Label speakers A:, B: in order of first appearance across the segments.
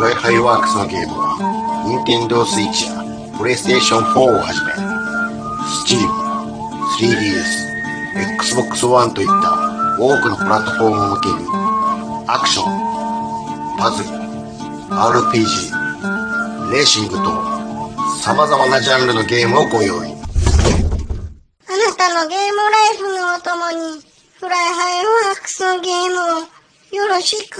A: ライハイワークスのゲームは、Nintendo Switch や PlayStation 4をはじめ、Steam、3DS、Xbox One といった多くのプラットフォームを向ける、アクション、パズル、RPG、レーシングと、様々なジャンルのゲームをご用意。
B: あなたのゲームライフのお供に、フライハイワークスのゲームをよろしく。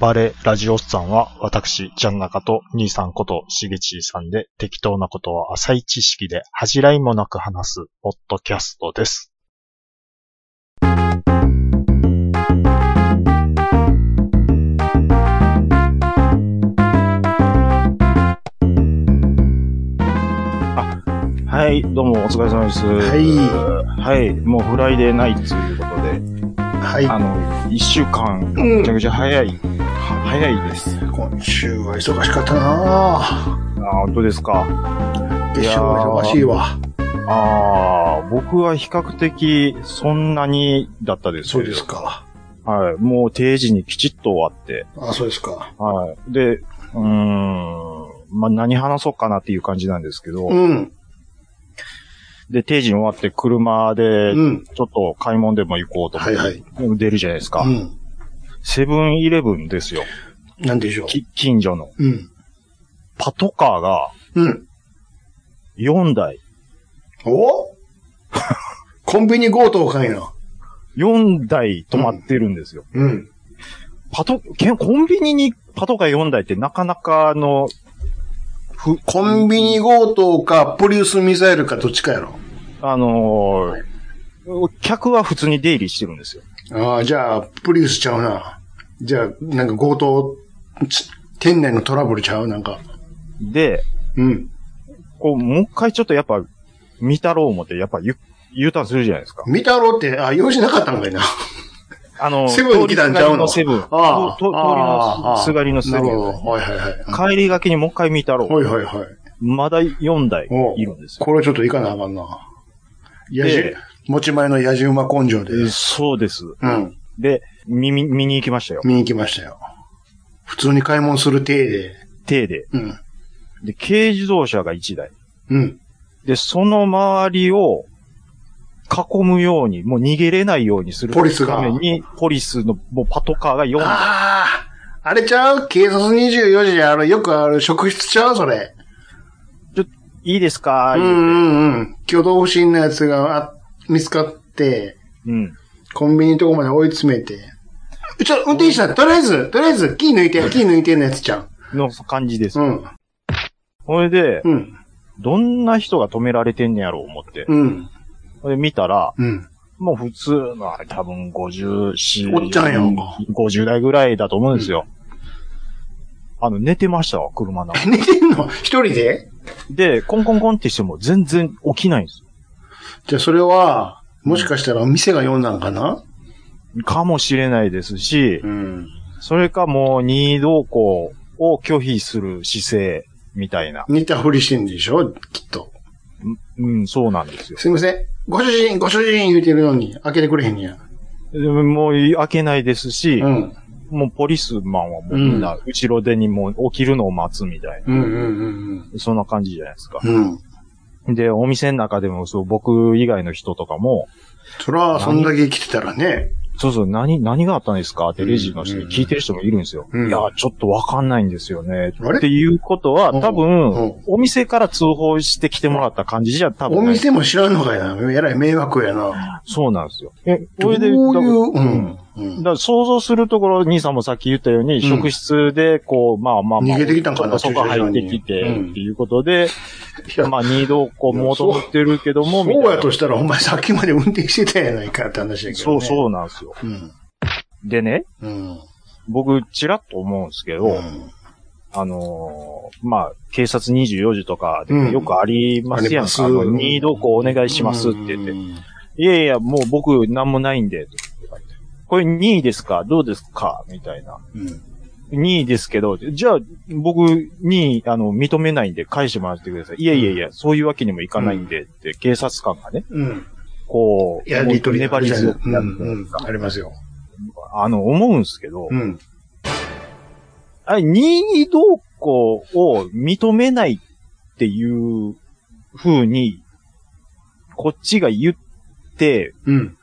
C: 暴れラジオスさんは、私、ジャンナカと兄さんこと、しげちーさんで、適当なことは浅い知識で恥じらいもなく話す、ポッドキャストです。
D: はい、どうもお疲れ様です。はい。はい、もうフライデーナイトということで、
E: はい、
D: あの、一週間、
E: うん
D: めちゃくちゃ早い、は早いです。
E: 今週は忙しかったな
D: あー本当ですか。
E: ぁ。決勝は忙しいわ。
D: ああ、僕は比較的そんなにだったですけ
E: そ
D: ど
E: うですか。
D: はい、もう定時にきちっと終わって、
E: あ、そうですか。
D: はい。で、うーん、まあ、何話そうかなっていう感じなんですけど、
E: うん、
D: で、定時に終わって車で、
E: うん。
D: ちょっと買い物でも行こうと思
E: はいは
D: っ
E: い。
D: て、出るじゃないですか
E: う。ん。
D: セブンイレブンですよ。
E: なんでしょう。
D: き近所の。
E: うん。
D: パトカーが
E: うん。
D: 4台。
E: お コンビニ強盗かいな。
D: 4台止まってるんですよ。
E: うん。
D: パト、けコンビニにパトカー4台ってなかなかの、ふ、
E: コンビニ強盗か、ポリウスミサイルか、どっちかやろ。
D: あのー客は普通に出入りしてるんですよ。
E: ああ、じゃあ、プリウスちゃうな。じゃあ、なんか強盗、つ店内のトラブルちゃうなんか。
D: で、
E: うん。
D: こう、もう一回ちょっとやっぱ、見たろう思って、やっぱ U、U ターンするじゃないですか。
E: 見たろって、あ、用事なかったんかいな。
D: あのー、
E: セブンに来たんちゃうの
D: 通りすがりのセブン。
E: ああ
D: とと通りのすすがりのセブ
E: なる
D: ン。
E: ほど。はいはいはい。
D: 帰りがけにもう一回見たろう。
E: はいはいはい。
D: まだ4台
E: おう
D: いるんですよ。
E: これちょっといかなあかんな。やじ
D: で、
E: 持ち前のやじ馬根性で、
D: えーそうです。
E: うん、
D: で、見、見見に行きましたよ。
E: 見に行きましたよ。普通に買い物する体で、
D: 手で。
E: うん、
D: で、軽自動車が1台。
E: うん、
D: で、その周りを囲むように、もう逃げれないようにする
E: ポリスが
D: ために、ポリスのもうパトカーが4台。
E: ああ、あれちゃう警察24時である、よくある職質ちゃうそれ。
D: いいですか
E: う
D: 言う
E: ん
D: て
E: うんうん。挙動不審なやつがあ見つかって、
D: うん。
E: コンビニのとこまで追い詰めて。ちょ、運転手さん、とりあえず、とりあえず、キー抜いて、キー抜いてのやつちゃう。
D: の感じです。
E: うん、
D: それで、
E: うん、
D: どんな人が止められてんねやろう思って。
E: うん、
D: それで見たら、
E: うん。
D: もう普通の、多分54、
E: おっちゃんやんか
D: 50代ぐらいだと思うんですよ。あの、寝てましたわ、車の中。
E: 寝てんの一人で
D: で、コンコンコンってしても全然起きないんです
E: じゃあそれは、もしかしたら店が読んだんかな
D: よ。かもしれないですし、
E: うん。
D: それかもう任意同行を拒否する姿勢みたいな。
E: 似たふりしてんでしょきっと。
D: うん、そうなんですよ。
E: すいません。ご主人、ご主人言うてるのに、開けてくれへんねや。
D: でもう開けないですし、
E: うん。
D: もうポリスマンはもうみんな後ろ手にもう起きるのを待つみたい
E: うんうんうん
D: な。そんな感じじゃないですか。
E: うん。うん。
D: で、お店の中でもそう、僕以外の人とかも、
E: そら、そんだけ来てたらね。
D: そうそう、何、何があったんですかってレジの人に聞いてる人もいるんですよ。
E: うん
D: いや、ちょっとわかんないんですよね。
E: あれ
D: っていうことは、多
E: うんう
D: 分
E: ん、
D: お店から通報してきてもらった感じじゃ多分
E: お
D: ない。
E: 店も知らんのかいな。えらい迷惑やな。
D: そうなんですよ。え、
E: どういう、
D: だから
E: う
D: うん
E: ん。うん
D: だから想像するところ、兄さんもさっき言ったように、
E: ん
D: 職質で、こう、まあまあまあ。
E: 逃げてきたんかな
D: そこそこ入ってき
E: 駐車場
D: て
E: に、
D: っていうことで、
E: いや
D: まあ、任意同行求めてるけども、みたい
E: そう
D: な
E: やとしたら、お前さっきまで運転してたやないかって話やけど、
D: そ
E: ね。
D: うそうなんですよ。
E: う。うん。
D: でね、
E: うん。
D: 僕、ちらっと思うんですけど、
E: うん
D: あのーまあ、警察24時とかで
E: うん
D: よくありますやんか。
E: あります
D: あの任意同行お願いしますって言って。いやいや、もう僕、なんもないんで。これ任意ですかどうですかみたいな。
E: うん。
D: 任意ですけど、じゃあ、僕、任意、あの、認めないんで返してもらってください。いやいやいや、そういうわけにもいかないんで、って、警察官がね、
E: うん。
D: こう、
E: やりとり
D: 粘り強く
E: あ
D: や
E: る
D: る
E: じ
D: じゃな
E: ゃな
D: いい
E: で
D: ですす
E: か
D: か
E: うんうんありますよ。
D: あの、思うんですけど、
E: うん。
D: あれ、任意同行を認めないっていう風に、こっちが言って、
E: うん。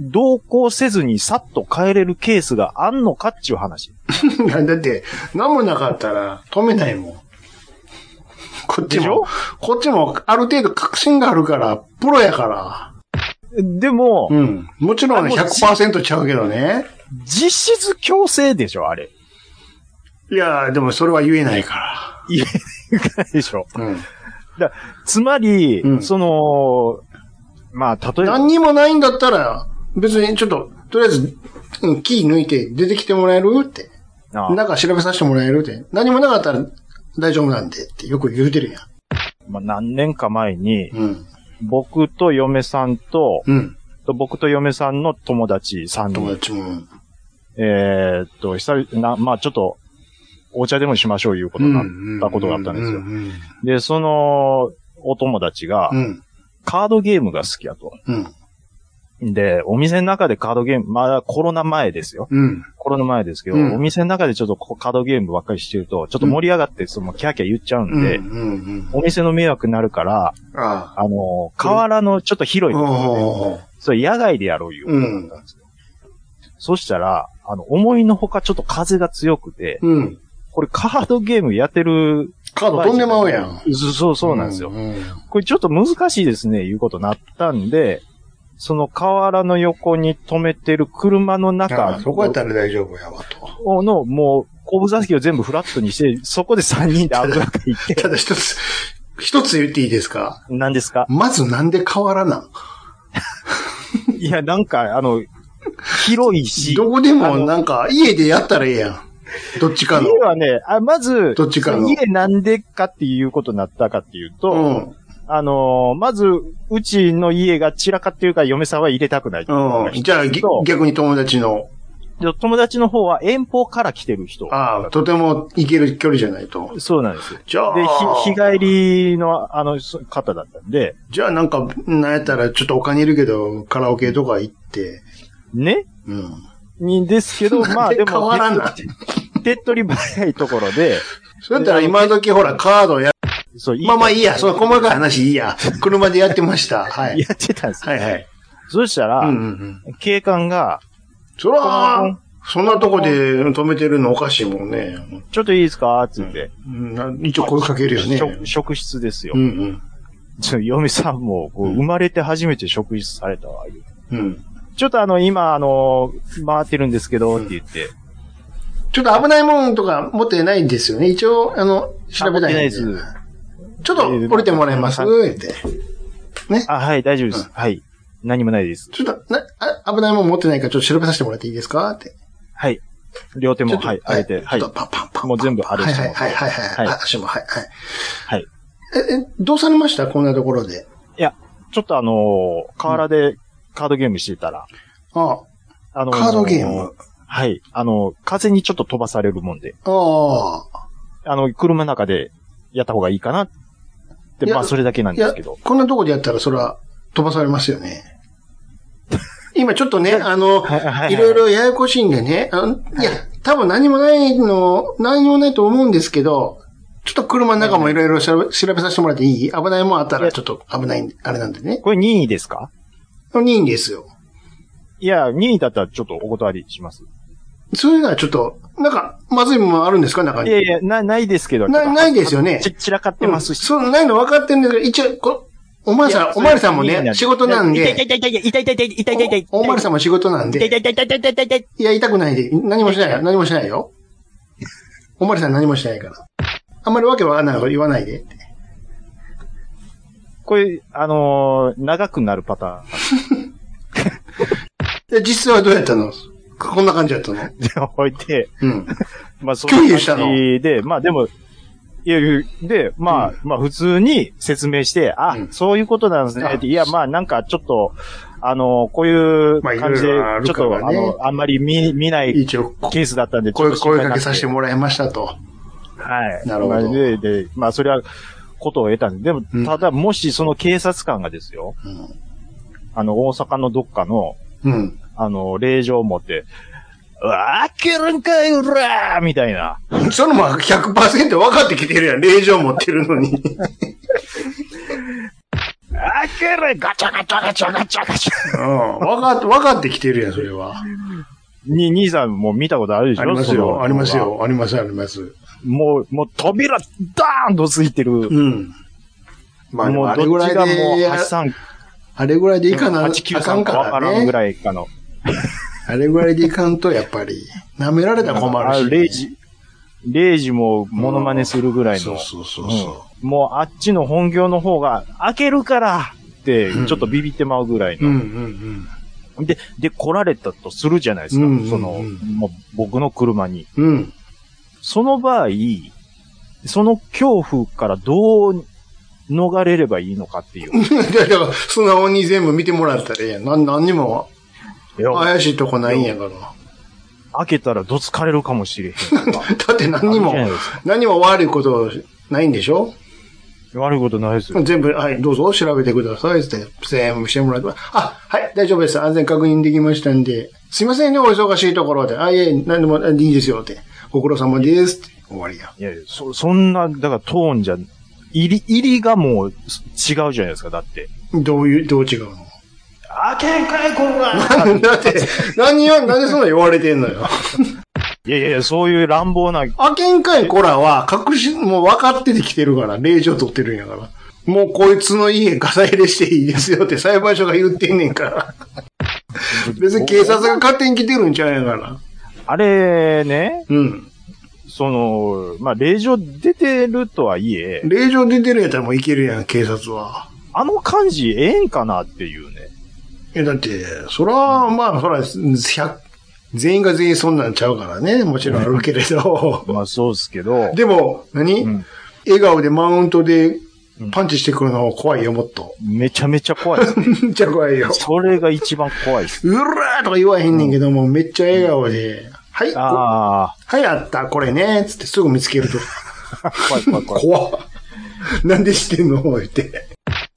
D: 同行せずにさっと帰れるケースがあんのかっちゅう話。
E: だって、何もなかったら止めないもん。こっち
D: でしょ
E: も、こっちもある程度確信があるから、プロやから。
D: でも、
E: うん。もちろんね
D: あもう
E: 100%ちゃうけどね。
D: 実質強制でしょ、あれ。
E: いやーでもそれは言えないか
D: 言えないでしょ。
E: ら。うん。
D: つまり、
E: うん
D: その、まあ、例えば、
E: 何にもないんだったら、別にちょっと、とりあえず、うん、キー抜いて出てきてもらえるって。
D: あ
E: なんか調べさせてもらえるって。何もなかったら大丈夫なんでってよく言うてるや
D: まあ何年か前に、
E: ん。うん。
D: 僕と嫁さんと、
E: うん。
D: と僕と嫁さんの友達3人
E: 友達も。
D: えーっと、久々な、まあちょっと、お茶でもしましょういうこと
E: う
D: になっ
E: ん。
D: たことがあったんですよ
E: うん。うん
D: で、その、お友達が
E: う、ん。
D: カードゲームが好きやと。
E: うん。
D: で、お店の中でカードゲーム、まだコロナ前ですよ。
E: うん。
D: コロナ前ですけど、
E: うん
D: お店の中でちょっとこうカードゲームばっかりしてると、ちょっと盛り上がって、その、キャーキャー言っちゃう
E: うんん。
D: で、
E: うん。
D: お店の迷惑になるから、
E: ああ。
D: あの、河原のちょっと広いところで、
E: おー
D: それ野外でやろういうことだったんですよ。そしたら、あの、思いのほかちょっと風が強くて、
E: うん。
D: これカードゲームやってる。
E: カード飛んでまうやん。。
D: そうそうそうなんですよ。
E: ん
D: これちょっと難しいですね、いうことになったんで、その河原の横に止めてる車の
E: あ
D: 中
E: あそこやったら大丈夫やわと。
D: の、もう、後部座席を全部フラットにして、そこで3人で危なく行 って、
E: ただ一つ、一つ言っていいですか
D: 何ですか
E: まずなんで変わらなん
D: いや、なんか、あの、広いし、
E: どこで
D: あ
E: も
D: の
E: なんか、家でやったらええやん。どっちかの
D: 家。はね、あまず、
E: どっちかの
D: 家なんでかっていうことになったかっていうと、
E: うん。
D: あのーまず、うちの家が散らかってるから嫁さんは入れたくないっていうのが
E: う
D: 一
E: ん。
D: つ
E: じゃあ、ぎ
D: と
E: 逆に友達の、
D: で友達の方は遠方から来てる人。
E: ああ、とても行ける距離じゃないと。
D: そうなんですよ。
E: じゃあ、
D: で、ひ日帰りの、あの、そ方だったんで、
E: じゃあなんか、なんやったらちょっとお金いるけど、カラオケとか行って、
D: ね
E: うん。
D: にですけど、まあ
E: なん
D: で
E: で変
D: も、
E: わらんな。
D: 手っ取り早いところ で、
E: そうやったら今時ほら、カードや、
D: そう、
E: まあまあいいや、
D: そ
E: そうの細かい話いいや。車でやってました。はい。
D: やってたんですよ。
E: はいはい。
D: そした
E: うん
D: ら、
E: うんうん。
D: 警官が、
E: そら、そんなとこで止めてるのおかしいもんね。
D: ちょっといいですかつって、
E: うんな一応声かけるよね。
D: 職職質ですよ
E: う。ん
D: ちょ嫁さんも、こう
E: うん
D: 生まれて初めて職質されたわ、
E: うん。うん。
D: ちょっとあの、今、あの、回ってるんですけど、って言って。
E: ちょっと危ないもんとか持ってないんですよね。一応、あの、調
D: あ持っ
E: べたいんで。
D: てないで
E: ちょっと降りてもらえますって。
D: あ、はい、大丈夫です。
E: う
D: はい。何もないです。
E: ちょっと、な、あ危ないもん持ってないからちょっと調べさせてもらっていいですかって。
D: はい。両手
E: ちょ
D: も、
E: っと
D: はい、上げて、はい
E: ちょ。っとパンパンパンパン。
D: もう全部あれ
E: はい
D: して
E: はい
D: も
E: はいはいはい。
D: はい
E: あ足も、はいはい。
D: はい。
E: え、え、どうされましたこんなところで。
D: ちょっとあのー、河原でカードゲームしてたら、
E: あ
D: あの
E: カードゲーム。
D: はい。あの、風にちょっと飛ばされるもんで、
E: ああ。
D: あの、車の中でやった方がいいかなって、
E: いや
D: まあ、それだけなん
E: い
D: で
E: や、
D: すけど。
E: こんなとこでやったらそれは飛ばされますよね。今ちょっとね、あの、
D: はいはい
E: いろいろややこしいんでね、あのいや、多分何もないの、何もないと思うんですけど、ちょっと車の中もいろいろ調べ調べさせてもらっていい危ないもんあったらちょっと危ないんで、あれなんでね。
D: これ任意ですか
E: いいんですよ。
D: いや、任意だったらちょっとお断りします。
E: そういうのはちょっと、なんか、まずいものあるんですか中
D: い
E: に。
D: やいや、な、ないですけど。
E: な
D: ちょっと
E: ないですよね
D: ち散らかってますし。
E: うんそう、ないの分かってんだけど、一応、こおまわりさん、おまわりさんもね、仕事なんで、おおまわりさんも仕事なんで、いや、痛くないで、何もしないよ、何もしな いよ。おまわりさん何もしないから。あんまりわけわかんないこと言わないで。
D: これ、あのー長くなるパタ
E: で、実際はどうやったのこんな感じだったの
D: ーンで置いて、
E: うん。
D: まあ、そういう
E: 拒否したの
D: 感じで、まあでも、いやいや、で、まあ、
E: うん
D: まあ普通に説明して、あ、
E: うん
D: そういうことなんですね。
E: あ
D: いや、まあなんかちょっと、あのーこういう
E: まあ
D: 感じで
E: いろいろあ、る
D: ちょっ
E: から
D: と、
E: ね
D: あの、あんまり見、見ない
E: 一応、こ
D: ケースだったんで、ちょっ
E: 声、
D: と
E: 声かけさせて
D: も
E: もらいましたと。
D: はい。
E: なるほど
D: まあで、で、まあそれは、ことを得たんで、でも
E: うん、
D: ただ、もしその警察官がですよ、
E: うん。
D: あの、大阪のどっかの、
E: うん。
D: あの、令状を持って、わー、開けるんかい、うらーみたいな。
E: そのまま100%分かってきてるやん。令状持ってる のに。
D: 開けるガチャガチャガチャガチャガチャ
E: うん。分かって、分かってきてるやん、それは。
D: に、兄さんも見たことあるでしょ
E: あります
D: そ
E: よ。
D: の
E: ありますよ。あります、あります。
D: もう、もう扉、ダーンとついてる。
E: うん。まあ、で
D: も
E: も
D: う
E: あれ
D: ど
E: ぐ
D: っ
E: ら
D: ち
E: い
D: がもう
E: で、
D: 8、3、
E: あれぐらいでいかな、あ
D: 8、9、
E: かん
D: 3
E: か
D: かわかららんぐ
E: ね。
D: らいかの。
E: あれぐらいでいかんと、やっぱり、舐められたら困るし。
D: レイジ、レイジもモノマネするぐらいの。
E: そうそうそうそ。
D: うんもうあっちの本業の方が、開けるからって、ちょっとビビってまうぐらいう
E: う
D: の。
E: んうん
D: で、で、来られたとするじゃないですか。
E: うんうんうん
D: その、もう僕の車に。
E: うん。うん。
D: その場合、その恐怖からどう逃れればいいのかっていう。
E: だから、素直に全部見てもらったらええやん。なん、何にも
D: いや
E: 怪しいとこないん やから。
D: 開けたらどつかれるかもしれへ んとか。
E: だって何にも
D: あるじゃないです、
E: 何も悪いことないんでしょ
D: 悪いことないですよ。
E: 全部、はい、どうぞ調べてくださいって、全部してもらって、あ、はい、大丈夫です。安全確認できましたんで、すいませんね、お忙しいところで。あ、いえ、何でもあいいですよって。ご苦労様ですって。終わりや。
D: いやいや、そ、そんな、だからトーンじゃ、入り、入りがもう違うじゃないですか、だって。
E: どういう、どう違うの
D: あけんかい、こら
E: だって、何を、なんでそんな言われてんのよ。
D: いやいやいや、そういう乱暴な、
E: あけんかいこらは、隠し、もう分かっててきてるから、令状取ってるんやから。もうこいつの家ガサ入れしていいですよって裁判所が言ってんねんから。別に警察が勝手に来てるんちゃうんやから。
D: あれね、
E: うん。
D: その、まあ、令状出てるとはいえ、
E: 令状出てるんやったらもういけるやん、警察は。
D: あの感じええんかなっていうね。
E: え、だって、そら、まあ、そら、100全員が全員そんなんちゃうからね、もちろんあるけれど。
D: まあ、そうっすけど、
E: でも、何、
D: うん
E: 笑顔でマウントでパンチしてくるの怖いよ、もっと。
D: めちゃめちゃ怖いですね。
E: めっちゃ怖いよ。
D: それが一番怖いっす。
E: うらーとか言わへんねんけども、めっちゃ笑顔で、はい、こ
D: あ
E: はい、あった、これね、つってすぐ見つけると。
D: あ、怖い怖い怖い。
E: 怖っ。なんでしてんの言って。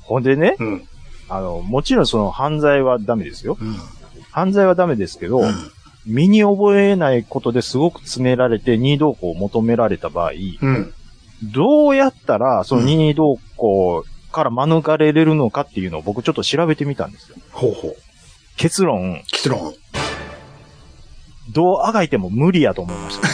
D: ほんでね、
E: うん。
D: あの、もちろんその犯罪はダメですよ。
E: うん。
D: 犯罪はダメですけど、身に覚えないことですごく詰められて任意同行を求められた場合、
E: うん。
D: どうやったらその任意同行から免れれるのかっていうのを僕ちょっと調べてみたんですよ。
E: ほうほう。
D: 結論、
E: 結論。
D: どうあがいても無理やと思いま した。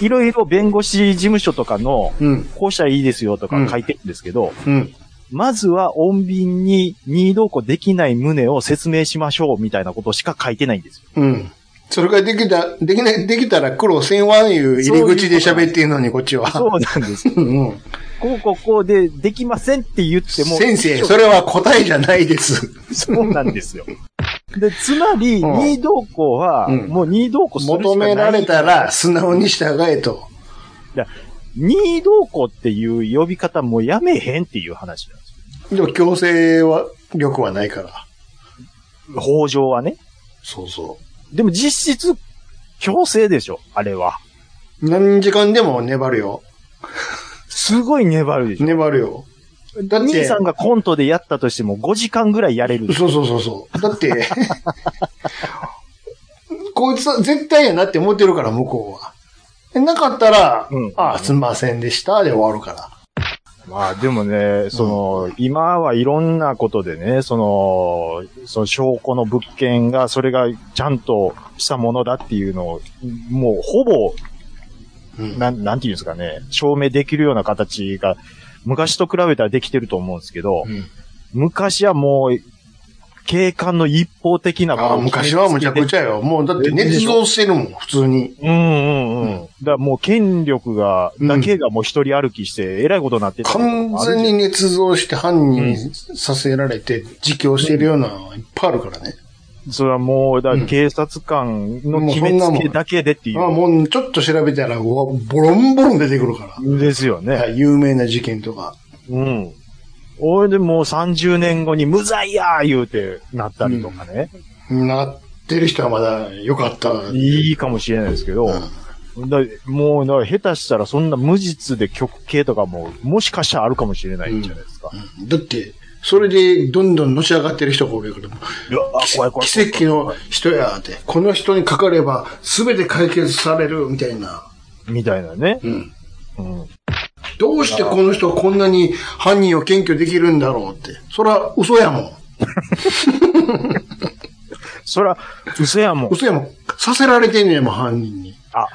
D: いろいろ弁護士事務所とかの、
E: うん。
D: こうしたらいいですよとか書いてるんですけど、
E: うん。
D: まずは穏便に任意同行できない旨を説明しましょうみたいなことしか書いてないん ですよ。
E: うん。それができた、できない、できたら苦労せんわんいう入り口で喋ってんのに、こっちは。
D: そうなんです。
E: うんうん。
D: こうこうこうでできませんって言っても。
E: 先生、それは答えじゃないです。
D: そうなんですよ。で、つまり、
E: うん
D: 任意同行は、
E: うん
D: もう任意同行するしかない。
E: 求められたら素直に従えと。
D: 任意同行っていう呼び方もやめへんっていう話なんです
E: でも強制は、力はないから。
D: よ。法上はね。
E: そうそ
D: でも実質、強制でしょ、あれは。
E: う。何時間でも粘るよ。
D: すごい粘るでしょ。
E: 粘るよ。だって
D: 兄さんがコントでやったとしても5時間ぐらいやれるでしょ。
E: そうそうそうそう。だって、 こいつは絶対やなって思ってるから、向こうは。えなかったら、
D: うん
E: ああ、すんませんでした、で終わるから。
D: まあでもね、その、今はいろんなことでね、その、その証拠の物件が、それがちゃんとしたものだっていうのを、もうほぼ、
E: うん
D: なん、なんていうんですかね、証明できるような形が、昔と比べたらできてると思うんですけど、
E: うん
D: 昔はもう、警官の一方的な
E: ああ、昔はむちゃく
D: ゃ。
E: ち ゃよ。もうだって
D: で
E: 捏造してるもん、普通に。
D: うんうんうん。だからもう権力が、だけがもう一人歩きして、えらいことになってたこと
E: 完
D: もあるじゃん
E: 全に捏造して犯人にさせられて、自供してるようなのいっぱいあるからね。
D: それはもう、だから
E: うん
D: 警察官の
E: もう
D: 決
E: そ
D: め
E: んなもん
D: つけだけでってい
E: ああ
D: う。
E: もうちょっと調べたら、うわボロンボロン出てくるか
D: ですよ
E: ら。は
D: ね。
E: い有名な事件とか。
D: うん。俺でもう30年後に無罪やー言うてなったりとかね。
E: なってる人はまだ良かった。
D: いいかもしれないですけど。だもう、だから下手したらそんな無実で極刑とかも、もしかしたらあるかもしれないじゃないですか。
E: だって、それでどんどんのし上がってる人がおるけども、
D: いや、あ、怖い怖い。
E: 奇跡の人やって、この人にかかれば全て解決されるみたいな。
D: みたいなね。
E: うん。
D: うん。
E: どうしてこの人はこんなに犯人を検挙できるんだろうって。それは嘘やもん。
D: そら、嘘やもん。
E: 嘘やもん。させられてんねんもん、犯人に。
D: あ、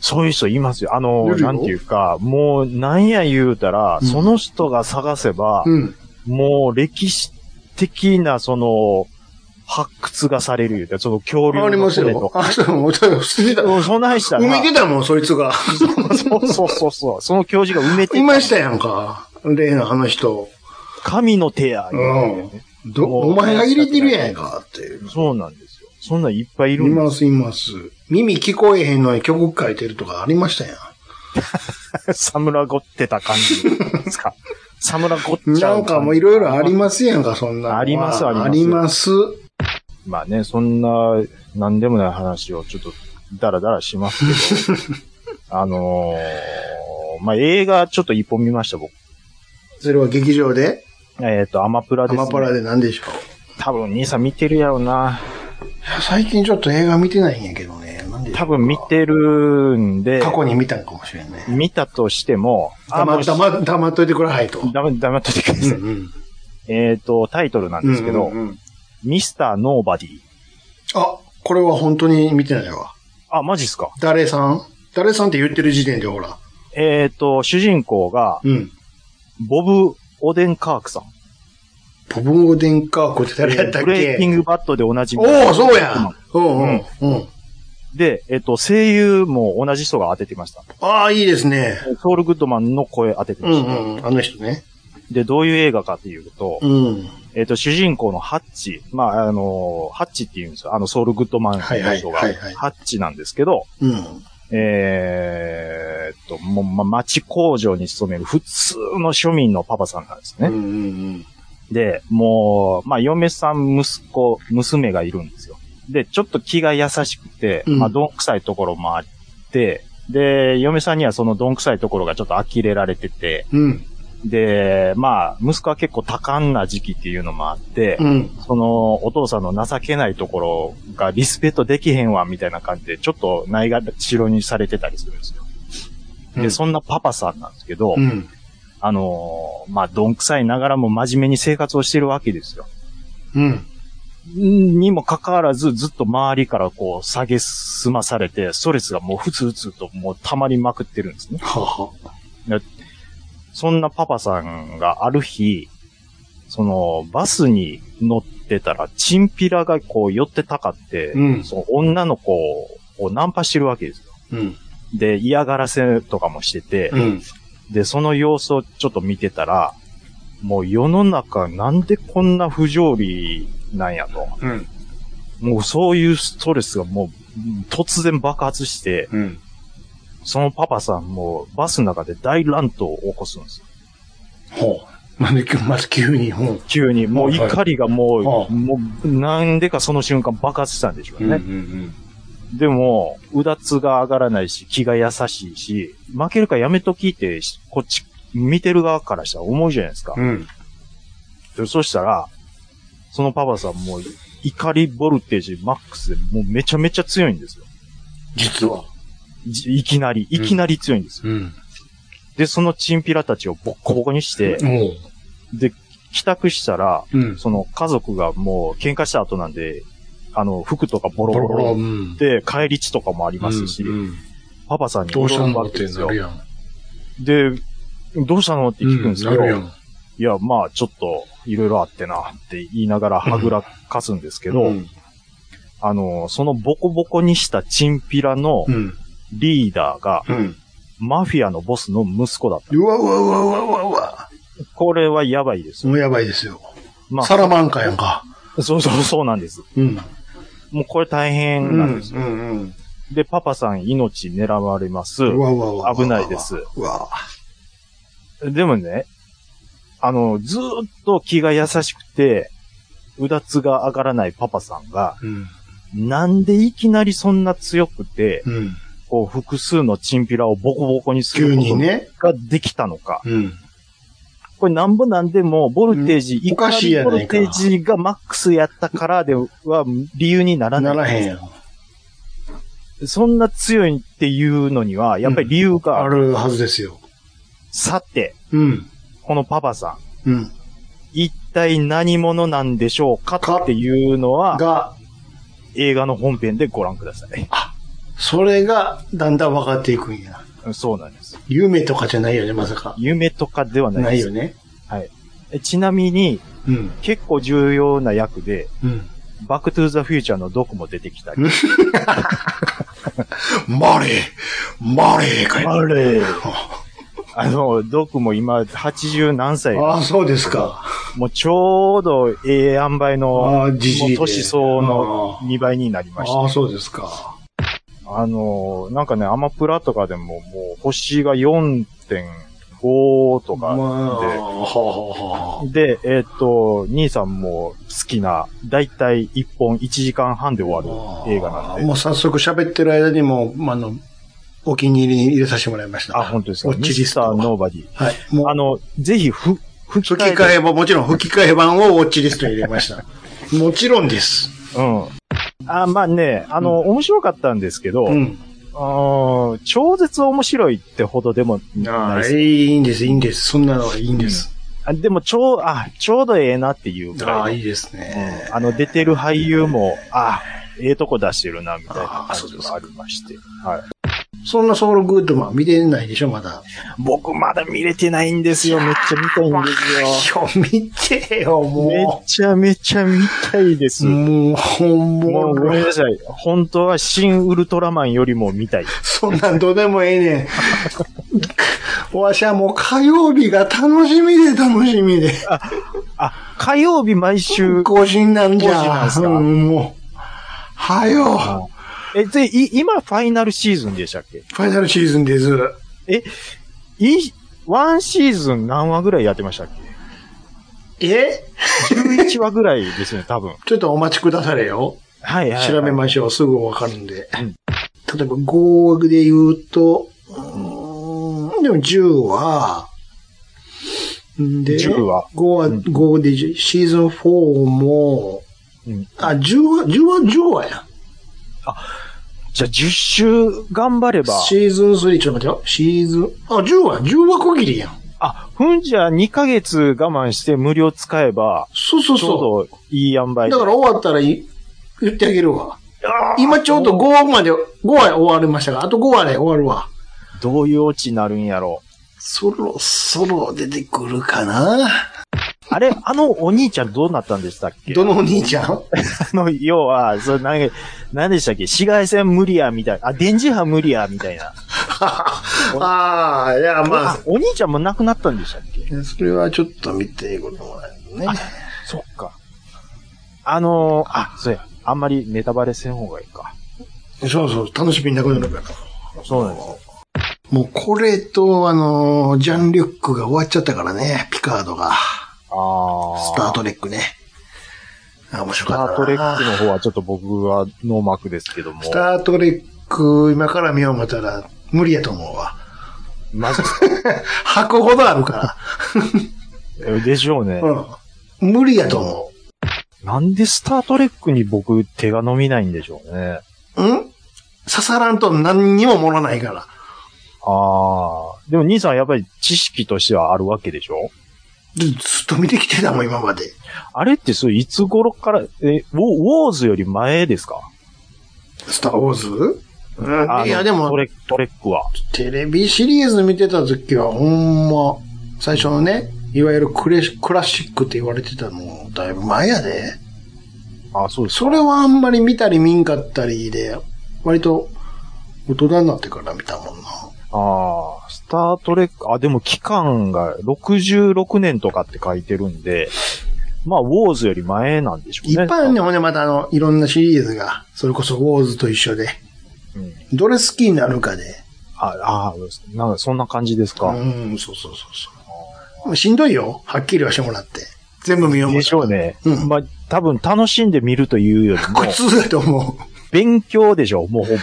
D: そういう人いますよ。あ
E: い
D: の、
E: るよ
D: なんていうか、もう、なんや言うたら、
E: うん
D: その人が探せば、
E: うん。
D: もう歴史的な、その、発掘がされる言うたら、その恐竜
E: あり
D: の
E: ます
D: 骨と
E: よ。
D: か。
E: あ、そう、もう、そう捨 てた。
D: うんそないしたら、
E: 埋めてたもん、そいつが。
D: そうそうそうそう、その教授が埋めて
E: いましたやんか。例のあの人。
D: 神の手や、言うてね
E: ど、
D: もう
E: お前が入れてるやんか、っていう。
D: そうなんですよ。そんなんいっぱいい
E: い
D: るんです
E: ます、います。耳聞こえへんのに曲書いてるとかありましたやん。
D: サムラゴってた感じですか。サムラゴっちゃう感じ
E: なんかもういろいろありますやんか、そんなのは。
D: ありますあります
E: あります。
D: まあね、そんな、なんでもない話をちょっと、だらだらしますけ ど、あのー、まあ映画ちょっと一本見ました、僕。
E: それは劇場で、
D: えっ、と、アマプラ
E: ア
D: です、ね。
E: マパラで何でしょう。
D: 多分、兄さん見てるやろな。
E: いや最近ちょっと映画見てないんやけどね。なんでしょうか
D: 多分見てるんで、
E: 過去に見たんかもしれんね。
D: 見たとしても、も
E: 黙
D: う
E: 黙黙っといてくださいと。
D: ダメ、ダメだった時です。
E: ん
D: えっと、タイトルなんですけど、
E: うんうんうん
D: ミスターノーバディ。
E: あ、これは本当に見てないわ。
D: あ、マジっすか。
E: 誰さん誰さんって言ってる時点でほら。
D: えっ、と、主人公が、
E: うん。
D: ボブ・オデンカークさん。
E: ポブオデンカーコって誰やったっ
D: ブレイキ
E: け
D: ングバットでおなじみ。
E: おお、そうやうんうん。うん。
D: で、えっ、と、声優も同じ人が当ててました。
E: ああ、いいですね。
D: ソウル・グッドマンの声当てて
E: う
D: まし
E: ん
D: た。
E: うん。あの人ね。
D: で、どういう映画かっていうと、
E: うん。
D: えっ、と、主人公のハッチ、まあ、あのーハッチって言うんですよ。あの、ソウル・グッドマンの
E: はいはい
D: 人が、
E: はいはい
D: ハッチなんですけど、
E: うん。
D: えーっと、もう、ま、町工場に勤める普通の庶民のパパさんなんです
E: うんう
D: ね。
E: ん
D: で、もう、まあ、嫁さん、息子、娘がいるんですよ。で、ちょっと気が優しくて、
E: うん
D: まあ、どんくさいところもあって、で、嫁さんにはそのどんくさいところがちょっと呆れられてて、
E: うん。うん。
D: で、まあ、息子は結構多感な時期っていうのもあって
E: う、ん。
D: その、お父さんの情けないところがリスペクトできへんわ、みたいな感じで、ちょっとないがしろにされてたりするんですよ。
E: う
D: で、
E: ん
D: そんなパパさんなんですけど、
E: うん。
D: あのーまあ、どんくさいながらも真面目に生活をしてるわけですよ。
E: うん。
D: にもかかわらず、ずっと周りからこう、下げすまされて、ストレスがもうふつふつともう溜まりまくってるんですね。
E: はは。
D: そんなパパさんがある日、その、バスに乗ってたら、チンピラがこう、寄ってたかって、
E: うん
D: その女の子をナンパしてるわけですよ。
E: うん。
D: で、嫌がらせとかもしてて、
E: うん。
D: で、その様子をちょっと見てたら、もう世の中なんでこんな不条理なんやと。
E: うん。
D: もうそういうストレスがもううん突然爆発して、
E: うん。
D: そのパパさんもバスの中で大乱闘を起こすんですよ。
E: ほう。なんで急まず急に、ほう。
D: 急に、もう
E: はいはい
D: 怒りがもう、
E: はあ
D: もうなんでかその瞬間爆発したんでしょうね。
E: ん
D: でも、うだつが上がらないし、気が優しいし、負けるからやめときって、こっち見てる側からしたら思うじゃないですか。
E: うん。
D: でそしたら、そのパパさんもう怒りボルテージマックスでもうめちゃめちゃ強いんですよ。
E: 実は。
D: じいきなり、いきなり強いんですよ。
E: うん。
D: で、そのチンピラたちをボッコボコにして、
E: も
D: で、帰宅したら、
E: う。うん。
D: その家族がもう喧嘩した後なんで、あの、服とかボロ
E: ボロ
D: ボ
E: ボロ。
D: ロ
E: ん。
D: で、帰り地とかもありますし、
E: うん
D: パパさんに
E: どうした
D: ん
E: のってなるやん。
D: で、どうしたのって聞くんですけど、
E: なるやん。
D: いや、まあちょっと、いろいろあってな、って言いながらはぐらかすんですけど、
E: うん。
D: あの、そのボコボコにしたチンピラの
E: うん。
D: リーダーが、
E: うん。
D: マフィアのボスの息子だっ
E: うわうわうわうわうわうわ。
D: た。これはやばいです
E: も
D: よ。
E: うやばいですよ。
D: ま
E: サラマンカやんか。
D: あ、そうそうそうなんです。
E: うん。
D: もうこれ大
E: う
D: 変
E: ん。う
D: なんですよ。
E: ん。
D: で、パパさん命狙われます。
E: うん。うわうわうわ。
D: 危ないです。
E: うわ。
D: でもね、あの、ずーっと気が優しくて、うだつが上がらないパパさんが、
E: うん。
D: なんでいきなりそんな強くて、
E: うん。
D: こう、複数のチンピラをボコボコにする
E: 急
D: こ
E: に
D: と
E: ね。
D: ができたのか。
E: うん。
D: これなんぼなんでも、ボルテージ、
E: うんおかしいや
D: ボ
E: ない
D: ル
E: か
D: テージがマックスやったからでは理由にならな。
E: ないらへんやん。
D: そんな強いっていうのには、やっぱり理由があ
E: あ
D: る。
E: るはずですよ。
D: さて、
E: うん。
D: このパパさん、
E: うん。
D: 一体何者なんでしょうか
E: か
D: っていうのは、
E: が、
D: 映画の本編でご覧ください。
E: それがだんだん分かっていくんや。
D: そうなんです。
E: 夢とかじゃないよね、まさか。
D: 夢とかではな
E: ないい
D: です。
E: よね。
D: えちなみに、
E: うん。
D: 結構重要な役で、
E: うん。
D: バックトゥーザフューチャーのドクも出てきたり。
E: マレーマレーかよ。
D: れ あの、ドクも今80何歳。
E: ああ、そうですか。
D: もうちょうどええ塩梅の、
E: ああ、じじい
D: も
E: で。
D: う年相応の
E: あ
D: 2倍になりました
E: あ。ああ、そうですか。
D: あの、なんかね、アマプラとかでももう星が4.5と
E: まあ、
D: か
E: はあはあは
D: で、えーっと、兄さんも好きな、だいたい1本1時間半で終わ
E: あ。
D: る映画なんで。
E: もう早速喋ってる間にも、まああの、お気に入りに入れさせてもらいました。
D: あ、本当ですか。
E: ウォッ
D: ミ
E: チリ
D: ス
E: ス
D: タ
E: ト
D: ーノーバディ。
E: はい。もう、
D: あの、ぜひ、ふ、吹き
E: 吹
D: 替
E: き替
D: え
E: え版、もちろん吹き替え版をウォッチリストに入れま した。もちろんです。
D: で。うん。あ、まあね、あの、面白かったんですけど、う、
E: うんん。
D: 超絶面白いってほどでもない
E: あ
D: で
E: あ、
D: す。
E: いいんです、いいんです。そんなのはいいんです。
D: あでも、ちょう、あ、ちょうどええなっていうぐらいの
E: ああ、いいですね。
D: あの、出てる俳優も、あええとこ出してるな、みたいな
E: あ
D: 感
E: そう
D: じ
E: です
D: がありまして。はい。
E: そんなソウルグッドマン見てないでしょ、まだ。
D: 僕まだ見れてないんですよ。めっちゃ見たいんです
E: いや、見てよ、
D: よ。め
E: も
D: ちゃめちゃ見たいです。
E: う。
D: も
E: もう、ほん
D: うごめん
E: も
D: なさい。本当は新ウルトラマンよりも見たい。
E: そんなんどうでもええねん。 わしはもう火曜日が楽しみで楽しみで。
D: あ、火曜日毎週。
E: 更新なんじ
D: 更新なん
E: ゃ。
D: ですか
E: うん、もう。はよ。
D: え、で、い、今ファイナルシーズンでしたっけ
E: ファイナルシーズンです。
D: い、ワンシーズン何話ぐらいやってましたっけ
E: え
D: ?11 話ぐらいですよね、多分。
E: ちょっとお待ちくだされよ。
D: はいはい、はい。
E: 調べましょう。すぐわかるんで。
D: うん
E: 例えば5で言うと、うーんでも10は、んで、
D: 10は
E: 5は、
D: うん
E: 5で10シーズン4も、
D: うん
E: あ、10は、10は、10はや。
D: じゃあ10週頑張れば。
E: シーズン3、ちょっと待ってよ。シーズン、あ、10は、10は区切りやん。
D: あ、ふんじゃ2ヶ月我慢して無料使えば、
E: そうそう
D: ち
E: そ
D: ょうどいい塩梅
E: う。
D: で。
E: だから終わったらい言ってあげるわ。
D: あー
E: 今ちょうど5まで、5は終わりましたから、あと5はね、終わるわ。
D: どういうオチになるんやろ
E: そろそろ出てくるかな
D: う。 あれ、あのお兄ちゃんどうなったんでしたっけ
E: どのお兄ちゃん
D: あの、要は、それ何、何でしたっけ紫外線無理や、みたいな。あ、電磁波無理や、みたいな。
E: ああ、いや、ま
D: あ、お兄ちゃんも亡くなったんでしたっけ
E: あ、それはちょっと見ていくこともないね。
D: そっか。あのー、あ、そうや。あんまりネタバレせん方がいいか。
E: そうそう、楽しみなくなるから。
D: そうなんですよ。
E: もうこれと、あのー、ジャン・リュックが終わっちゃったからね、ピカードが。
D: あー。
E: スタートレックね。あ、面
D: ス
E: 白
D: タ
E: かった
D: ー
E: な。
D: トレックの方はちょっと僕はノーマークですけども。
E: スタートレック、今から見よう思ったら、無理やと思うわ。
D: マジ
E: 吐くほどあるか
D: ででしょうね。
E: ら。うん。無理やと思
D: なんでスタートレックに僕手が伸びないんでしょうね。
E: う。ん刺さらんと何にももらないから。
D: ああ。でも兄さんやっぱり知識としてはあるわけでしょ
E: ずずっと見てきてたもん、今まで。
D: あれってそれいつ頃から、え、ウォウォーズより前ですか
E: スター・ウォーズ
D: あ
E: う
D: の
E: んいや、で
D: ト
E: も、
D: レ、トレックは。
E: テレビシリーズ見てた時は、ほんま、最初のね、いわゆるクレシクラシックって言われてたの、だいぶ前やで。
D: あそうです。
E: それはあんまり見たり見んかったりで、割と、大人になってから見たもんな。
D: ああ、スタートレック、あ、でも期間が66年とかって書いてるんで、まあ、ウォーズより前なんでしょう
E: い
D: ね。
E: っぱいあるね、ほんでまたあの、いろんなシリーズが、それこそウォーズと一緒で、
D: うん
E: どれ好きになるかで。
D: ああー、なんかそんな感じですか。
E: うん、そうそうそうそう。しんどいよ、はっきりはしてもらって。全部見ようもん
D: でしょうね。
E: うん
D: まあ、多分楽しんで見るというよりも
E: 苦、痛だと思う。
D: 勉強でしょ、もうほ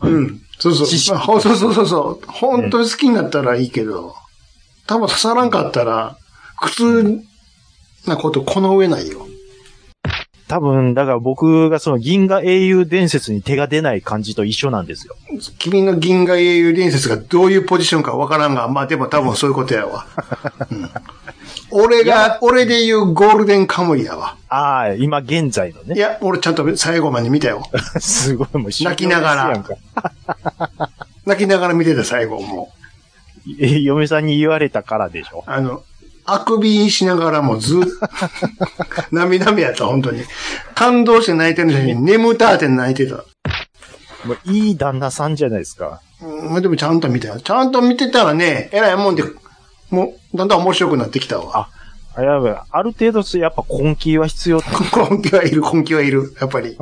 D: ぼ。
E: うん。そうそう。
D: 知識
E: まあほそうそうそうそう。本当に好きになったらいいけど、多分刺さらんかったら、普通なことこの上ないよ。
D: 多分、だから僕がその銀河英雄伝説に手が出ない感じと一緒なんですよ。
E: 君の銀河英雄伝説がどういうポジションかわからんが、まあでも多分そういうことやわ。うん俺が、俺で言うゴールデンカムイやわ。
D: ああ、今現在の
E: い
D: ね。
E: や、俺ちゃんと最後まで見たよ。
D: すごいもう
E: 泣きながら
D: 終了ですやんか
E: 泣きながら見てた最後も。
D: え嫁さんに言われたからでしょ。
E: あの、あくびしながらもずっと、 涙目やった、本当に。感動して泣いてるのに、眠たーって泣いてた。
D: もういい旦那さんじゃないですか。
E: うん、でもちゃんと見たよ。ちゃんと見てたらね、えらいもんで、もう、だんだん面白くなってきたわ。
D: あやばいある程度、やっぱ根気は必要。
E: 根気はいる、根気はいる、やっぱり。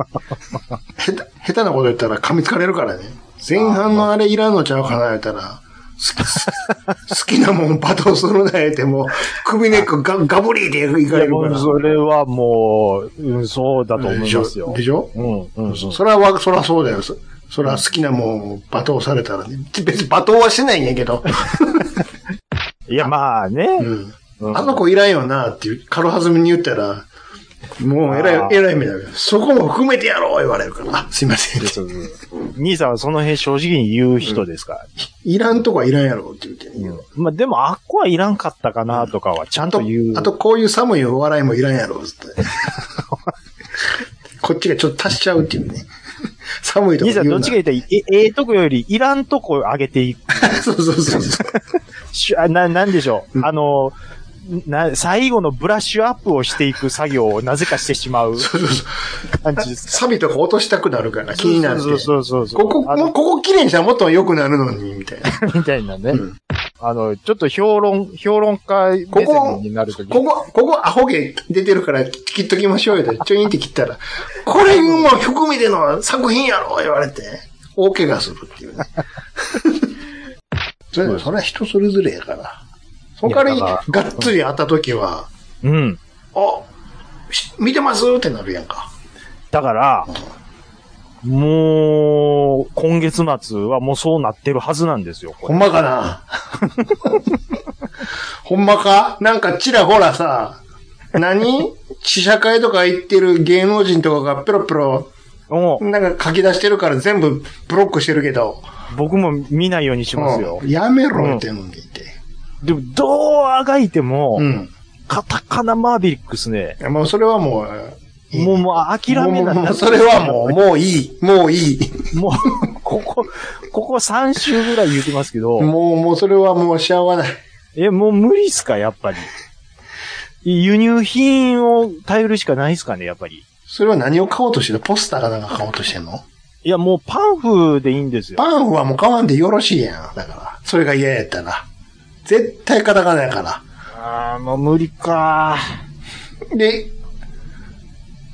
E: 下手、下手なこと言ったら噛みつかれるからね。前半のあれいらんのちゃうかな、言ったら。好き、好きなもん罵倒するな、言ってもう、首根っこガガブリーでいか
D: い
E: れ
D: や、
E: る
D: も
E: から。
D: うそれはもう、うん、そうだと思いますよ。
E: でしょ
D: うん、うん、そう
E: それは、そらそうだよ。そそら好きなもんを罵倒されたらね。別に罵倒はしてないんやけど。
D: いや、まあね。
E: うん。
D: うん
E: あの子いらんよな、っていう、軽はずみに言ったら、もうえら
D: あ
E: い、
D: ー
E: えらい目だよ。そこも含めてやろう言われるから。あすいません
D: で。す兄さんはその辺正直に言う人ですから。
E: いらんとこはいらんやろって言ってね。
D: うんまあでも、あっこはいらんかったかなとかは、ちゃん
E: あと
D: と言う。、
E: あとこういう寒いお笑いもいらんや ろ、つって。こっちがちょっと足しちゃうっていうね。寒いとこ
D: 兄さん、
E: 言
D: ど
E: う
D: っ
E: な
D: ち。が言ったら、え、ええとこより、いらんとこ上げていく。
E: そうそうそうそう。
D: し あな、なんでしょ
E: うん
D: う。あの、な、最後のブラッシュアップをしていく作業をなぜかしてしまう
E: そうそうそう。
D: 感じです。
E: サビとか落としたくなるから気になる。
D: そうそうそうそう。
E: ここ、
D: あ
E: もう
D: の
E: ここ綺麗にしたらもっと良くなるのに、みたいな。
D: みたいなね。
E: うん
D: あの、ちょっと評論、評論家目
E: ここ
D: 線になるとき
E: ここ、ここアホ毛出てるから切っときましょうよって。ちょいんって切ったら、これも含めての作品やろ言われて、大怪我するって いうね。それ、それは人それぞれやから。そこから
D: いやだ
E: がっつり会った時は、
D: うん。
E: あ、し見てますってなるやんか。
D: だから、もう、今月末はもうそうなってるはずなんですよ、こ
E: ほ
D: れ。
E: んまかな ほんまかなんかちらほらさ、何試写会とか行ってる芸能人とかがペロペロ
D: も
E: なんか書き出してるから全部ブロックしてるけど。
D: う、僕も見ないようにしますよ
E: う。んやめろ言ってんのにって。
D: でも、どうあがいても、
E: うん。
D: カタカナマービリックスね、
E: もうそれはもう、いい
D: もう、もう諦めない。
E: もうもうそれはもう、もういい。もういい。
D: う、もう、ここ、ここ3週ぐらい言ってますけど、
E: もう、もうそれはもうし合わない。
D: え、もう無理っすか、やっぱり。輸入品を頼るしかないっすかね、やっぱり。
E: それは何を買おうとしてるポスターかなんか買おうとしてんの
D: いや、もうパンフでいいんですよ。
E: パンはもう買わんでよろしいやん。だから。それが嫌やったら。絶対カタカナやから。
D: ああ、もう無理か
E: で、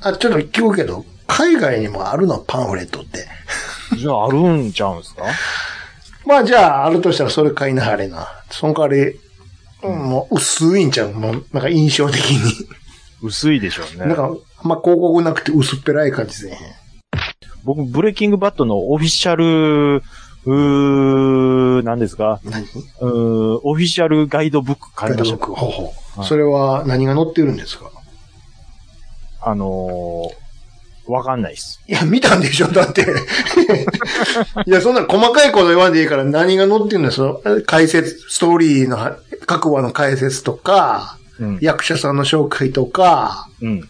E: あ、ちょっと聞くけど、海外にもあるのパンフレットって。
D: じゃあ、あるんちゃうんすか
E: まあじゃあ、あるとしたらそれ買いなはれな。その代わり、うんもう薄いんちゃうもうなんか印象的に。
D: 薄いでしょうね。
E: なんか、あんま広告なくて薄っぺらい感じで。
D: 僕、ブレイキングバットのオフィシャル、うー、何ですか
E: 何
D: うー、オフィシャルガイドブック買いました。
E: ほうほう。
D: はい
E: それは何が載ってるんですか
D: あのー、わかんないっす。
E: いや、見たんでしょだって。 いや、そんな細かいこと言わんでいいから何が載ってるんですか解説、ストーリーのは各話の解説とか、
D: うん。
E: 役者さんの紹介とか、
D: うん。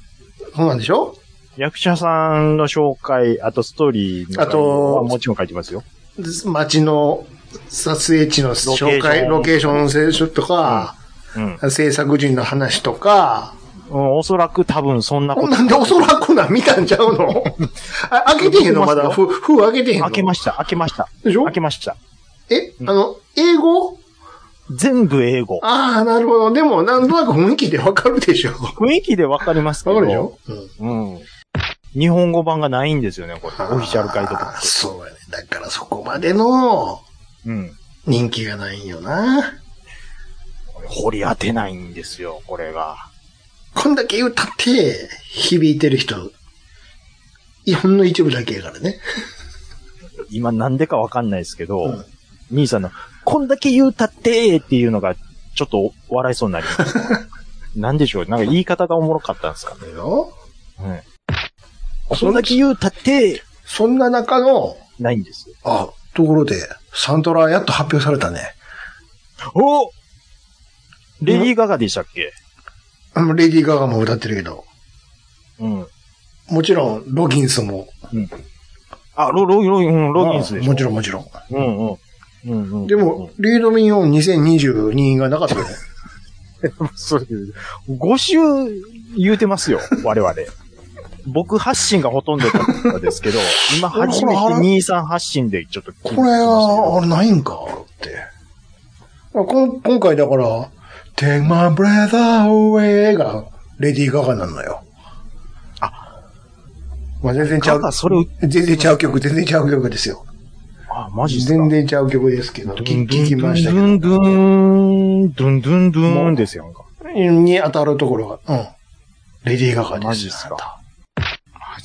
E: そうなんでしょ
D: 役者さんの紹介、あとストーリーの、
E: あと
D: もちろん書いてますよ。
E: 街の撮影地の紹介、ロ
D: ロ
E: ケ
D: ケ
E: ーション選手とか、
D: うん。
E: 制作人の話とか、
D: おそらく多分そんなこと。
E: なんでおそらくな見たんちゃうのあ開けてへんのまだ。ふ、ふ開けてへんの
D: 開けました、開けました。
E: でしょ
D: 開けました。
E: え、
D: うん
E: あの、英語
D: 全部英語。
E: ああ、なるほど。でも、なんとなく雰囲気でわかるでしょ。わ
D: 雰囲気でわかりますけど。
E: かるでしょうん。
D: うん。日本語版がないんですよね、これ。オフィシャルガイドブ
E: あ
D: ッ
E: ーそうやね。だからそこまでの
D: ク。うん。
E: 人気がないんよな。
D: 掘り当てないんですよ、これが。
E: こんだけ歌って響いてる人、いほんの一部だけやからね。
D: 今なんでかわかんないですけど、
E: うん
D: 兄さんの、こんだけ言うたってーっていうのが、ちょっと笑いそうになります。なんでしょう、なんか言い方がおもろかったんですかね。
E: だよ。
D: はい。
E: そ
D: そ
E: ん
D: んだけ言うたって、
E: そんな中の、
D: ないんです。
E: あ、ところで、サントラやっと発表されたね。
D: おレディー・ガガでしたっけ
E: うんレディー・ガガも歌ってるけど、
D: うん。
E: もちろん、ロギンスも。
D: あ、ロ、ロ、ロ、うん、ロギンスでしょ。
E: もちろん、もちろん。
D: うんうん。うんうん、
E: でも、リードミニオン2022がなかったね。
D: うん、それ、5週言うてます よ、我々。僕発信がほとんどだったですけど、今初めて
E: ほらほら
D: 23発信でちょっと聞
E: こ
D: きま
E: れ
D: したけ
E: は、
D: ど
E: あれないんかって。あこん今回だから、Take my breath away が、レディー・ガガなのよ。あ、まあ、全然ちゃ
D: ガ
E: う
D: ガ、。それ、
E: 全然ちゃう曲、全然ちゃう曲ですよ。
D: あ、マジっすか
E: 全然ちゃう曲ですけど、聞聞きましたけ
D: ドゥ
E: ど
D: ンドゥン、ドゥンドゥンドゥンですよ。
E: に当たるところが、うん。レディー・ガガです。
D: マジっすか。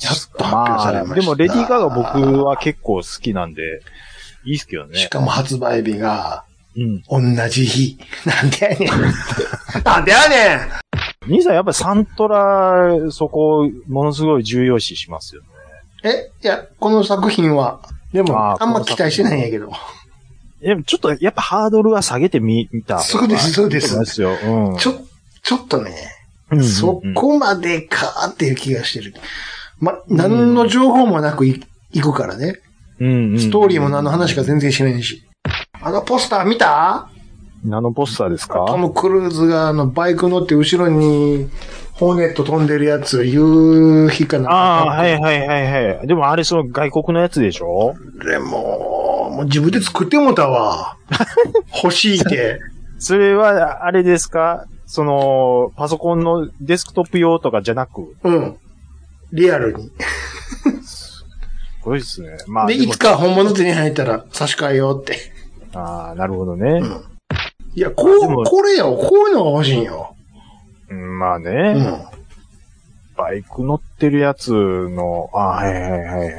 E: やっと発表されまし
D: で
E: た。
D: も、レディー・ガガ僕は結構好きなんで、いいっすけど
E: し
D: ね。
E: かも発売日が、
D: うん。
E: 同じ日。 なんでやねん。なんでやねん
D: 兄さんやっぱサントラ、そこ、ものすごい重要視しますよね。
E: え、いや、この作品は、でも、
D: あ
E: あ
D: ー
E: んま期待してないんやけど。
D: でもちょっと、やっぱハードルは下げてみ、見た。
E: そうですそうです
D: ですよ。うん。
E: ちょ、ちょっとね、
D: うんうんうん
E: そこまでかーっていう気がしてる。ま、何の情報もなくい行くからね。
D: うんうん
E: ストーリーも何の話か全然しないし。あのポスター見た
D: ナノポスターです
E: ト
D: か
E: ム・クルーズがあのバイク乗って後ろにホーネット飛んでるやつ、夕日かな。
D: ああ、はいはいはいはい。でもあれ、その外国のやつでしょ
E: でも、もう自分で作ってもうたわ。 欲しいって。
D: それは、あれですかその、パソコンのデスクトップ用とかじゃなく、
E: うん。リアルに。
D: すごいですね。まあ、
E: で、
D: で
E: い
D: も
E: つか本物手に入ったら差し替えようって。
D: ああ、なるほどね。
E: いや、こ
D: で
E: う、
D: も
E: これよ、こういうのが欲しいんよ。
D: うんまあね、
E: うん。
D: バイク乗ってるやつの、ああ、はいはいはいはいはいはい。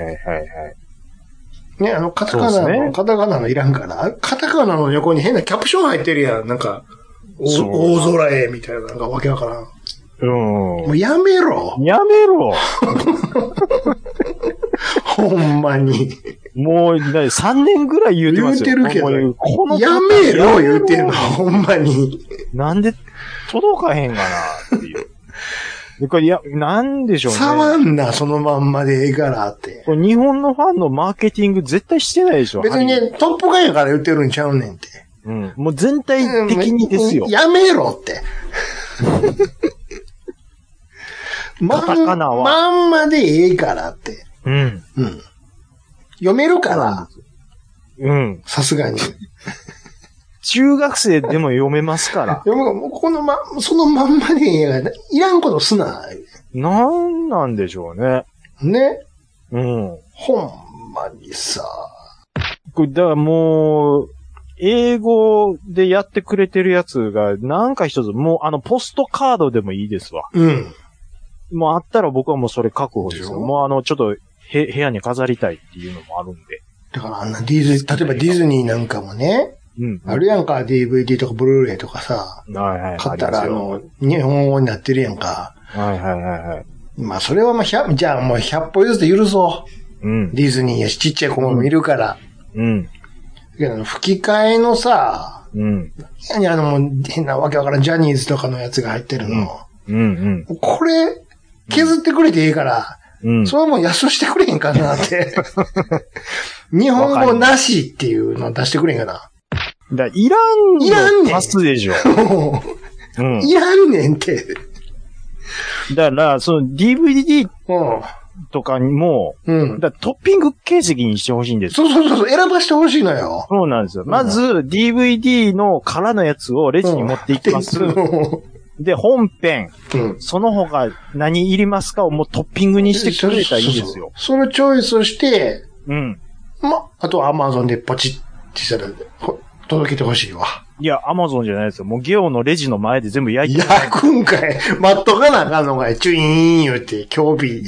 E: ね、あの、カタカナ
D: そうです
E: の、
D: ね
E: カタカナのいらんから、あカタカナの横に変なキャプション入ってるやん。なんか、お
D: そう
E: 大空へみたいな、なんかわけわからん。も
D: う
E: うやめろ
D: ん。。やめろ
E: ほんまに。
D: もう、なに3年ぐらい言うてますよ。
E: 言うてるけど
D: もうこの
E: やめろ言うてんの、ほんまに。
D: なんで届かへんかなっていう。でこれいや、なんでしょうね。
E: 触んな、そのまんまでええからって。
D: これ日本のファンのマーケティング絶対してないでしょ。
E: 別に
D: ハリー
E: ね、トップガンやから言ってるんちゃうねんって。
D: うん。もう全体的にですよ。
E: やめろって。ま ん
D: カタカナは
E: まんまでええからって。
D: うん。
E: うん。読めるから、
D: うん。
E: さ すがに。
D: 中学生でも読めますから。
E: 読むもうこのま、そのまんまでええから、いらんことすな。
D: なんなんでしょうね。
E: ね。
D: うん。
E: ほんまにさ。
D: これだからもう、英語でやってくれてるやつが、なんか一つ、もうあの、ポストカードでもいいですわ。
E: うん。
D: もうあったら僕はもうそれ確保です
E: でし
D: よ。
E: ょ
D: もうあの、ちょっと、へ、部屋に飾りたいっていうのもあるんで。
E: だからあんなディズニー、例えばディズニーなんかもね、
D: うん。
E: あるやんか、DVD とかブルーレイとかさ、
D: はいはい。
E: 買ったらあ
D: り
E: の
D: ま、
E: 日本語になってるやんか。
D: すよはいはいはいはい。
E: まあそれはまあ100、じゃあもう100歩譲って許そう。
D: うん。
E: ディズニーやし、ちっちゃい子もいるから。
D: うん。
E: いやあの吹き替えのさ、
D: うん。
E: 何あの、もう変なわけわからん、ジャニーズとかのやつが入ってるの。
D: うん。
E: これ、削ってくれていいから、
D: うん。うん。
E: それはもう安うしてくれへんかな って。日本語なしっていうの出してくれへんかな。
D: だからいらんの
E: いらんねん
D: パスでしょ。
E: も
D: うん
E: う。いらんねんって。
D: だから、その DVD
E: うん。
D: とかにも、
E: うん。
D: だからトッピング形式にしてほしいんですよ。
E: そうそうそうそう、選ばしてほしいのよ。
D: そうなんですよ。まず、DVD の空のやつをレジに持っていきます。
E: う
D: で、本編、
E: ん。
D: その他何いりますかをもうトッピングにしてくれたらいいですよ。
E: そうそうそう。それチョイスして、
D: うん。
E: ま、あとはアマゾンでポチってしたら、ほ届けてほしいわ。
D: いや、アマゾンじゃないですよ。もうゲオのレジの前で全部焼いて。
E: 焼くんかい。待っとかなあかんのかい。チュイーン言うて、興味。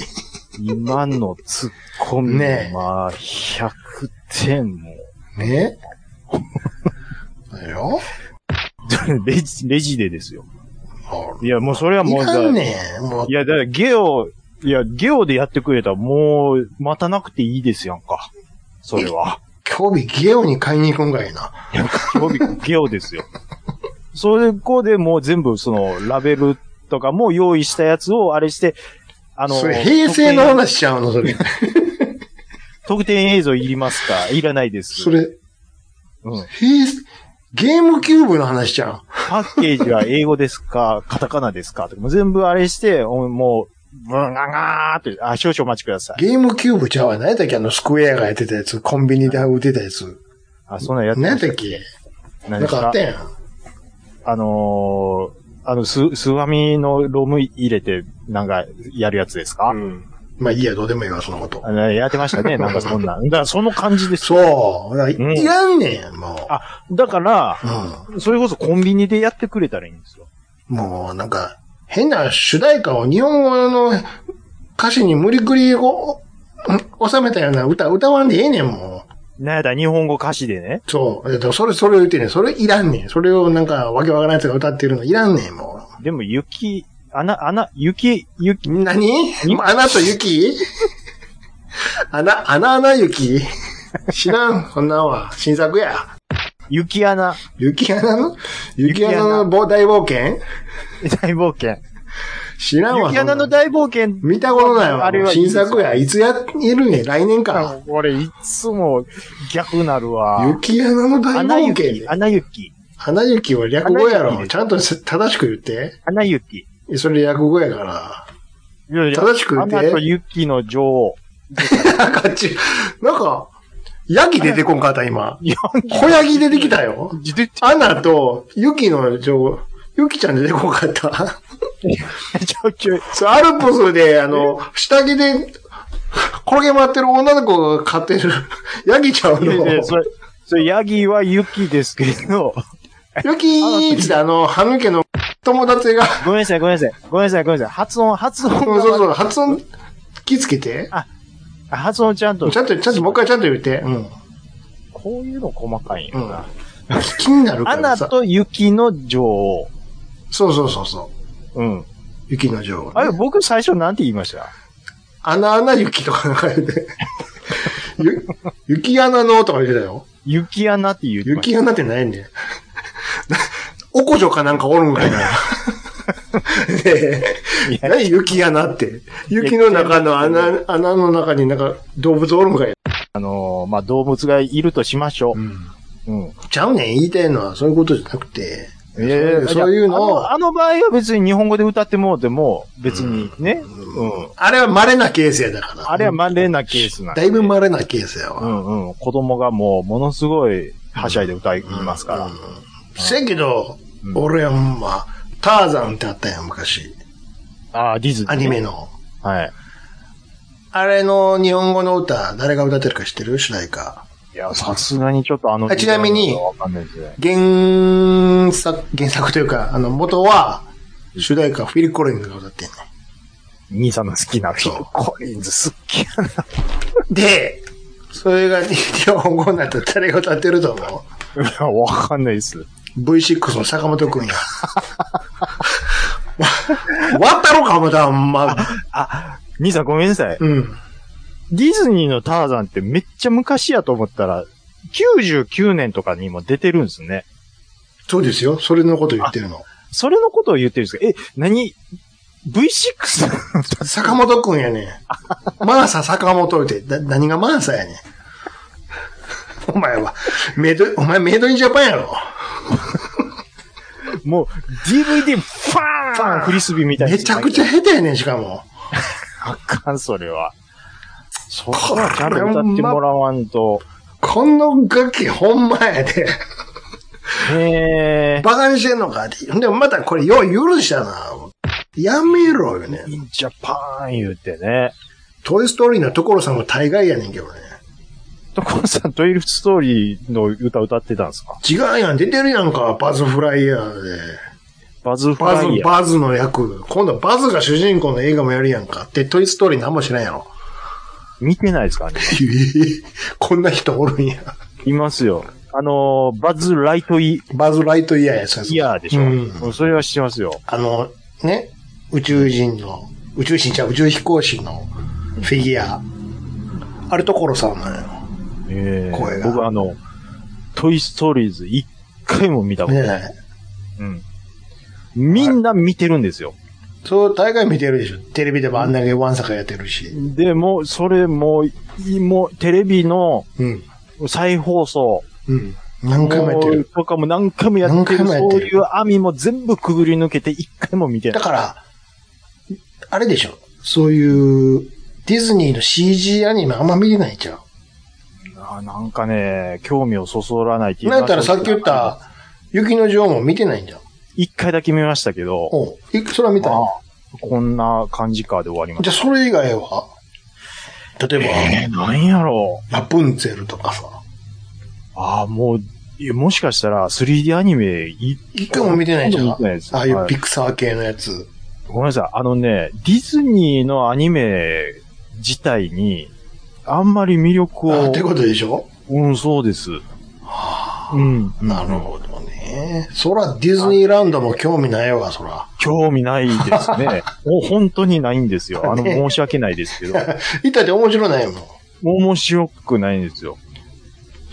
D: 今のツッコミ、
E: ねえ
D: まあ、100点も。
E: ね。だよ。
D: レジ、レジでですよ。
E: あ
D: いや、もうそれはもうだ、
E: いかんねん。もう
D: い、や、だからゲオ、いや、ゲオでやってくれたらもう、待たなくていいですやんか。それは。
E: 今日日ゲオに買いに行くんかいな。
D: いや興味 ゲオですよ。それこでもう全部その、ラベルとかも用意したやつをあれして、あの、
E: それ平成の話しちゃうの、それ。
D: 特典特典映像いりますかいらないです。
E: それ、
D: うん。
E: 平成、ゲームキューブの話ちゃう。
D: パッケージは英語ですか、 カタカナですかとか、もう全部あれして、おもう、ブンガンガーって、あ、少々お待ちください。
E: ゲームキューブちゃうわ。何やったっけあの、スクエアがやってたやつ、コンビニで売ってたやつ。
D: あ、そんなんやってま
E: 何やっ
D: した
E: っけ
D: た何
E: な
D: で
E: ん
D: す
E: かあ
D: か
E: ったやん。
D: あのー、あの、す、すわみのロム入れて、なんか、やるやつですか、
E: うん。まあいいや、どうでもいいわ、そのこと。
D: あのやってましたね、なんかそんな。だから、その感じです。
E: そう。だから
D: うん
E: いいらんねん、も
D: だから、
E: う。うん。
D: それこそコンビニでやってくれたらいいんですよ。
E: もう、なんか、変な主題歌を日本語の歌詞に無理くりおお収めたような歌、歌わんでええねん、も
D: なんやったら日本語歌詞でね。
E: う。そう。だからそれ、それを言ってねんそれいらんねん。それをなんか、わけわからないやつが歌ってるのいらんねん、も
D: でも、雪、穴、穴、雪、雪、
E: う。何穴と雪 穴、穴穴雪知らん、そんなんは。新作や。
D: 雪穴、
E: 雪穴の雪穴
D: 穴
E: のぼ大冒険
D: 大冒険。
E: 知らんわ。
D: 雪穴の
E: そんな
D: 大冒険。
E: 見たことないわ。
D: あれはいい
E: 新作や。いつやるんや。来年か。
D: 俺、いつも逆なるわ。
E: 雪穴の大
D: 穴
E: 冒険
D: 雪、。穴雪、
E: 花雪は略語や
D: 穴雪
E: ろ。
D: です
E: ちゃんとせ正しく言って
D: 穴雪。。
E: えそれ略語やから。
D: いやいや
E: 正しく言っ
D: 穴と
E: て。
D: 雪の女王。
E: なんかち、なんか、ヤギ出てこんかっ た、今。小ヤギ出てきたよ。
D: 出て
E: アナと雪の女ユキちゃん出てこんかった。
D: ちょちょい。
E: そう、アルプスで、あの、下着で、転げ回ってる女の子が飼ってる、ヤギちゃん
D: いやい
E: の
D: や、それ、それ、ヤギは雪ですけど、
E: ヨキーっつって、あの、歯抜けの友達 が、
D: ごめんなさい、ごめんなさい、ごめんなさい、ごめんなさい、発音、発音
E: そう
D: が
E: そうそう、発音、気つけて。
D: あ発音ちゃんと、
E: ちゃんと、ちゃんと、もう一回ちゃんと言って。うん。
D: こういうの細かいんや
E: うん
D: な。。
E: 気になるか
D: ア
E: ら
D: ナ
E: さ。
D: と雪の女王。
E: そうそうそうそ
D: うん。
E: う。雪の女王、
D: あれ、僕最初なんて言いました
E: 穴穴雪とかなんか言って。 ゆ、雪穴のとか言ってたよ。
D: 雪穴って言う。
E: 雪穴ってないねん。おこじょかなんかおる んかいな。ねえ
D: いや
E: 何雪穴って。雪の中の穴、穴の中になんか動物おるんかい。
D: あのー、まあ、動物がいるとしましょ
E: うん。
D: う。うん。
E: ちゃうねん、言いたいのはそういうことじゃなくて。
D: ええ
E: そういうのを
D: ああの場合は別に日本語で歌ってもうても、別にね。うん。
E: あれは稀なケースやだから。
D: あれはまれなケースなんで
E: だいぶ稀なケースや
D: う
E: わ。
D: んうん。子供がもう、ものすごい、はしゃいで歌いますから。
E: せやけど、
D: うん
E: 俺はほんま、ターザンってあったやん、昔。
D: ああ、ディズニー。
E: アニメ。の。
D: はい。
E: あれの日本語の歌、誰が歌ってるか知ってる主題歌。
D: いや、さすがにちょっとあの
E: あ、ちなみに
D: わかんないですね。
E: 原作、原作というか、あの、元は、主題歌、フィル・コリンズが歌ってんねん。
D: 兄さんの好きな
E: そう
D: フィルコリンズ好きやな。
E: で、それが日本語になったら誰が歌ってると思
D: いやわかんないです。
E: う ?V6 の坂本くんや。わ、わったろか、また、ほんま。
D: あ、兄さんごめんなさい。
E: うん。
D: ディズニーのターザンってめっちゃ昔やと思ったら、99年とかにも出てるんですね。
E: そうですよ。それのこと言ってるの。
D: それのことを言ってるんですけど、え、何 ?V6?
E: 坂本くんやねん。マーサ坂本って、だ何がマーサやねん。お前は、メイド、お前メイドインジャパンやろ。
D: もう DVD ファーン
E: ファーン
D: フリスビーみたいな。
E: めちゃくちゃ下手やねん、しかも。
D: あかん、それは。そこはちゃんと歌ってもらわんと。
E: この楽器ほんまやで。
D: へえ。
E: バカにしてんのかって。でもまたこれよう許したな。やめろよね。
D: インジャパン言うてね。
E: トイストーリーの所さんも大概やねんけどね。
D: 所さん、トイルストーリーの歌歌ってたんですか
E: 違うやん、出てるやんか、バズフライヤーで。
D: バズフ
E: バ
D: ラ
E: ズ
D: イ、ヤー。
E: バズの役。今度バズが主人公の映画もやるやんか。で、トイストーリーなんも知らんやろ。
D: 見てないですかね
E: ええこんな人おるんや。
D: いますよ。あのー、バズ・ライトイ
E: バズ・ライトイヤーやつ
D: イヤーでしょ。
E: うん
D: それは知ってますよ。
E: あの、ね、宇宙人の、宇宙人じゃう宇宙飛行士のフィギュア。あれところさんなのよ。
D: ええ
E: 声が
D: 僕あの、トイ・ストーリーズ一回も見たことない。
E: ねえ。
D: うん。みんな見てるんですよ。
E: そう、大会見てるでしょ。テレビでもあんだけワンサカやってるし。
D: でも、それもう、いもう、テレビの
E: うん。
D: 再放送。
E: うん。何回もやって
D: もう
E: る。
D: とかも何回もやってる。
E: 何回もやって
D: そう
E: る
D: いう網も全部くぐり抜けて一回も見てな
E: だ
D: い。
E: から、あれでしょ。そういう、ディズニーの CG アニメあんま見れないじゃん。
D: あなんかね、興味をそそらないっていう
E: なんやったらさっき言っ。た、雪の女王も見てないんじゃん。
D: 一回だけ見ましたけど、
E: おういくそれは見たい
D: まあこんな感じかで終わりま
E: じ
D: し
E: ゃあそれ以外は例
D: た。え
E: え
D: ー、なんやろ
E: ば、ラプンツェルとかさ。
D: う。ああ、もう、いやもしかしたら 3D アニメい、
E: 一回も見てないじゃん。
D: 見てないです
E: ああいう
D: はい
E: ピクサー系のやつ。
D: ごめんなさい、あのね、ディズニーのアニメ自体に、あんまり魅力を
E: あって。ことでしょ
D: うん、そうです。うん。
E: なるほどね。そらディズニーランドも興味ないわ、そら。
D: 興味ないです ね。もう本当にないんですよ。あの、
E: ね
D: 申し訳ないですけど。
E: いたって面白ないもん。
D: 面白くないんですよ。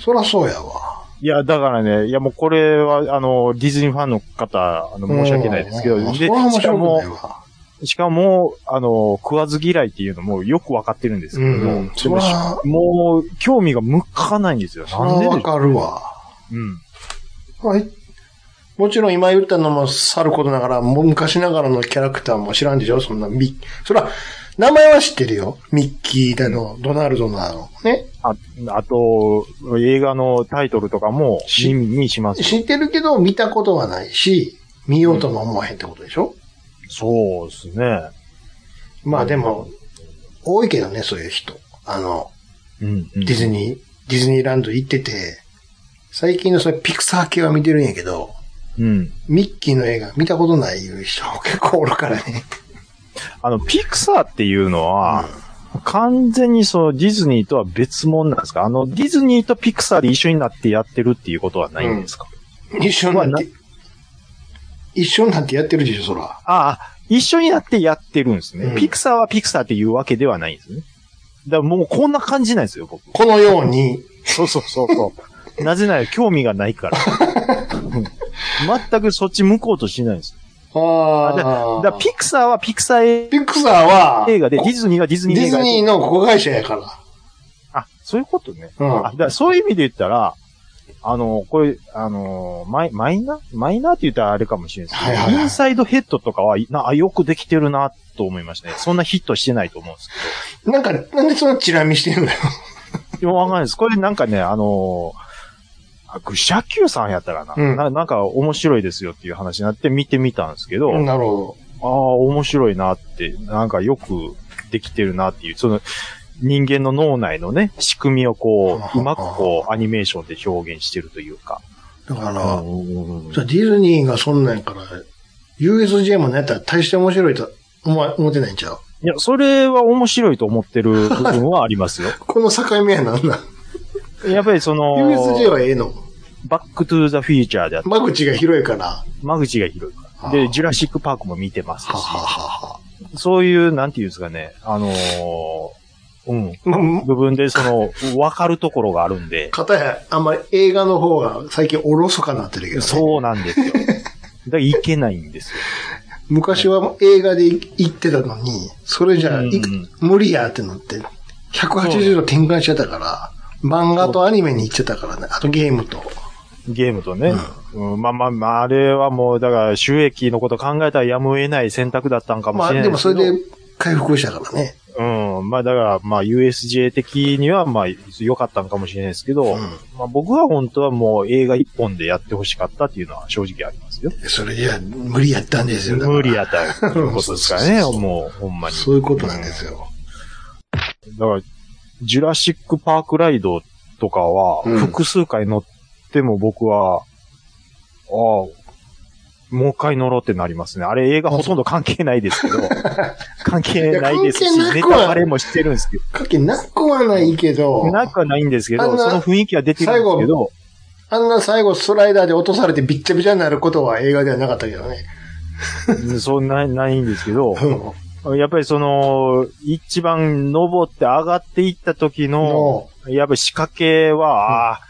E: そらそうやわ。
D: いや、だからね、いやもうこれは、あの、ディズニーファンの方、あの、申し訳ないですけど、
E: うん
D: で
E: そら面
D: しか
E: 白くない
D: も、
E: わ。
D: しかも、あの、食わず嫌いっていうのもよくわかってるんですけ
E: う
D: ど、
E: ん。
D: で
E: そ
D: も
E: ら、
D: もう、興味が向かないんですよ。
E: そ
D: な
E: ら
D: んででしょ
E: わ
D: う
E: かるわ。
D: うん。
E: はい。もちろん今言ったのもさることながら、もう昔ながらのキャラクターも知らんでしょそんなミッ、そら、名前は知ってるよ。ミッキーだの、ドナルドなの。ね。
D: ああと、映画のタイトルとかも
E: し
D: 耳にします。
E: 知ってるけど、見たことはないし、見ようとも思わへんってことでしょ、
D: そうですね。
E: まあでも、多いけどね、そういう人。あの、
D: うん、うん。
E: ディズニー、ディズニーランド行ってて、最近のそれピクサー系は見てるんやけど、
D: うん。
E: ミッキーの映画見たことないいう人結構おるから ね。
D: あの、ピクサーっていうのは、完全にそのディズニーとは別物なんですかあの、ディズニーとピクサーで一緒になってやってるっていうことはないんですか、
E: 一緒になって、一緒になってやってるでしょ、そら。
D: ああ、一緒になってやってるんですね、
E: うん
D: ピクサーはピクサーっていうわけではないんですね。だからもうこんな感じなんですよ、僕。
E: このように、
D: そうそうそうそう。 なぜなら興味がない から。全くそっち向こうとしないんです。
E: あ
D: だ
E: あ
D: だからピクサーはピクサー
E: ピクサーは、
D: 映画で、ディ
E: デ
D: ズニーはディズニー映
E: ィ
D: 画
E: ズ
D: で。
E: ニーの子会社やから。
D: あ、そういうことね。
E: う
D: あだからそういう意味で言ったら、あの、これ、あの、マイマイナーマイナーって言ったらあれかもしれないですけど、
E: はいはいはい
D: インサイドヘッドとかは、なあよくできてるな、と思いましたね。そんなヒットしてないと思うんです
E: ん。なんか、なんでそんなチラ見してんのよ。
D: けど。でもわかんないです。これなんかね、あの、あグシャキューさんやったらな,、
E: うん
D: な、なんか面白いですよっていう話になって見てみたんですけど、
E: なるほ
D: ああ、面白いなって、なんかよくできてるなっていう、その人間の脳内のね、仕組みをこう、うまくこう、アニメーションで表現してるというか。
E: ど。だか
D: あ
E: ら、そらディズニーがそんなんやから、USJ もね、やったら大して面白いと思わ思ってないんちゃう
D: いや、それは面白いと思ってる部分はあり ますよ。
E: この境目は何なん
D: やっぱりその、
E: ?USJ はええの
D: バックトゥーザフューチャーであった、
E: 間口が広いから。は
D: 間口が広いから。
E: は
D: で、
E: あ
D: ジュラシックパークも見てます
E: は
D: し、
E: はは
D: そういう、なんていうんですかね、あのーうん、
E: ま
D: 部分でその、わかるところがあるんで
E: あ、、かたや、あんまり映画の方が最近おろそかになってるけど、ね。
D: そうなんですよ。だからいけないんですよ。
E: 昔は映画で行ってたのに、それじゃあ、い
D: うん
E: 無理やってなって、180度転換しちゃったから、漫画とアニメに行っちゃったからね、あとゲームと。
D: ゲームとね。うん、まあまあまあ、あれはもう、だから収益のこと考えたらやむを得ない選択だったんかも
E: ま
D: し
E: あ
D: れない
E: でも
D: ですけ
E: そ
D: ど。
E: れで回復したからね。
D: うん。まあだから、まあ USJ 的には、まあ良かったんかもしれないですけど、
E: うん
D: まあ僕は本当はもう映画一本でやってほしかったっていうのは正直ありますよ。
E: それじゃあ無理やったんですよ。だから
D: 無理やったらということですからね、
E: そうそうそう
D: もうほんまに。
E: そういうことなんですよ。
D: うん。だから、ジュラシックパークライドとかは、
E: うん
D: 複数回乗っても僕は、ああ、もう一回乗ろうってなりますね。あれ映画ほとんど関係ないですけ ど、関係ないです
E: い
D: し
E: や関係、な
D: ネ
E: くは
D: タバレもしてるんですけど
E: かけなくはないけど、
D: なくはないんですけ
E: あん
D: ど、
E: な
D: その雰囲気は出てるんですけど、
E: あんな最後スライダーで落とされてびっちゃびちゃになることは映画ではなかったけどね。
D: そんな、ないんですけど、
E: うん
D: やっぱりその、一番登って上がっていった時の、やっぱり仕掛けは、ああ、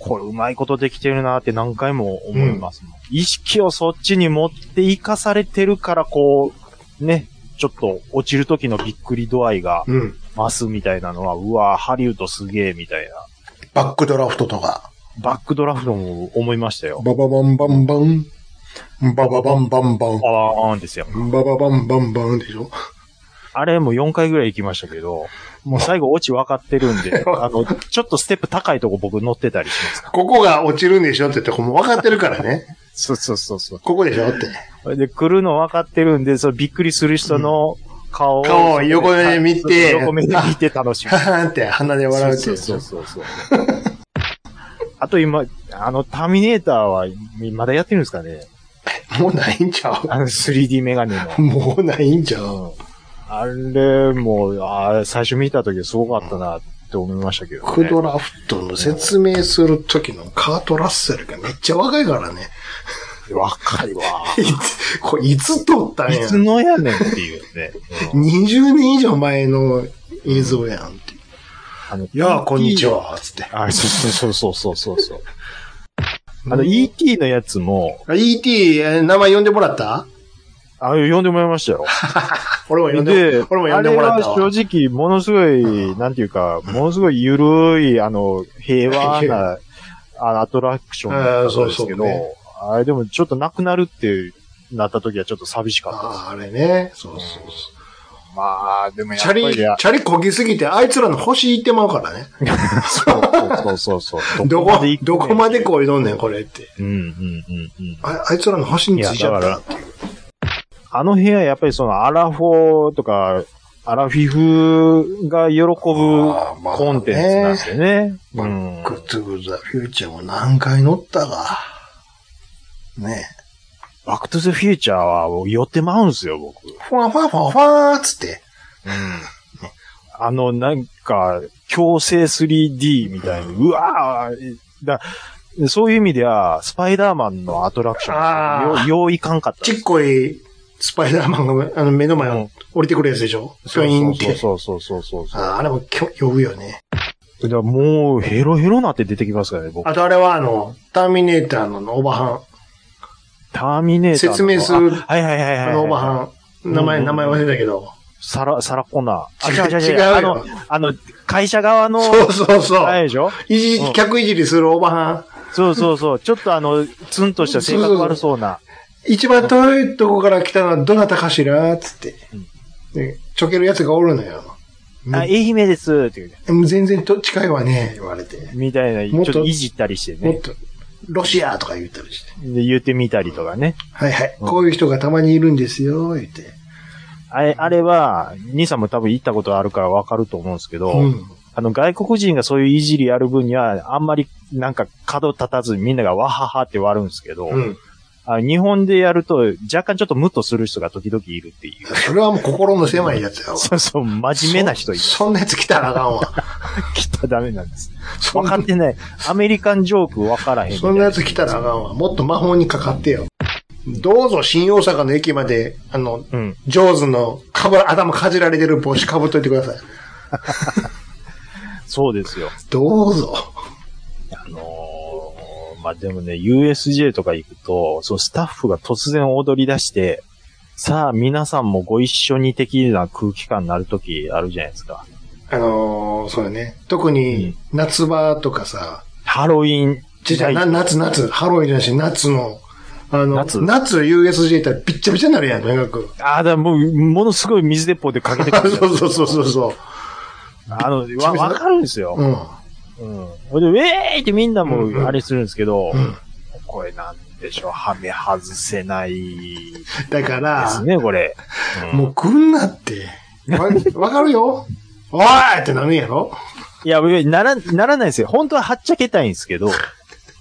D: これうまいことできてるなって何回も思いますもん、意識をそっちに持って生かされてるから、こう、ね、ちょっと落ちる時のびっくり度合いが
E: うん。
D: 増すみたいなのは、うわハリウッドすげえみたいな。
E: バックドラフトとか。
D: バックドラフトも思いましたよ。
E: バババンバンバン。バババンバンバン。
D: ああ、あんですよ。
E: バババンバンバンでしょ
D: あれも4回ぐらい行きましたけど、もう最後落ち分かってるん で、あの、ちょっとステップ高いとこ僕乗ってたりしますから。
E: ここが落ちるんでしょってとこも分かってるからね。
D: そうそうそうそう。
E: ここでしょって。
D: で、来るの分かってるんで、そのびっくりする人の顔を、
E: 顔を横で見て
D: 横目で見て楽しむ。
E: ははーんって鼻で 笑うって
D: そ
E: いうう。
D: そうそう そう。あと今、あの、ターミネーターは、まだやってるんですかね
E: もうないんちゃ
D: あの 3D メガネ
E: うもうないんちゃう
D: の。うん。あれも、あー最初見た時すごかったなって思いましたけど、ね。
E: バックドラフトの説明する時のカート・ラッセルがめっちゃ若いから ね。
D: 若いわ。
E: いつ、これいつ撮ったん
D: い
E: や
D: つのやねんっていうね。うん
E: 20年以上前の映像やんって。
D: あの
E: いやあ、こんにち。は、つって。
D: あ、そうそうそうそう そうそう。あの、ET のやつも、
E: あ ET、えー名前呼んでもらった
D: あ、呼んでもらいましたよ。
E: 俺 も呼んで、俺も呼んでもらった
D: あれは
E: わ。
D: 正直、ものすごい、なんていうか、ものすごいゆるい、あの、平和 な、あの、アトラクションだったんですけど、
E: あーそうそうね
D: あれでもちょっとなくなるってなった時はちょっと寂しか ったです。
E: あーあれね。そうそうそう。
D: まあ、でもやっ
E: チ
D: ぱ
E: ャ
D: り
E: リ、チ ャリこぎすぎて、あいつらの星行ってまうからね。
D: そうそうそうそう。
E: どこ、
D: 行くね
E: どこまでこいどんねん、これって。
D: うんうんうんうん。
E: ああいつらの星についちゃったっていう。
D: あの部屋、やっぱりそのアラフォーとか、アラフィフが喜ぶ
E: あーまあね
D: コンテンツなんですよね。うん。
E: グッズグッズ、フューチャーも何回乗ったか。ねえ。
D: バックトゥザフューチャーはもう寄ってまうんすよ、僕。うん。
E: ファンファンファンファーっつって。
D: あの、なんか、強制 3D みたいに、うわーだそういう意味では、スパイダーマンのアトラクショ
E: あ
D: ン、
E: ー
D: よういかんかった
E: ちっこいスパイダーマンがあの目の前
D: う
E: を
D: ん
E: 降りてくるやつでしょピョインって。
D: そうそうそうそうそう。
E: ああれもきょ呼ぶよね。
D: だからもう、ヘロヘロなって出てきますからね、僕。
E: あとあれはあの、ターミネーターのオバハ
D: ターミネーターの。
E: 説明する
D: あはいはいはいはいは
E: ン。あ
D: い。
E: のオバハン。名前、名前忘れたけど。
D: サラ、サラコナー。
E: 違う
D: あ
E: 違う
D: あ
E: よ
D: の、あの、会社側の、
E: そうそうそう。
D: あれでしょ
E: いじ
D: うん、
E: 客いじりするおばはん。
D: そうそうそう。ちょっとあの、ツンとした性格悪そうな。
E: 一番遠いとこから来たのはどなたかしらつって。で、ちょけるやつがおるのよ。
D: あ、愛媛ですって言うね。
E: もう全然と近いわね、言われて。
D: みたいな、ちょ
E: も
D: っ
E: っと
D: といじったりして
E: もっ
D: ね。
E: と、ロシアとか言ったりして。
D: で言ってみたりとかね。
E: はいはい。
D: うん
E: こういう人がたまにいるんですよ、言って。
D: あれ、あれは、兄さんも多分行ったことあるからわかると思うんですけど、
E: うん。
D: あの、外国人がそういういじりやる分には、あんまりなんか角立たずみんながわははって割るんですけど、
E: うん。
D: あ日本でやると若干ちょっとムッとする人が時々いるっていう。
E: それはもう心の狭いやつやわ。
D: そうそう、真面目な人いる。
E: そそんなやつ来たらあかんわ。
D: きっとダメなんです。
E: そん
D: 分か
E: な
D: ってない。アメリカンジョーク分からへんみた
E: そ
D: い
E: んな
D: な。
E: やつ来たらあかんわ。もっと魔法にかかってよ。どうぞ新大阪の駅まで、あの、
D: うん。
E: ジョーズのかぶ、頭かじられてる帽子かぶっといてください。
D: そうですよ。
E: どうぞ。
D: あのーまあ、でもね、USJ とか行くと、そのスタッフが突然踊り出して、さあ皆さんもご一緒に的な空気感になるときあるじゃないですか。
E: あのー、そうだね。特に、夏場とかさ、
D: ハロウィン。
E: ちっちゃい、な夏、夏、ハロウィンじゃないし、夏の、あの、
D: 夏
E: 夏、USJ 行ったらびっちゃびちゃになるやん、とにかく。
D: ああ、だからもう、ものすごい水鉄砲でかけてくるじゃん。
E: そうそうそうそうそ
D: あの、わ、わかるんですよ
E: う。う。ん。
D: うん。ほいで、ウェーイってみんなも
E: うんうん
D: あれするんですけど、
E: うん
D: これなんでしょう、はめ外せないで
E: だか
D: す
E: ら、
D: ね、これ。うん
E: もう来んなって。わ、わかるよ。おいってなるんやろ
D: いや、いやなら、ならないですよ。本当ははっちゃけたいんですけど、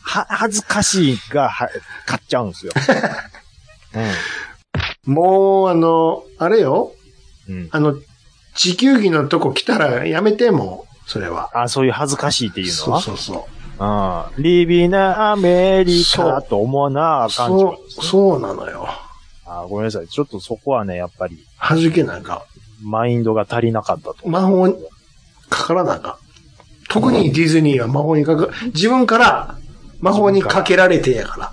D: は、恥ずかしいが、は、買っちゃうん ですよ。
E: もう、あの、あれよ。
D: うん。うん。
E: あの、地球儀のとこ来たらやめて、もうそれは。
D: あ、そういう恥ずかしいっていうの
E: そう
D: は
E: そうそう。
D: うん。リビナアメリカと思わなあかんちゅう
E: そ
D: ことです
E: う、
D: ね
E: そうなのよ。
D: あーごめんなさい。ちょっとそこはね、やっぱり、
E: 弾けなんか、
D: マインドが足りなかったと。
E: 魔法にかからなんか。特にディズニーは魔法にかか、自分から魔法にかけられてやから。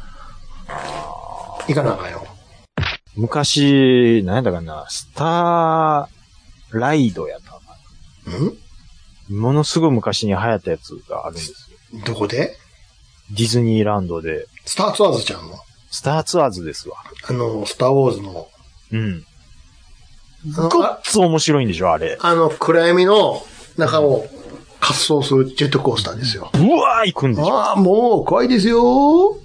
E: いかなあかんよ。
D: 昔、なんだかな、スターライドやったか
E: ん
D: な。ものすごい昔に流行ったやつがあるんですよ。
E: どこで
D: ディズニーランドで、
E: スターツアーズちゃんの
D: スターツアーズですわ。
E: あの、スターウォーズの。
D: うん。
E: あの
D: ごっ
E: あ
D: つ面白いんでしょ、あれ。
E: あの、暗闇の中を滑走するジェットコースターですよ。
D: うわー行くんでしょ。
E: ああ、もう怖いですよ。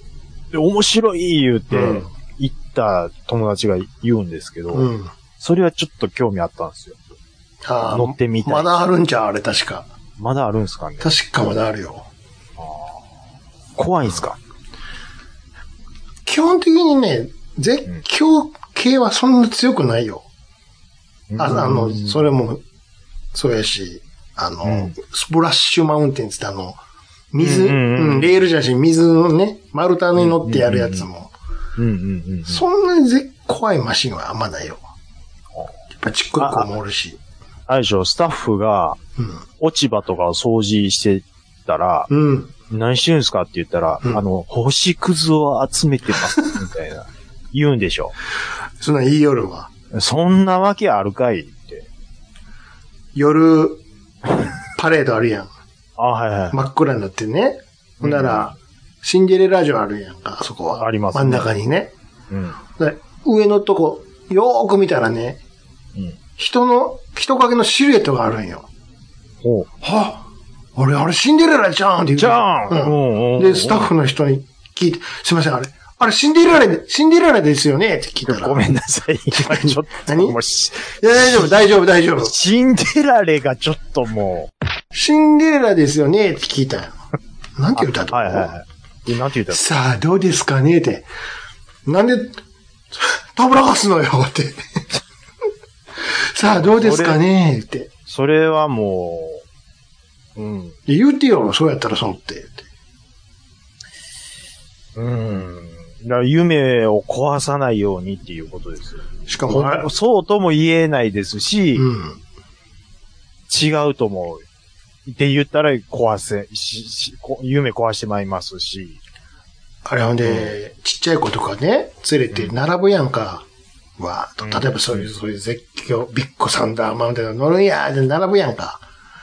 D: で面白い言うて
E: うん、
D: 行った友達が言うんですけど、
E: うん。
D: それはちょっと興味あったんですよ。
E: あー
D: 乗ってみたい
E: まだあるんじゃうあれ確か。
D: まだあるんすかね
E: 確かまだあるよ。
D: 怖いんすか
E: 基本的にね、絶叫系はそんな強くないよ。ああの、それも、そうやし、あの、
D: うん
E: スプラッシュマウンテンつってあの、
D: う
E: 水、うん
D: うんう
E: ん
D: ん
E: レールじゃなし、水のね、丸太に乗ってやるやつも、
D: うんうんうんうん。
E: そんなにぜ怖いマシンはあんまないよ。やっぱちっこい子もおるし。
D: あれでしょ、スタッフが落ち葉とかを掃除してたら、
E: うん。うん。
D: 何してるんすかって言ったら、
E: うん
D: あの、星屑を集めてます、みたいな。 言うんでしょ。
E: そんなん言い夜は。
D: そんなわけあるかいって。
E: 夜、パレードある やん。
D: あ、はいはい。
E: 真っ暗になってね。ほんなら、シンデレラ城あるやんか、あそこは。
D: ありますね
E: 真ん中にね。
D: うん。
E: で上のとこ、よーく見たらね、
D: うん。
E: 人の、人影のシルエットがあるんよ。
D: ほう。
E: はあ、あれ、あれシンデレラじゃんって言う
D: じゃん
E: う
D: うんうん
E: ん。
D: う
E: で、
D: ん
E: スタッフの人に聞いて、すいません、あれ、あれシンデレラで、シンデレラですよねって聞いたら。
D: ごめんなさい。今ちょっと、
E: 何
D: もうし、
E: いや、大丈夫、大丈夫、大丈夫。
D: シンデレラがちょっとも
E: シンデレラですよねって聞いたんよ。なんて
D: う。
E: 言ったと
D: はいはいはい。でなんて言ったの
E: さあ、どうですかねって。なんで、たぶらかすのよ って。さあ、どうですかねって。
D: それはもう、うん。
E: で言うてよ、そうやったらそうって。って
D: うん。だから夢を壊さないようにっていうことですよ。
E: しかも、あれ
D: そうとも言えないですし、
E: うん。
D: 違うと思う。って言ったら壊せ、し、し、こ夢壊してまいりますし。
E: あれほんで、ちっちゃい子とかね、連れて並ぶやんか。わーっ
D: うん
E: と、例えばそういう、そういう絶叫、ビッグサンダーマウンテン乗るんやーって並ぶやんか。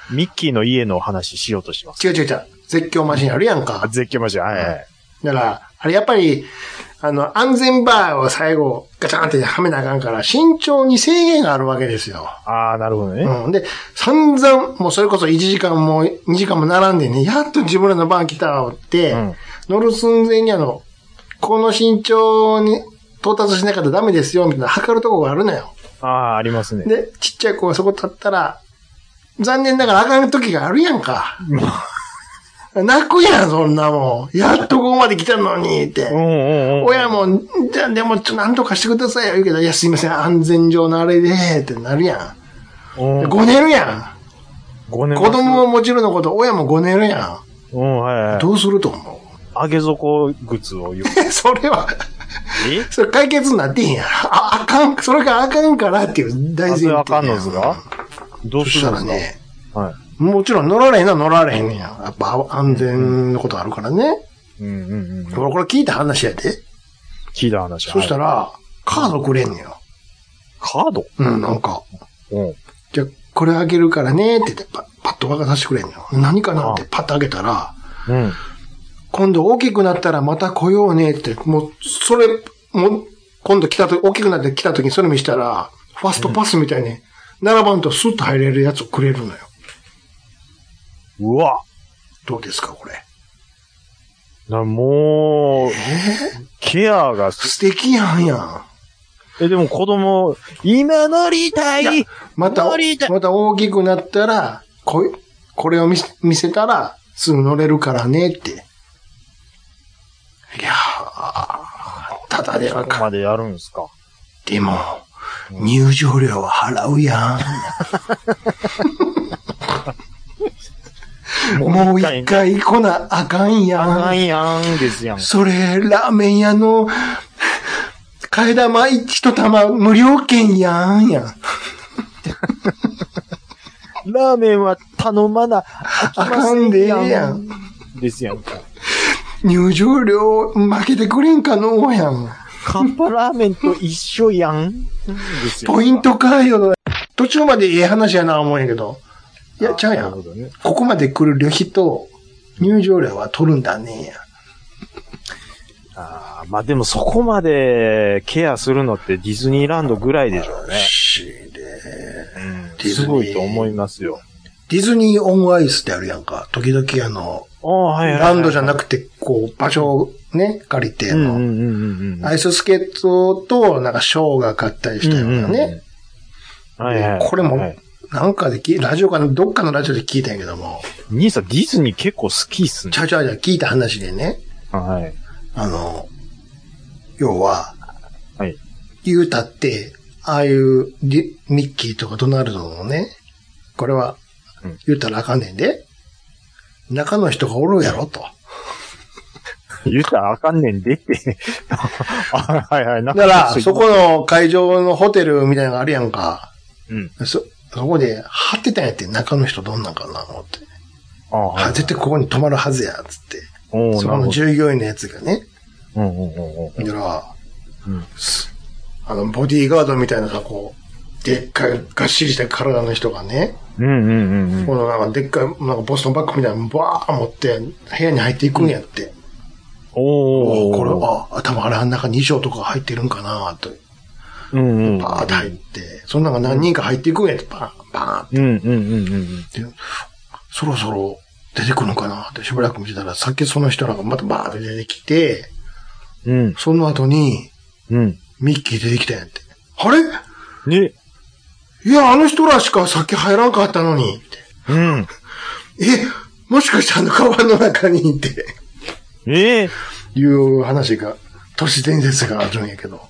D: ミッキーの家の話しようとしてます。
E: 違う違う違う、絶叫マシンあるやん
D: あ、
E: か。
D: 絶叫ました。はいはい。
E: だから、あれやっぱり、あの、安全バーを最後、ガチャンってはめなあかんから、慎重に制限があるわけですよ。
D: ああ、なるほどね。
E: うん。で、散々、もうそれこそ1時間も2時間も並んでね、やっと自分らの番来たわって、
D: うん
E: 乗る寸前にあの、この身長に到達しなかったらダメですよ、みたいな測るとこがあるのよ。
D: ああ、ありますね。
E: で、ちっちゃい子がそこ立ったら、残念ながらあかん時があるや んか。泣くやん、そんなもん。やっとここまで来たのに、って。
D: うんうんうん。
E: 親も、んじゃあでも、ちょ、なんとかしてくださいよ、言うけど、いや、すいません、安全上のあれで、ってなるや。
D: うんん、
E: ごねるや
D: 5
E: ん。
D: 年
E: 子供ももちろんのこと、親もごねるや
D: うん、はいは
E: ん。
D: い。
E: どう すると思
D: 上げ底靴を言う。
E: うそれは、
D: え
E: それ解決になってへんやん。あ、あかん、それがあかんからっていう
D: あ
E: 大前
D: そ
E: 提や
D: れ
E: ん。
D: あかんのですがどう
E: そ
D: す
E: し
D: る
E: た
D: んで
E: ら
D: すか
E: ね、
D: は
E: もちろん乗られへんのは乗られへんねやん。やっぱ安全のことあるからね。
D: い。うんうんうん。
E: これ、これ聞いた話やで。
D: 聞いた話。
E: そした
D: ら、
E: ら、カードくれんねよ。
D: カード
E: うん、なんか。
D: うん。
E: じゃあ、これあげるからねって言って、パパッと渡してくれんのよ。何かなってパッとあげたら、
D: うん。
E: 今度大きくなったらまた来ようねって、もう、それ、もう、今度来たと大きくなって来た時にそれ見したら、ファストパスみたいに、並ばんとスッと入れるやつをくれるのよ。
D: うわ
E: どうですか、これ。
D: なもう、ケアがす、
E: 素敵やんやん。
D: え、でも子供、今乗りたい
E: また
D: 乗りた、い
E: また大きくなったら、こい、これを見せ見せたら、すぐ乗れるからねって。いやー、ただでは
D: ここ
E: か
D: までやるんですか。
E: でも、入場料は払うやん。 もう一回来なあかんや
D: あか
E: ん。
D: んやんですやん。
E: それ、ラーメン屋の、替え玉一玉無料券やんやん。
D: ラーメンは頼まな、あ
E: あかんでええやん。
D: ん。ですやんか。
E: 入場料負けてくれんかのうやん。
D: カッパラーメンと一緒やん。ですやんか
E: ポイントかよ。途中までええ話やな思うんやけど。いや、ちゃうや
D: なるほ
E: ん。
D: どね。
E: ここまで来る旅費と入場料は取るんだねや。
D: あーまあでもそこまでケアするのってディズニーランドぐらいでしょうね。
E: しで
D: うん、すごいと思いますよ。
E: ディズニーオンアイスってあるやんか。時々あの、
D: ああ、はい、はい。
E: ランドじゃ
D: な
E: なくて、こう、場所をね、借りて、あ
D: うんうん
E: の、
D: うんうんうん。
E: アイススケートと、なんか、ショーが買ったりしたよう
D: うん
E: なね。
D: うんうん。はいはい。
E: これも
D: はい
E: なんかでき、ラジオかな、どっかのラジオで聞いたんやけども、
D: 兄さん、ディズニー結構好きっすね
E: ち。ゃうちゃうちゃう聞いた話でね、
D: はい。
E: あの、要は、
D: はい。
E: 言うたって、ああいうリミッキーとかドナルドのね、これは
D: うん
E: 言うたらあかんねんで、中の人がおるやろと。
D: 言ったらあかんねんで って。あはいはい。な
E: だ
D: んか
E: から、
D: う
E: そこの会場のホテルみたいなのがあるやんか。
D: うん。
E: そ、そこで、張ってたんやって、中の人どんなんかな、思って。
D: ああ、は
E: あ、
D: い。
E: 絶対ここに泊まるはずや、つって。
D: おー
E: そ
D: な
E: こ
D: るほ
E: の
D: ど
E: 従業員のやつがね。
D: うんうんうんうん。
E: だから、
D: うん
E: すあの、ボディーガードみたいなさ、こう、でっかい、がっしりした体の人がね、
D: うんうんうんうん。
E: このなんかでっかい、なんかボストンバッグみたいなのバーッ持って部屋に入っていくんやって。
D: お
E: お
D: お
E: ーこれ、は、あ、多分あれあん中2畳とか入ってるんかなと。
D: うんうん。
E: バーッて入って、その中何人か入っていくんやって、バーン、バーンっ
D: うんうんうんうん。
E: て。そろそろ出てくるのかなってしばらく見てたら、さっきその人らがまたバーッて出てきて、
D: うん
E: その後に
D: うん。
E: ミッキー出てきたんやって。あれ
D: ね。
E: いや、あの人らしかさっき入らんかったのに。って
D: うん。
E: え、もしかしてあのカバンの中にって。
D: ええ
E: いう話が、都市伝説があるんやけど。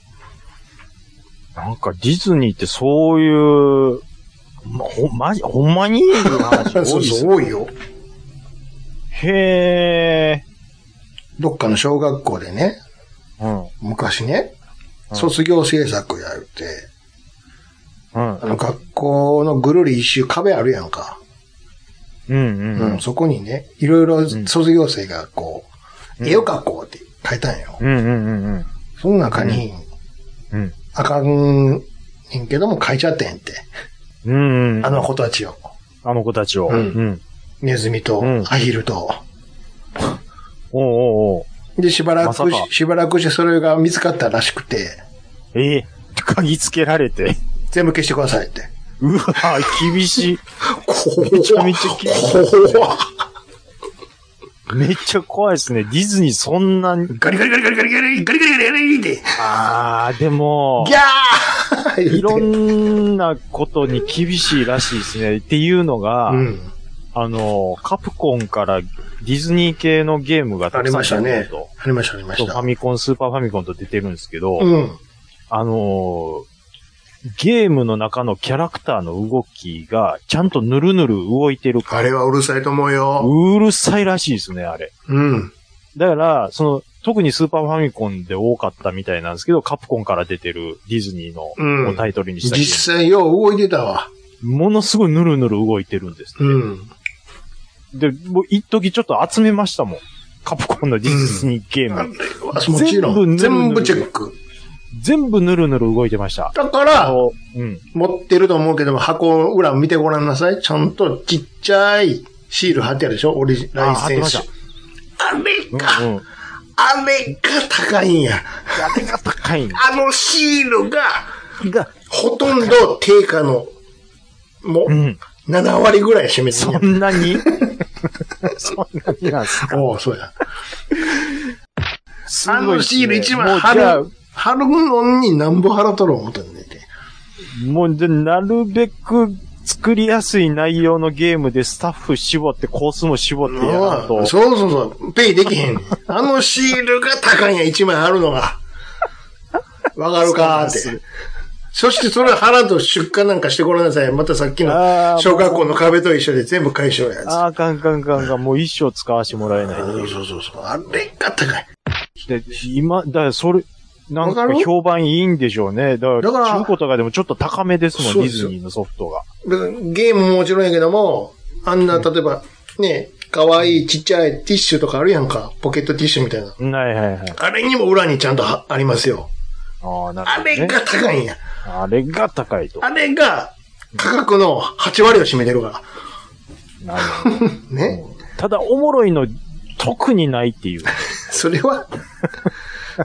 D: なんかディズニーってそういう、ま、ほ、まじ、ほんまにいう話多
E: そ
D: いっ
E: う
D: す
E: そう、多いよ。
D: へえ。
E: どっかの小学校でね、
D: うん。うん。
E: 昔ね、
D: うん
E: 卒業制作やるって、
D: うん
E: あの学校のぐるり一周壁あるやんか。
D: うん
E: う
D: うん
E: ん、。そこにね、いろいろ卒業生がこ
D: う
E: う、
D: ん
E: 絵を描こうって書いたんよ。
D: うんうんうんうん。
E: その中に、
D: うん。
E: あかんねんけども書いちゃってんって。
D: うん、うん。
E: あの、子たちを。
D: あの子たちを。
E: うん
D: うん。
E: ネズミと
D: うん
E: アヒルと。
D: おうおうおう
E: で、しばら
D: まさ
E: く
D: か
E: し、しばらくしてそれが見つかったらしくて、
D: ええ嗅ぎつけられて。
E: 全部消してくださいって。
D: うわ厳しい。
E: め
D: ちゃめちゃ厳し
E: 怖っ
D: めっちゃ怖いですね。ディズニーそんなに。
E: ガリガリガリガリガリガリガリガリガリガリって。
D: あー、でも
E: ギ、ャー
D: いろ
E: な。
D: んなことに厳しいらしいですね。っていうのが、
E: うん。
D: あの、カプコンからディズニー系のゲームがた
E: あ
D: く
E: り
D: さん
E: ました
D: 出て
E: ね
D: ると。。
E: ありました、ありま
D: そ
E: し
D: うフ
E: た
D: ァ。ミコン、スーパーファミコンと出てるんですけど、
E: うん。
D: あのーゲームの中のキャラクターの動きが、ちゃんとぬるぬる動いてるか
E: あれはうるさいと思う
D: ら、
E: よ。
D: うるさいらしいですね、あれ。
E: うん。
D: だから、その、特にスーパーファミコンで多かったみたいなんですけど、カプコンから出てるディズニーの
E: うん
D: をタイトルにしたゲーム
E: 実際よう動いてたわ。
D: ものすごいぬるぬる動いてるんです、ね
E: うん。
D: で、もう一時ちょっと集めましたもん。カプコンのディズニーゲーム。
E: もちろん。全
D: 全
E: 部
D: 部
E: チ
D: チ
E: ェ
D: ェ
E: ック。
D: 全部ぬるぬる動いてました。
E: だから、
D: のうん。
E: 持ってると思うけども、箱裏見てごらんなさい。ちゃんとちっちゃいシール貼ってあるでしょオリジ
D: あ
E: ライ
D: 貼っ
E: セ
D: て
E: ン
D: ま
E: ス
D: し。
E: あれ
D: た。
E: か、
D: うんうん。
E: あれが高いんや。
D: あれが高いんだ
E: あのシールが、
D: が、
E: ほとんど定価の、もう
D: う、ん。
E: 7割ぐらい占めて
D: そ
E: る
D: んな にそんなになんすか
E: やん。おお、そうや。
D: す
E: あ
D: ごい
E: の
D: っすね
E: シール一
D: も
E: 枚
D: うじゃ
E: 貼
D: あ
E: る、貼るのに何ぼ払うとろう思ったんでね。
D: もう、で、なるべく作りやすい内容のゲームでスタッフ絞って、コースも絞ってやらん
E: う
D: と
E: ん。そうそうそう。ペイできへんねん。あのシールが高いんや、一枚貼るのが。わかるかーって。そしてそれを腹と出荷なんかしてごらんなさい。またさっきの
D: あー
E: 小学校の壁と一緒で全部解消やつ。
D: ああ、かんかんかんかん、もう一生使わしてもらえない。
E: そうそうそうそう。あれが高い。
D: で、今、だからそれ、なん
E: わか
D: か
E: る
D: 評判いいんでしょうね。だか
E: だから
D: ら、中古とかでもちょっと高めですもん、
E: そう
D: ディ
E: です
D: ズ
E: よ
D: ニーのソフトが。
E: 別にゲームももちろんやけども、あんな、例えば、ね、可愛いちっちゃいティッシュとかあるやんか。ポケットティッシュみたいな。
D: はいはいはい。
E: あれにも裏にちゃんとはありますよ。
D: ああ、なる
E: あ
D: ほど、ね。
E: れが高いんや。
D: あれが高いと。
E: あれが価格の8割を占めてるか
D: なるほど。
E: ら。ね。
D: ただ、おもろいの、特にないっていう。
E: それ は、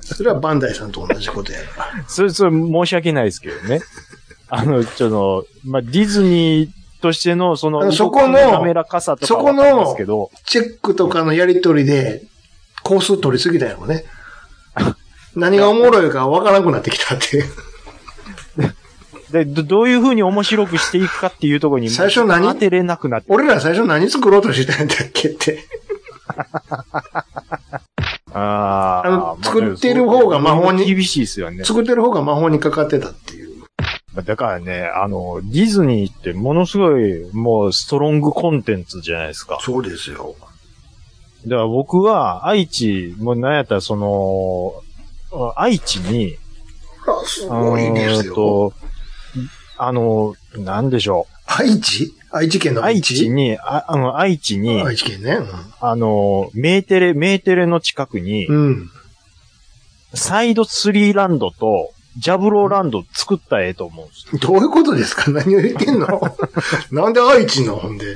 E: それはバンダイさんと同じことやから。
D: それ、それ、申し訳ないですけどね。 あの、ちょっと、まあ、ディズニーとしての、そ
E: あ
D: の、
E: のそこの
D: 滑らかさとかはわかりますけど、
E: チェックとかのやりとりで、コース取りすぎたんやろね。何がおもろいかわからなくなってきたって。
D: でど、どういうふうに面白くしていくかっていうところに、
E: 最初何
D: 当てれなくなって。
E: 俺ら最初何作ろうとしてたんだっけって。
D: あー
E: あの
D: まあ
E: 作ってる方が魔法に
D: 厳しいですよね。
E: 作ってる方が魔法にかかってたっていう。
D: だからね、あの、ディズニーってものすごい、もう、ストロングコンテンツじゃないですか。
E: そうですよ。
D: だから僕は、愛知、もうなんやったらその、あ愛知に、
E: あすごいで
D: うー
E: す
D: ん
E: よ。
D: とあの、なんでしょ
E: 愛知愛知県
D: う。
E: の
D: 愛
E: 愛
D: 知
E: 知
D: に、ああの、愛知に、
E: 愛知県ね。
D: あの、メーテレ、メーテレの近くに
E: う、ん。うん
D: サイドスリーランドと、ジャブローランド作ったらええと思うんです
E: どういうことですか 何を言ってんのなんで愛知のほんで。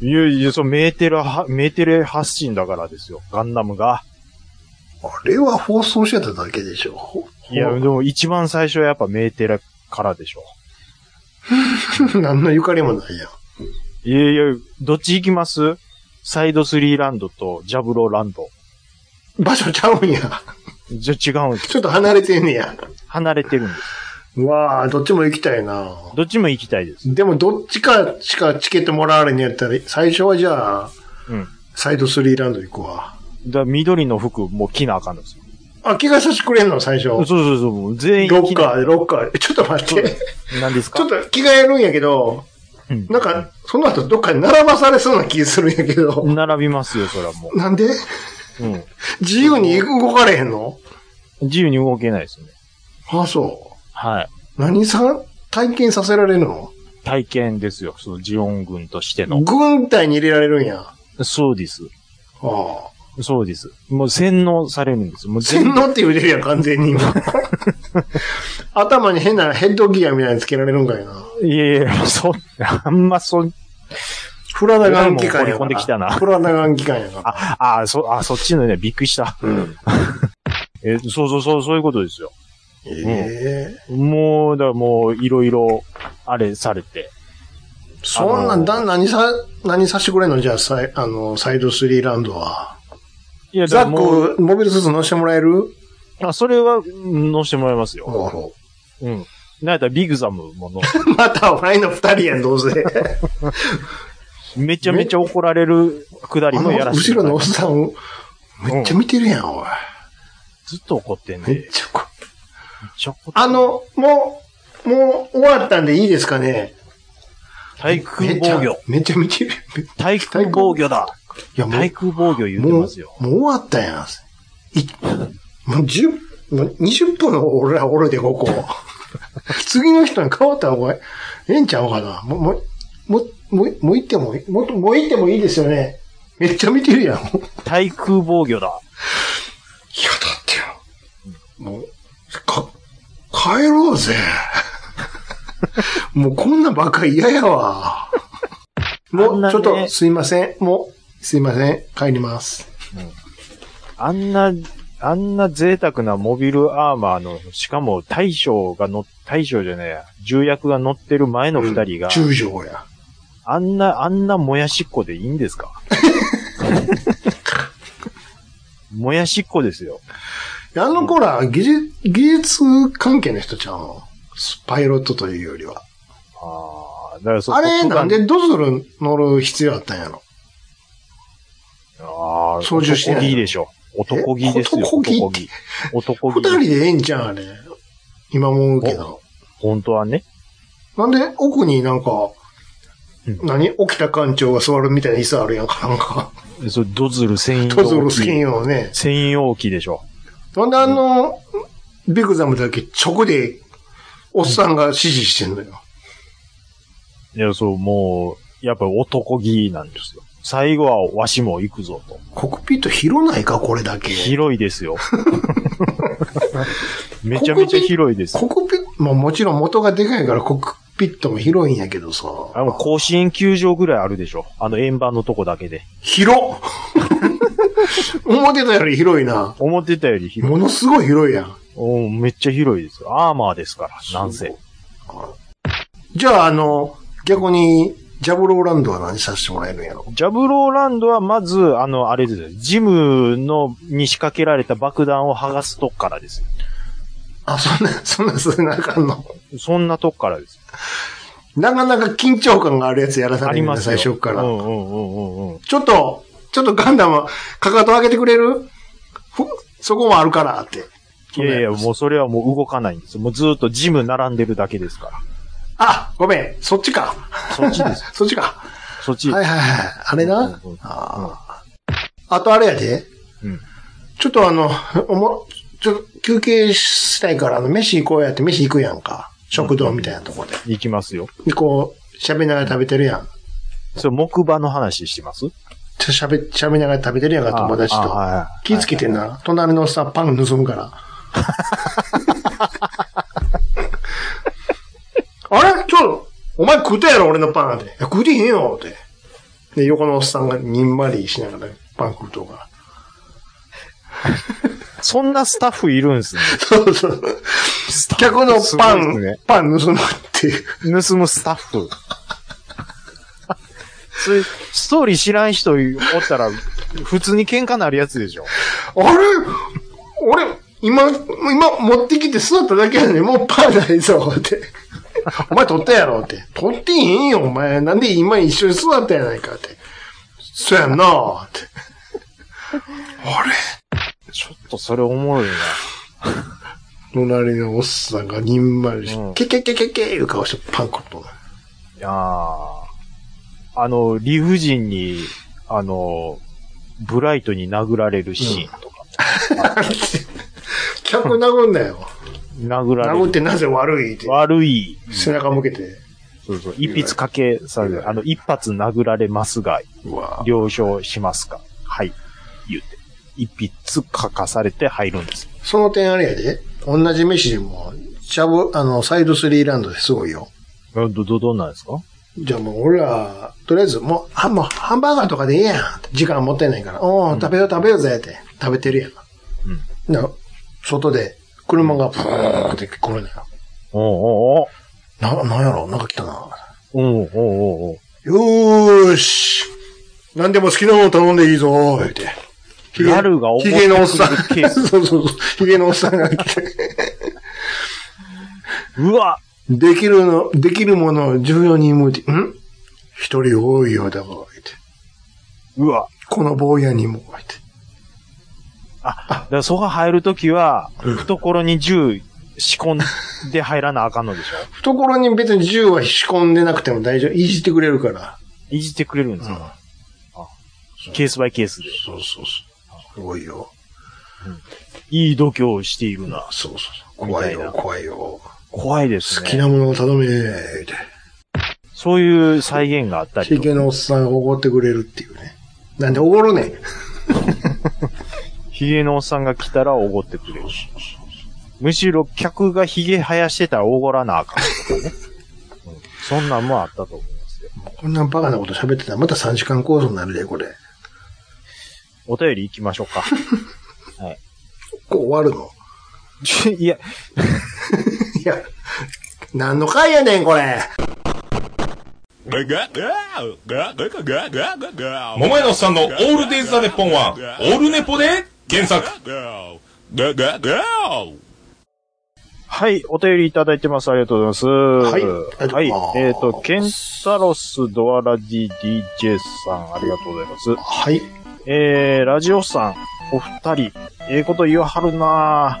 D: よ。いやいや、そう、メーテレは、メーテレ発信だからですよ。ガンダムが。
E: あれは放送してただけでしょ。ほ
D: いや、でも一番最初はやっぱメーテレからでしょ。
E: ほ何のゆかりもないやん。
D: いやいや、どっち行きますサイドスリーランドとジャブローランド。
E: 場所ちゃうんや。
D: じゃ、違うんです。
E: ちょっと離れてんねや。
D: 離れてるんです。
E: わあ、どっちも行きたいな。
D: どっちも行きたいです。
E: でもどっちかしかチケットもらわれんやったら、最初はじゃあ、
D: うん。
E: サイドスリーランド行くわ。
D: だから緑の服もう着なあかんのですよ。
E: あ、着替えさせてくれんの最初。
D: そうそうそう、もう全員
E: ロ
D: 着
E: ッ
D: な
E: カーで、ロッカーで。ちょっと待って。
D: なんですか
E: ちょっと着替えるんやけど、
D: うん
E: なんか、その後どっかに並ばされそうな気するんやけど。
D: 並びますよ、それはも
E: なんで
D: う。うん。
E: 自由に動かれへんの
D: 自由に動けないですね。
E: あ、そ
D: はい。
E: う。何さ、体験させられるの
D: 体験ですよ、そのジオン軍としての。
E: 軍隊に入れられるんや。あ
D: そうです。
E: あ。
D: そうです。もう洗脳されるんです。もう全
E: 洗
D: 部
E: 脳って言うてるやん、完全に 今。頭に変なヘッドギアみたいなのつけられるんかいな。
D: いやいや、そ、あんまそ、
E: フラダガン機関や
D: もう掘り込んできたな
E: フラダガン機関やから。
D: あ、あ、そ、あ、そっちのね、びっくりした。
E: うん。
D: え、そうそうそう、そういうことですよ。
E: ええ
D: もう、だからもう、いろいろ、あれされて。
E: そんな
D: あの
E: ん、だ、何さ、何さしてくれんのじゃあ、さいあの、サイドスリーランドは。
D: いや、だ
E: ザ
D: からもう、
E: ック、モビルスーツ乗せてもらえる
D: あ、それは、うん乗してもらいますよ。
E: おう
D: うん。なんやったらビグザムも乗せ
E: またお前の二人やん、どうせ。
D: めちゃめちゃ怒られるくだり
E: あ
D: も
E: の
D: やらせて
E: 後
D: もらい
E: ろのお
D: ま
E: っ
D: す
E: さん、めっちゃ見てるやん、おい。
D: ずっと怒ってんね。
E: め
D: めっ
E: っちゃこ
D: ちゃ怒ってん
E: あ、の、もう、もう終わったんでいいですかね
D: 対空防御。
E: めっちゃめっちゃ見てる。い
D: 対空防御だ。
E: や、も
D: 対
E: う、
D: 空防御言うて
E: もう、も
D: ま
E: う
D: す
E: 終
D: よ。
E: わったやん。いもう十、もう20分の俺らおるで、ここ。次の人に変わったら、お前、ええんちゃうかな。もう、もう、もう、もう、もう行ってもいい、もう、もう行ってもいいですよね。めっちゃ見てるやん。いや、だっ
D: 対空防御だ。
E: てよ。もう、か、帰ろ うぜ。もうこんなんばっかり嫌やわ。
D: あ
E: も
D: んな
E: う、
D: ね
E: ちょっと、すいません。もう、すいません。帰ります。
D: あんな、あんな贅沢なモビルアーマーの、しかも大将が乗、大将じゃねえや、重役が乗ってる前の二人が、
E: 中将や。
D: あんな、あんなもやしっこでいいんです かもやしっこですよ。
E: あの子ら、技術、技術関係の人ちゃうのパイロットというよりは。
D: ああ、だからそ
E: あれ、
D: トップ
E: な
D: ガ
E: ん
D: ン
E: でドズル乗る必要あったんやろ
D: ああ、
E: 操縦してない
D: 男気でしょ。男気ですよ。
E: 男気
D: 男気。男
E: 二
D: 気。
E: 人でええんじゃん、あれ。今思うけど。
D: 本当はね。
E: なんで奥になんか、
D: うん
E: 何起きた館長が座るみたいな椅子あるやんか、なんか。
D: それドズル専用機。
E: トゾロ専。用ね。
D: 専用機でしょ。
E: なんであの、ビッグザムだけ直で、おっさんが指示してんのよ。
D: いや、そう、もう、やっぱ男気なんですよ。最後はわしも行くぞと。
E: コックピット広ないか、これだけ。
D: 広いですよ。 めちゃめちゃ広いですよ。
E: コックピット、まあもちろん元がでかいからコックピットも広いんやけどさ。
D: あの、甲子園球場ぐらいあるでしょ。あの円盤のとこだけで。
E: 広っ 思ってたより広いな。
D: 思ってたより広い。
E: ものすごい広いやん。
D: おめっちゃ広いですよ。アーマーですから、なんせ。
E: じゃあ、あの、逆に、ジャブローランドは何させてもらえるんやろ
D: ジャブローランドはまず、あの、あれですよ。ジムの、に仕掛けられた爆弾を剥がすとこからです
E: あ、そんな、 そんな、そんなあかんの。
D: よ。そんなとこからです。
E: なかなか緊張感があるやつやらさ
D: あ
E: れ
D: り
E: るん
D: ま
E: だ、
D: すよ。
E: 最初から。
D: うんうんうんうんうん。
E: ちょっと、ちょっとガンダム、かかと上げてくれるふそこもあるからって。
D: いやいや、もうそれはもう動かないんですよ。もうずーっとジム並んでるだけですか
E: あ、ごめん、そっちか。
D: ら。そっち です。
E: そっちか。
D: そっち。
E: はいはいはい。あれな。
D: うんうん
E: あーあとあれやで。
D: うん
E: ちょっとあの、おも、ちょっと休憩したいから、あの、飯行こうやって飯行くやんか。食堂みたいなところで。
D: 行きますよ。
E: で、こう、喋りながら食べてるやん。
D: それ木馬の話してます
E: ちょ喋、喋りながら食べてるやんか、友達
D: ああ
E: と。
D: はいはい
E: 気ぃつけてんな。隣のおっさんパン盗むから。 あれちょっと、お前食うたやろ、俺のパンって。いや食うてへんよ、って。で、横のおっさんがにんまりしながらパン食うとう から。
D: そんなスタッフいるんすね。
E: そうそう。客のパン、パン盗むっていう。
D: 盗むスタッ フ。それ、ストーリー知らん人おったら、普通に喧嘩なるやつでしょ。
E: あれ俺、今、今持ってきて座っただけやのに、もうパンないぞ、って。お前取ったやろって。取ってへんよ、お前。なんで今一緒に座ったやないかって。そうやんなって。あれ
D: ちょっとそれおもろいな。
E: 隣のおっさんがにんまりし
D: うん
E: て、ケケケケケいう顔してパンコット。
D: いやーあの、理不尽に、あの、ブライトに殴られるシーンとか、
E: 客殴んなよ。
D: 殴られ
E: 殴っ
D: る。
E: てなぜ悪いって。
D: 悪い、
E: 背中向けて。
D: そうそう、一筆かけされる。あの、一発殴られますが、
E: うわ
D: 了承しますかはい。言うて。一筆書かされて入るんですよ。
E: その点あれやで。同じ飯でも、シャブ、あの、サイドスリーランドですごいよ。
D: ど、ど、どんなんですか
E: じゃあもう俺ら、とりあえずもう、あ、もうハンバーガーとかでいいやん。時間持ってないから。おー食べよう食べようぜって。食べてるやん。な、外で、車がブーンって来るのよ。
D: おう
E: な、なんやろなんか来たな。
D: おうおう。おうおうおう
E: よーし。何でも好きなもの頼んでいいぞー、言うて。
D: おう。ギャルが怒
E: ヒ
D: ってく
E: ゲ
D: る
E: のおっさん。
D: ケース。
E: そうそうそう。ヒゲのおっさんが来て。
D: うわ
E: できるの、できるものを14人向いて、ん一人多いようだわ、言うて。
D: うわ
E: この坊やにも、言うて。
D: だからそこ入るときは、懐に銃仕込んで入らなあかんのでし ょ
E: 懐に別に銃は仕込んでなくても大丈夫。いじってくれるから。
D: いじってくれるんですか、ケースバイケースで。
E: そうそうそう。すごいよ。
D: いい度胸をしているな。
E: そうそうそう。怖い
D: みたいな
E: よ、怖いよ。
D: 怖いです
E: 好
D: ね。
E: きなものを頼め、って。
D: そういう再現があったり
E: ヒ
D: とか。
E: ゲのおっさんが怒ってくれるっていうね。なんで怒るねん。
D: ヒゲのおっさんが来たらおごってくれる。むしろ客がヒゲ生やしてたらおごらなあかんとかね。うんそんなんもあったと思いますよ。
E: こんなバカなこと喋ってたらまた3時間構想になるで、これ。
D: お便り行きましょうか。
E: こう終わるの。
D: いや、
E: いや、何の回やねん、これ。
F: 桃屋のおっさんのオールデイズ・ザ・ネッポンは、オールネポで原作。
D: はい、お便りいただいてます。ありがとうございます。
E: はい
D: は
E: あり
D: い
E: がとうございます。
D: えっ、と、ケンタロスドアラディ DJ さん、ありがとうございます。
E: はい。
D: えー、ラジオさん、お二人、ええこと言わはるなぁ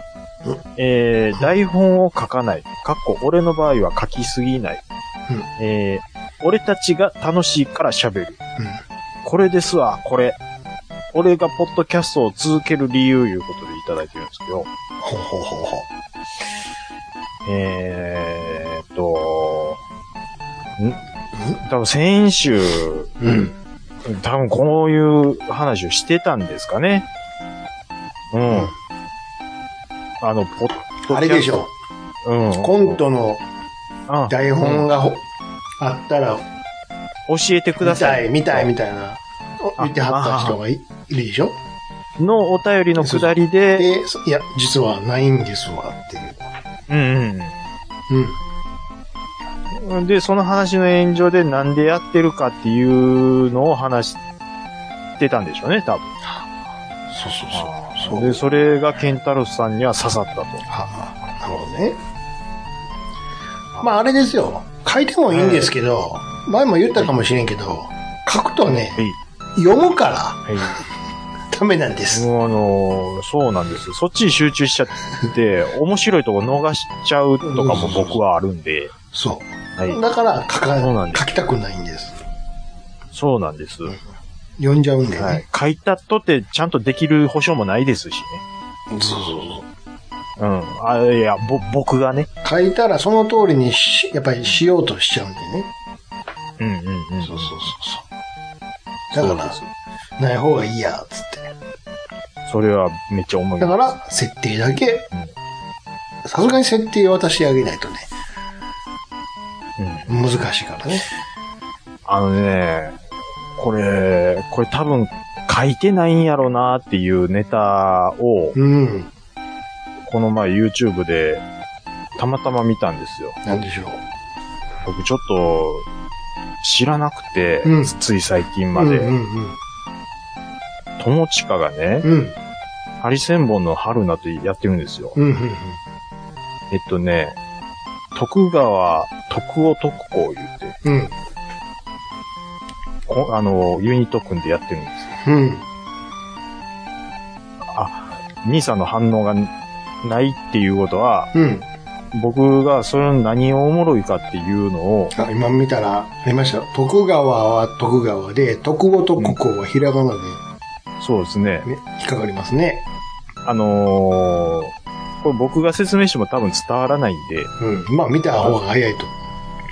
D: えー台本を書かない。かっこ、俺の場合は書きすぎない。えー俺たちが楽しいから喋る。これですわ、これ。俺がポッドキャストを続ける理由いうことでいただいてるんですけど、
A: ほうほうほうほう。
D: えーっと、ん多分先週、
E: うん。
D: 多分こういう話をしてたんですかね。うん。あの、ポッドキャスト。
E: あれでしょ
D: うん。
E: コントの
D: あ
E: 台本がほあったら、
D: 教えてく
E: 見
D: ださ
E: た
D: い。
E: い、見たい、みたいな、
D: あ
E: 見てはった人がいいるでしょ
D: のお便りのくだりで、
E: で、そいや、実はないんですわ、っていう。
D: うん
E: うん。
D: うん。で、その話の炎上でなんでやってるかっていうのを話してたんでしょうね、多分。
E: そうそうそう。そう
D: で、それがケンタロスさんには刺さったと。
E: はあ、なるほどね。まあ、あれですよ。書いてもいいんですけど、前も言ったかもしれんけど、書くとね、読むから
D: はい。
E: ダメなんです。
D: もうあのーそうなんですよ。そっちに集中しちゃって、面白いとこ逃しちゃうとかも僕はあるんで、
E: そ
D: は
E: う。
D: い。
E: だから書
D: そうな
E: か
D: んです
E: 書きたくないんです。
D: そうなんです。
E: 読んじゃうんでね。
D: はい。書いたとってちゃんとできる保証もないですしね。
E: そうそうそう。
D: うん。あ、いや、ぼ、僕がね。
E: 書いたらその通りにし、やっぱりしようとしちゃうんでね。
D: うんうんうん。
E: そうそうそう
D: そ
E: そう。
D: う
E: だ
D: で
E: か
D: す。
E: ら、ない方がいいや、つって。
D: それはめっちゃ思い
E: だ
D: ま
E: から、設定だけ
D: ん、
E: さすがに設定を渡してあげないとね、
D: す。うん。
E: 難しいからね。
D: あのね、これ、これ多分書いてないんやろなっていうネタを、
E: うん。
D: この前 YouTube でたまたま見たんですよ。
E: なんでしょ
D: 僕ちょっと知らなくて、
E: うん
D: つい最近
E: う。
D: まで、
E: うんうん
D: 友近がね、
E: うん。うん。
D: ハリセンボンの春菜とやってるんですよ。
E: うんうんうん。
D: えっとね、徳川、徳尾徳子を言って、
E: うん。
D: こあの、ユニット組んでやってるんですよ。
E: うん。
D: 兄さんの反応がないっていうことは、
E: うん。
D: 僕がそれの何をおもろいかっていうのを、
E: あ、今見たら、ありましたよ。徳川は徳川で、徳語と国語はひらがな
D: そうですね
E: で、、ね、引っかかりますね。
D: あのーこれ僕が説明しても多分伝わらないんで、
E: うん。まあ、見た方が早いと。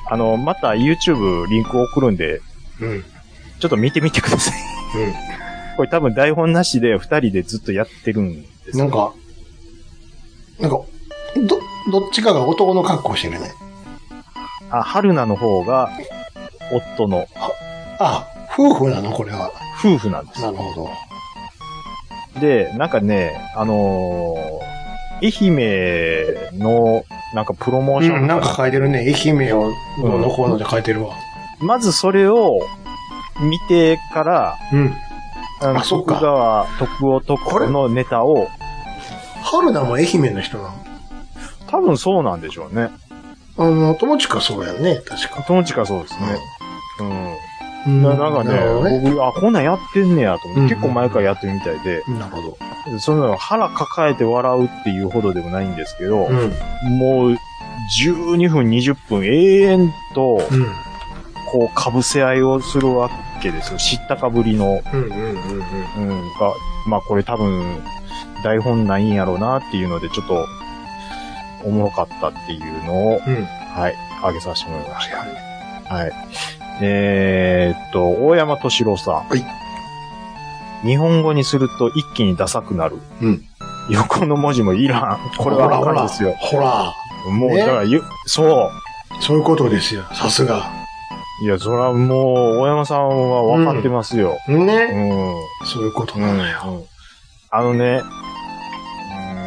D: あの、また YouTube リンク送るんで、
E: うん。うん。
D: ちょっと見てみてください。 これ多分台本なしで二人でずっとやってるんです
E: なんか、なんか、ど、どっちかが男の格好してるね。
D: あ、春菜の方が、夫の
E: あ、夫婦なのこれは。
D: 夫婦なんで
E: なるほど。
D: す。で、なんかね、あのー愛媛の、なんかプロモー
E: う
D: ション、
E: ん、なんか書いてるね。愛媛をどうのこうので書いてるわ。
D: まずそれを見てから、
E: うん。
D: あの
E: あそっか
D: 徳川徳夫徳子のネタを、
E: 春菜も愛媛の人なの
D: 多分そうなんでしょうね。
E: あの、友近そうやね、確か。
D: 友近そうですね。うん。
E: うん
D: ななんか
E: なるほど
D: ね、
E: ね。
D: 僕、あ、こんなんやってんねやと思って、
E: うん
D: 結構前からやってるみたいで、
E: なるほど。
D: その腹抱えて笑うっていうほどでもないんですけど、
E: うん。う
D: もう、12分、20分、永遠と、
E: ん。
D: こう、かぶせ合いをするわけですよ。知ったかぶりの、
E: うんうんうんうん。
D: うん、が、まあこれ多分、台本ないんやろうなっていうので、ちょっと、おもろかったっていうのを、
E: うん。
D: はい、あげさせてもらいました。はい。えーっと、大山敏郎さん。
E: はい
D: 日本語にすると一気にダサくなる。
E: うん
D: 横の文字もいらん。これはあ
E: ほ
D: かん
E: ら
D: ですよ。
E: ほら、
D: もう、
E: ね
D: だからゆ、そ
E: そういうことですよ。さすが。
D: う。いや、そらもう、大山さんは分かってますよ。う
E: ね。
D: ん。うん。
E: そういうこと
D: う
E: なのよ。
D: んあのね、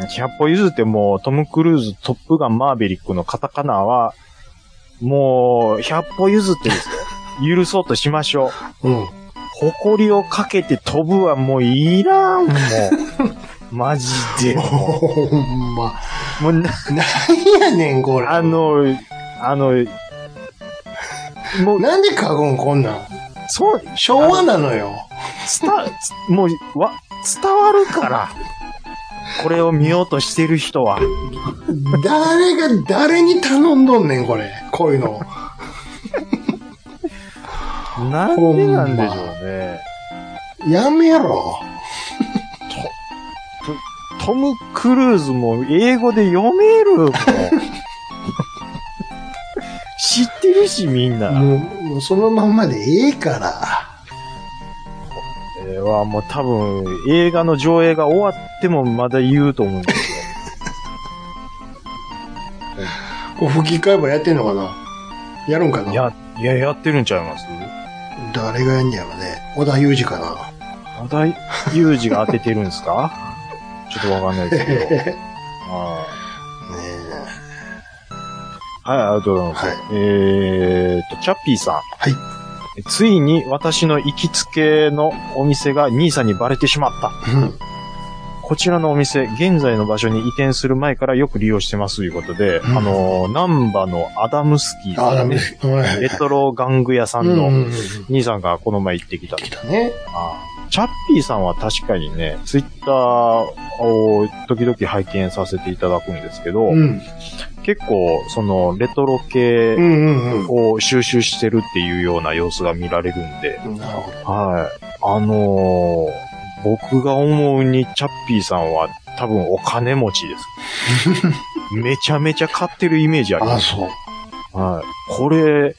D: うん、100歩譲ってもう、トム・クルーズ、トップガン、マーベリックのカタカナは、もう、100歩譲ってですよ。許そうとしまし ょう。
E: うん。
D: 誇りをかけて飛ぶはもういら ん、もう。マジで。も
E: ほんま。
D: うもうな、
E: 何やねん、これ。
D: あの、あの、もう、
E: なんで書くん、こんなん。
D: そう、
E: 昭和なのよ。
D: 伝わ、もう、わ、伝わるから。これを見ようとしてる人は。
E: 誰が、誰に頼んどんねん、これ。こういうの。
D: なんでなんでしょうね。
E: やめろ。
D: トム・クルーズも英語で読めるもん知ってるし、みんな。
E: もう、もうそのまんまでええから。
D: これはもう多分、映画の上映が終わってもまだ言うと思うんですよ。
E: こう吹き替えばやってんのかなやるんかない
D: や、いや、やってるんちゃいます
E: 誰がやんねやろね。小田裕二かな。
D: まだ、ユージが当ててるんですか ちょっとわかんないですけど。はい
E: ねえ
D: はい、ありがとうございます。
E: はい。
D: えーと、チャッピーさん。
E: はい。
D: ついに私の行きつけのお店が兄さんにバレてしまった。
E: うん。
D: こちらのお店、現在の場所に移転する前からよく利用してますということで、
E: うん
D: あの、南波のアダムスキー
E: あ、
D: さ
E: ダ
D: ん、
E: メ
D: ね
E: で、す。はいはい
D: レトロ玩具屋さん
E: うんうん
D: の
E: うん
D: 兄さんがこの前行ってきた。
E: 来たね。
D: チャッピーさんは確かにね、ツイッターを時々拝見させていただくんですけど、
E: うん。
D: 結構、その、レトロ系
E: うんうん
D: を収集してるっていうような様子が見られるんで、
E: うん。なるほど。
D: はい。あのー僕が思うにチャッピーさんは多分お金持ち です。めちゃめちゃ買ってるイメージあり
E: あ、
D: ます。
E: そう。
D: はい。これ、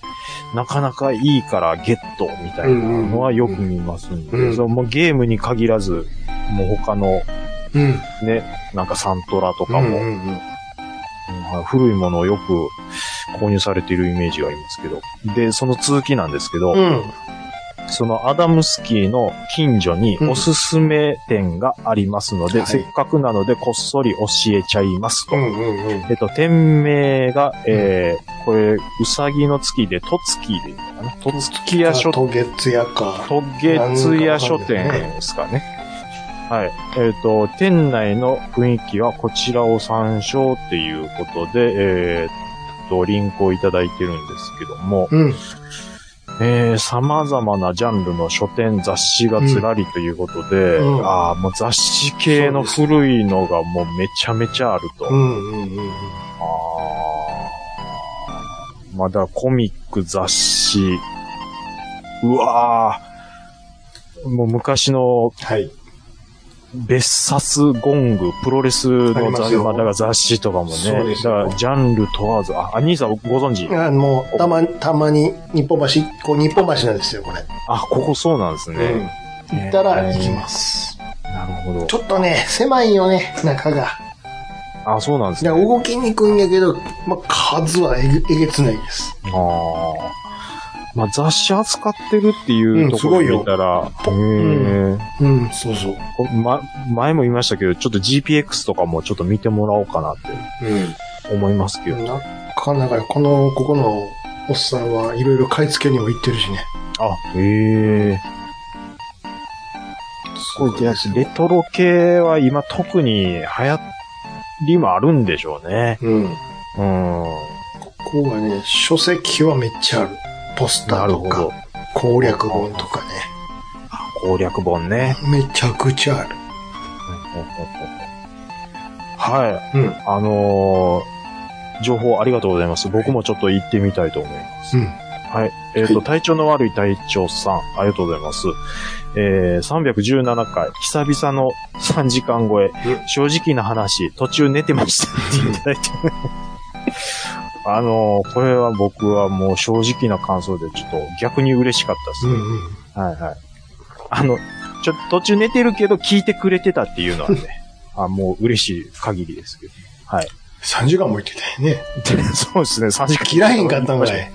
D: なかなかいいからゲットみたいなのはよく見ますんで、
E: うんうん
D: そのもうゲームに限らず、もう他の
E: うん。
D: ね、なんかサントラとかも、
E: うんうんうん。
D: はい古いものをよく購入されているイメージがありますけど。で、その続きなんですけど、
E: うん。
D: そのアダムスキーの近所に
E: うん
D: おすすめ店がありますので、
E: はい
D: せっかくなのでこっそり教えちゃいますと。
E: うんうんうん。
D: えっと、店名が、えー、これ、うさぎの月で、とつきでいいのかなとつき屋書、と
E: と月やか。
D: げつ屋書店ですかね。はい。えっ、と、店内の雰囲気はこちらを参照っていうことで、えーっと、リンクをいただいてるんですけども、
E: うん。
D: えー、様々なジャンルの書店、雑誌がずらりということで、
E: うんうん
D: ああ、もう雑誌系の古いのがもうめちゃめちゃあると。
E: う
D: あ
E: んうんうんうん。
D: ーまあだからコミック、雑誌。うわーもう昔の
E: はい。
D: 別冊ゴング、プロレスの
E: あります
D: 雑,、
E: よ
D: まあだから雑誌とかも
E: そう
D: ね。
E: で
D: だ
E: す
D: か
E: よ
D: らジャンル問わず、あ、兄さんご存知
E: あもう、たま、たまに、日本橋、こう、日本橋なんですよ、これ。
D: あ、ここそうなんですね。
E: うん。行ったら
D: えー
E: 行きます。
D: なるほど
E: ち。ょっとね、狭いよね、中が。
D: あ、そうなんです
E: いや
D: ね。
E: 動きにくいんやけど、まあ、数はえげえげつないです。
D: ああ。まあ、雑誌扱ってるっていううんところを
E: すごいよ
D: 見たら、へ
E: ん
D: え
E: うん、そうそう。
D: これま、前も言いましたけど、ちょっと GPX とかもちょっと見てもらおうかなって
E: う
D: 思いますけど。
E: ん。なかなか、この、ここのおっさんはいろいろ買い付けにも行ってるしね。
D: あ、へえ。これ、レトロ系は今特に流行りもあるんでしょうね。
E: う
D: う
E: ん。
D: ん。
E: ここがね、書籍はめっちゃある。ポスタ
D: な
E: ー
D: る
E: と
D: ほ
E: か
D: ど、。
E: 攻略本とかね。
D: 攻略本ね。
E: めちゃくちゃある。
D: はい。
E: うん
D: あのー情報ありがとうございます。僕もちょっと行ってみたいと思います。
E: うん
D: はい。えっ、と、
E: は
D: 体調の悪い隊長さん、ありがとうございます。えー、317回、久々の3時間超え、正直な話、途中寝てましたっていただいて、 あのーこれは僕はもう正直な感想で、ちょっと逆に嬉しかったです
E: う
D: ね。
E: んう
D: は
E: ん。
D: いはい。あの、ちょ、途中寝てるけど聞いてくれてたっていうの はね、あもう嬉しい限りですけど。
E: 3時間も行ってたよね。
D: で そうですね、3時間。
E: 切らへんかったんかい。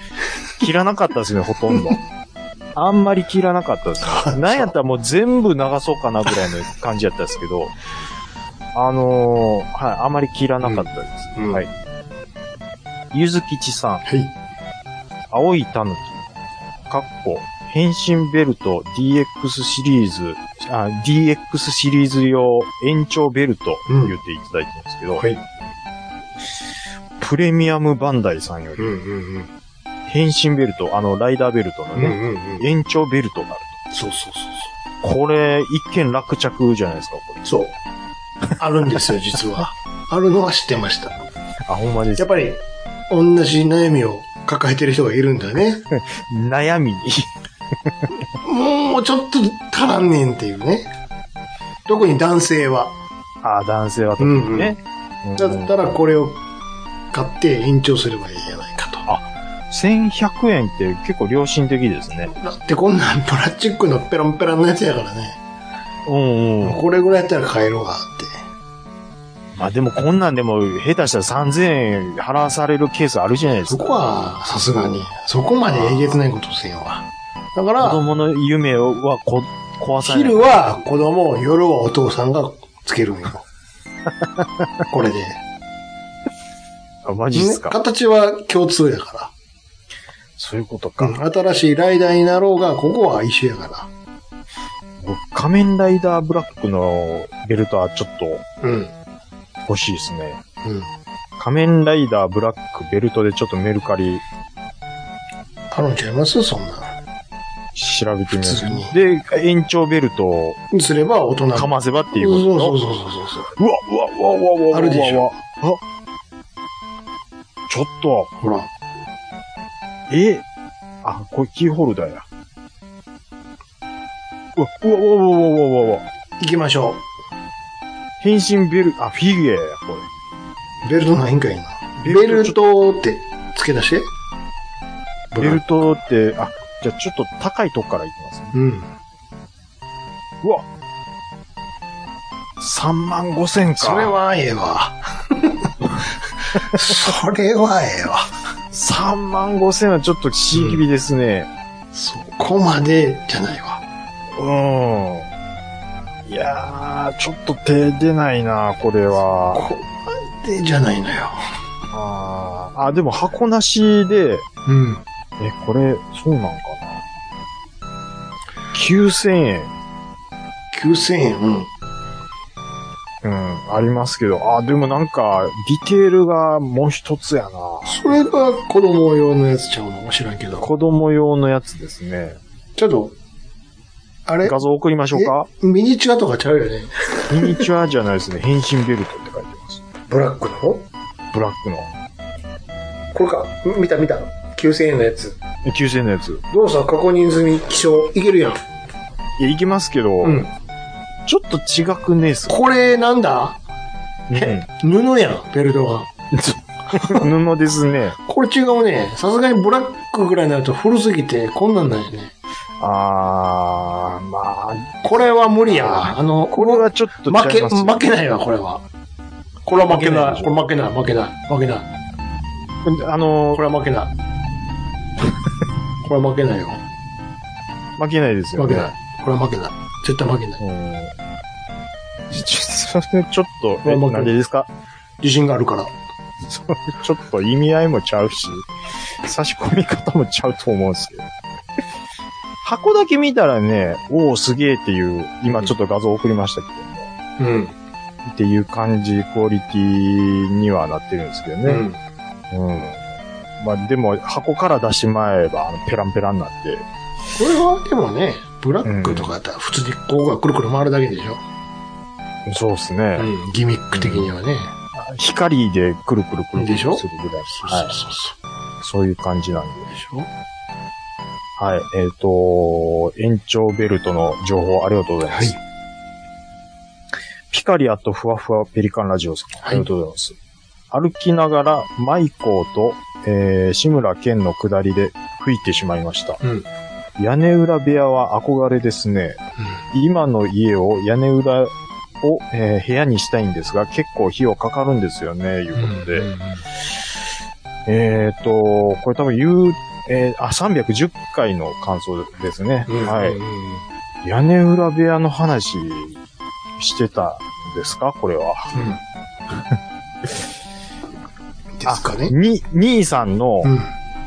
D: 切らなかったですね、ほと んど。あんまり切らなかったですね。 なんやったらもう全部流そうかなぐらいの感じやったんですけど、あのーはい、あんまり切らなかったです。
E: うんうん
D: はい。ゆずきちさん、
E: はい。
D: 青いタヌキ、かっこ、変身ベルト DX シリーズ、あ、DX シリーズ用延長ベルト、
E: うん
D: 言っていただいてるんですけど、
E: はい。
D: プレミアムバンダイさんよ
E: う
D: り、
E: んうんうん。
D: 変身ベルト、あの、ライダーベルトの
E: うん
D: ね、
E: うんうん。
D: 延長ベルトがある
E: そうそうそう
D: と。これ、一見落着じゃないですか、これ。
E: そう。そう。あるんですよ、実 は。あるのは知ってました。
D: あ、ほんまです
E: やっ。ぱり、同じ悩みを抱えてる人がいるんだね。
D: 悩みに。
E: もうちょっと足らんねんっていうね。特に男性は。
D: あ、男性は特にね。うん
E: だったらこれを買って延長すればいいじゃないかと。
D: 1100円って結構良心的ですね。
E: だってこんなんプラスチックのペランペランのやつやからね。
D: うんうん。
E: これぐらいやったら買えるわって。
D: まあでもこんなんでも下手したら3000円払わされるケースあるじゃないです
E: そ
D: か。
E: こは、さすがに。そこまでえげつないことせんわ。だか
D: 子
E: ら、
D: 供の夢はこ壊さない。
E: 昼は子供、夜はお父さんがつけるんよ。これで。
D: あ、マジっすか。
E: 形は共通やから。
D: そういうことか。
E: うん新しいライダーになろうが、ここは一緒やか
D: 僕仮面ライダーブラックのベルトはちょっと
E: ら。うん。
D: 欲しいですね。
E: うん。
D: 仮面ライダーブラックベルトでちょっとメルカリ
E: あるんちゃいますそんな
D: 調べてみま
E: 普通に
D: す。で、延長ベルトを
E: ん。すれば大人
D: かませばっていう
E: そ
D: こ
E: う
D: と
E: そうそうそうそう
D: うわ、うわ、うわ、うわ、うわうわ、
E: あるでしょ
D: うわ。うわあちょっと、
E: ほら。
D: えあ、これキーホルダーや。うわ、うわ、うわ、うわ、うわ、うわ、うわ。
E: 行きましょ
D: 変身ベル、あ、フィギュアや、こ
E: う。ベルトないんかいな。
D: れ。
E: ベルトって付け出して。
D: ベルトって、あ、じゃあちょっと高いとこからいきますね。
E: うん。
D: うわ3万5千か。
E: それはええわ。それはええわ。
D: 3万5千はちょっとしいきびですね。
E: そこまでじゃないわ。
D: うん。いやー、ちょっと手出ないな、これ
E: こ
D: は。
E: こまでじゃないのよ。
D: あーあ、でも箱なしで、
E: うん。
D: え、これ、そうなんかな。9000円、
E: 9000円。うん。
D: うん、ありますけど、あーでもなんか、ディテールがもう一つやな。
E: それが子供用のやつちゃうの知らんけど。
D: 子供用のやつですね。
E: ちょっと、あれ
D: 画像送りましょうか
E: ミニチュアとかちゃうよね。
D: ミニチュアじゃないですね。変身ベルトって書いてます。
E: ブラックの
D: ブラックの。
E: これか。ん見た見た。9000円のやつ。
D: え9000円のやつ。
E: どうさ、過去人済み、気象、いけるやん。
D: いや、いきますけど、
E: うん。
D: ちょっと違くねえっす。
E: これ、なんだ
D: うん
E: 布やん、ベルトが。
D: 布ですね。
E: これ違うね。さすがにブラックぐらいになると古すぎて、こんなんなんやね。
D: あー、まあ、
E: これは無理やわ。あの、
D: これはちょっと
E: 負
D: 違
E: け、
D: いますよ
E: 負けないわ、これは。これは負けな
D: 負けないで
E: い。
D: し
E: こ
D: ょ
E: れ負けない、負けない、負けない。
D: あの
E: これは負けない。これは負けないよ。
D: 負けないですよ、
E: 負
D: ね。
E: けない。これは負けない。絶対負けない。
D: うん。ちょっと、ちょっと、え
E: 負けない
D: なんでですか
E: 自信があるから。
D: それちょっと意味合いもちゃうし、差し込み方もちゃうと思うんですけど。箱だけ見たらね、おおすげえっていう、今ちょっと画像送りましたけども、
E: うん。
D: っていう感じ、クオリティにはなってるんですけど
E: う
D: ね。
E: ん。
D: うん。まあでも、箱から出しまえば、あのペランペラになって、
E: これは、でもね、ブラックとかだったら普通にここがくるくる回るだけでしょ。
D: そうです
E: う
D: ね。
E: ん。ギミック的にはね。
D: 光でくるくるくるくる
E: でしょ
D: するぐらい。
E: そう
D: は
E: そう
D: い。
E: そうそ
D: そういう感じなんで。
E: う。でしょ
D: はい。えっ、と、延長ベルトの情報ありがとうございます。ピカリアとふわふわペリカンラジオさん、
E: はい
D: ありがとうございます。歩きながら、マイコーと、えー、志村けんの下りで吹いてしまいました。
E: うん
D: 屋根裏部屋は憧れですね。今の家を屋根裏を、えー部屋にしたいんですが、結構費用かかるんですよね、いう
E: うん。
D: ことで。
E: うん
D: えっ、と、これ多分言う、えーあ、310回の感想ですね。
E: うん
D: は
E: う
D: い。
E: ん
D: 屋根裏部屋の話してたんですかこれは。
E: ですかね。
D: に、兄さんの
E: うん。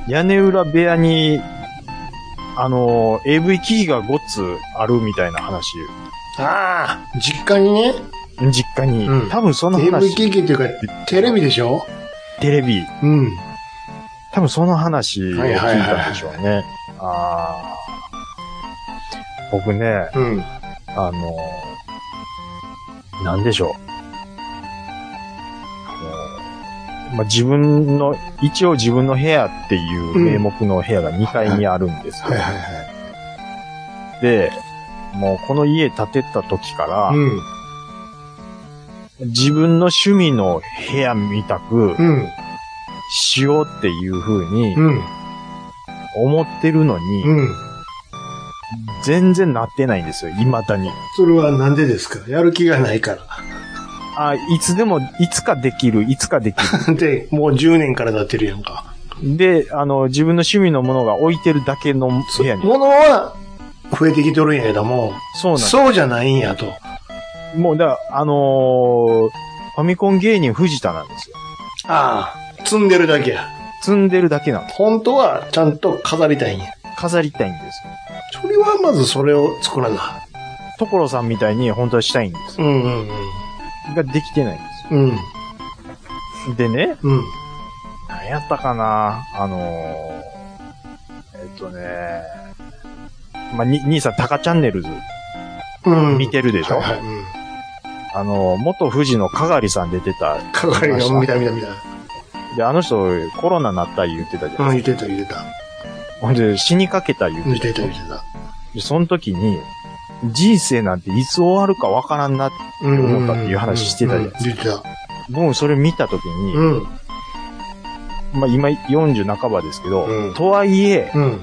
D: 屋根裏部屋に、あのー、AV 機器が5つあるみたいな話。
E: ああ、実家にね、
D: 実家に。
E: うん
D: 多分その
E: AV
D: 話、
E: 機器っていうか、テレビでしょ
D: テレビ。
E: うん。
D: 多分その話を聞いたんでしょうね。あー僕ね、
E: うん。
D: あのー、なんでしょう。まあ、自分の、一応自分の部屋っていう名目の部屋が2階にあるんですよ
E: はいはいはい。
D: で、もうこの家建てた時から、
E: うん。
D: 自分の趣味の部屋みたく
E: うん。
D: しようっていう風に
E: うん。
D: 思ってるのに、
E: うん。
D: 全然なってないんですよ、未だに。
E: それはなんでですかやる気がないから。
D: あ、いつでも、いつかできる、いつかでき
E: で、もう10年から経ってるやんか。
D: る。で、あの、自分の趣味のものが置いてるだけの部屋に。
E: 物は増えてきとるんやけども、
D: そうなんです。
E: そうじゃないんやと。
D: もう、だから、あのーファミコン芸人藤田なんですよ。
E: ああ、積んでるだけや。
D: 積んでるだけなんです。
E: 本当はちゃんと飾りたいんや。
D: 飾りたいんですよ。
E: それはまずそれを作らな。
D: 所さんみたいに本当はしたいんです。
E: うんうん
D: ができてないんです
E: うん。うん。
D: よ。でね、
E: うん。
D: 何やったかなあのー、えっとね、まあ、に、兄さん、タカチャンネルズ
E: うん。
D: 見てるでしょ、
E: はいはい。うん。
D: あの、元富士の香がりさん出てた。
E: 係
D: 見まし
E: が
D: た
E: 見た見た見た。
D: で、あの人、コロナなった言ってたじゃ
E: うん、
D: ない
E: 言ってた言ってた。
D: ほんで、死にかけた言
E: 言
D: っ
E: ってて
D: た
E: た。言ってた。
D: で、その時に、人生なんていつ終わるかわからんな。
E: うん
D: 思ったっていう話してたじゃないです
E: 言ってた。
D: もうそれ見た時に、
E: うん。
D: まあ今40半ばですけど、
E: うん
D: とはいえ、
E: うん。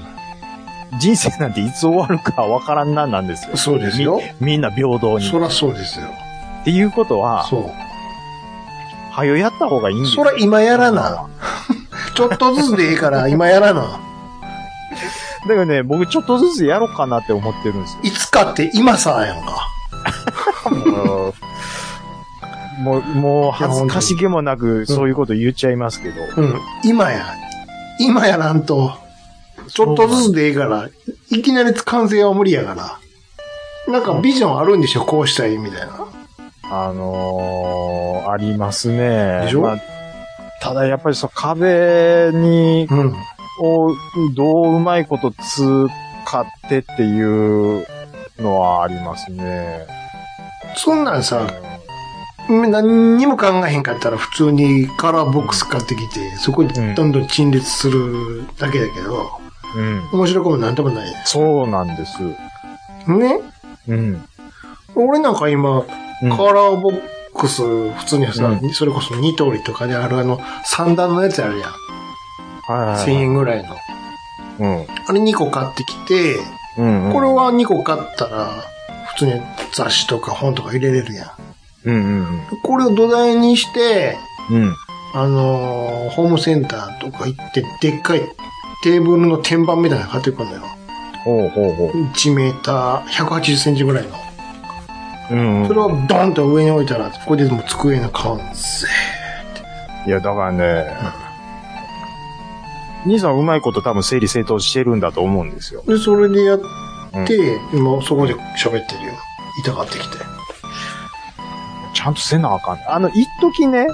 D: 人生なんていつ終わるかわからんななんですよ。
E: そうですよ。
D: みんな平等に。
E: そらそうですよ。
D: っていうことは、
E: そ
D: はよやった方がいいん
E: う。
D: です
E: そ
D: よ。
E: ら今やらな。ちょっとずつでい いから今やらな。
D: だからね、僕ちょっとずつやろうかなって思ってるんですよ。
E: いつかって今さやんか。
D: もう、もう恥ずかしげもなく、そういうこと言っちゃいますけど。
E: うん。今や。今やらんと。ちょっとずつでいいから。いきなり完成は無理やから。なんかビジョンあるんでしょこうしたいみたいな。
D: あのー、ありますね。
E: でしょ
D: まあただやっぱりそう、壁に、
E: うん。
D: を、どううまいこと使ってっていうのはありますね。
E: そんなんさ、何にも考えへんかったら普通にカラーボックス買ってきて、そこにどんどん陳列するだけだけど、
D: うん。
E: 面白くもなんともないね。
D: そうなんです。
E: ね
D: うん。
E: 俺なんか今、
D: うん
E: カラーボックス、普通にさ、
D: う
E: それこそ2通りとかであるあの、三段のやつあるやん。
D: はいは
E: 1000
D: いはい。
E: 円ぐらいの。
D: うん。
E: あれ2個買ってきて、
D: うん、うん。
E: これ、は2個買ったら、普通に雑誌とか本とか入れれるやん。
D: うんうん
E: これを土台にして、
D: うん。うん。
E: あのーホームセンターとか行って、でっかいテーブルの天板みたいなの買ってくるのよ。
D: ほうほうほう。
E: 1メーター、180センチぐらいの。
D: うん、うん
E: それをドンと上に置いたら、ここでもう机の完成。
D: いや、だからね、兄さんうまいこと多分整理整頓してるんだと思うんですよ。
E: で、それでやって、今そこで喋ってるよ。痛がってきて。
D: ちゃんとせなあかん。あの、一時ね、
E: う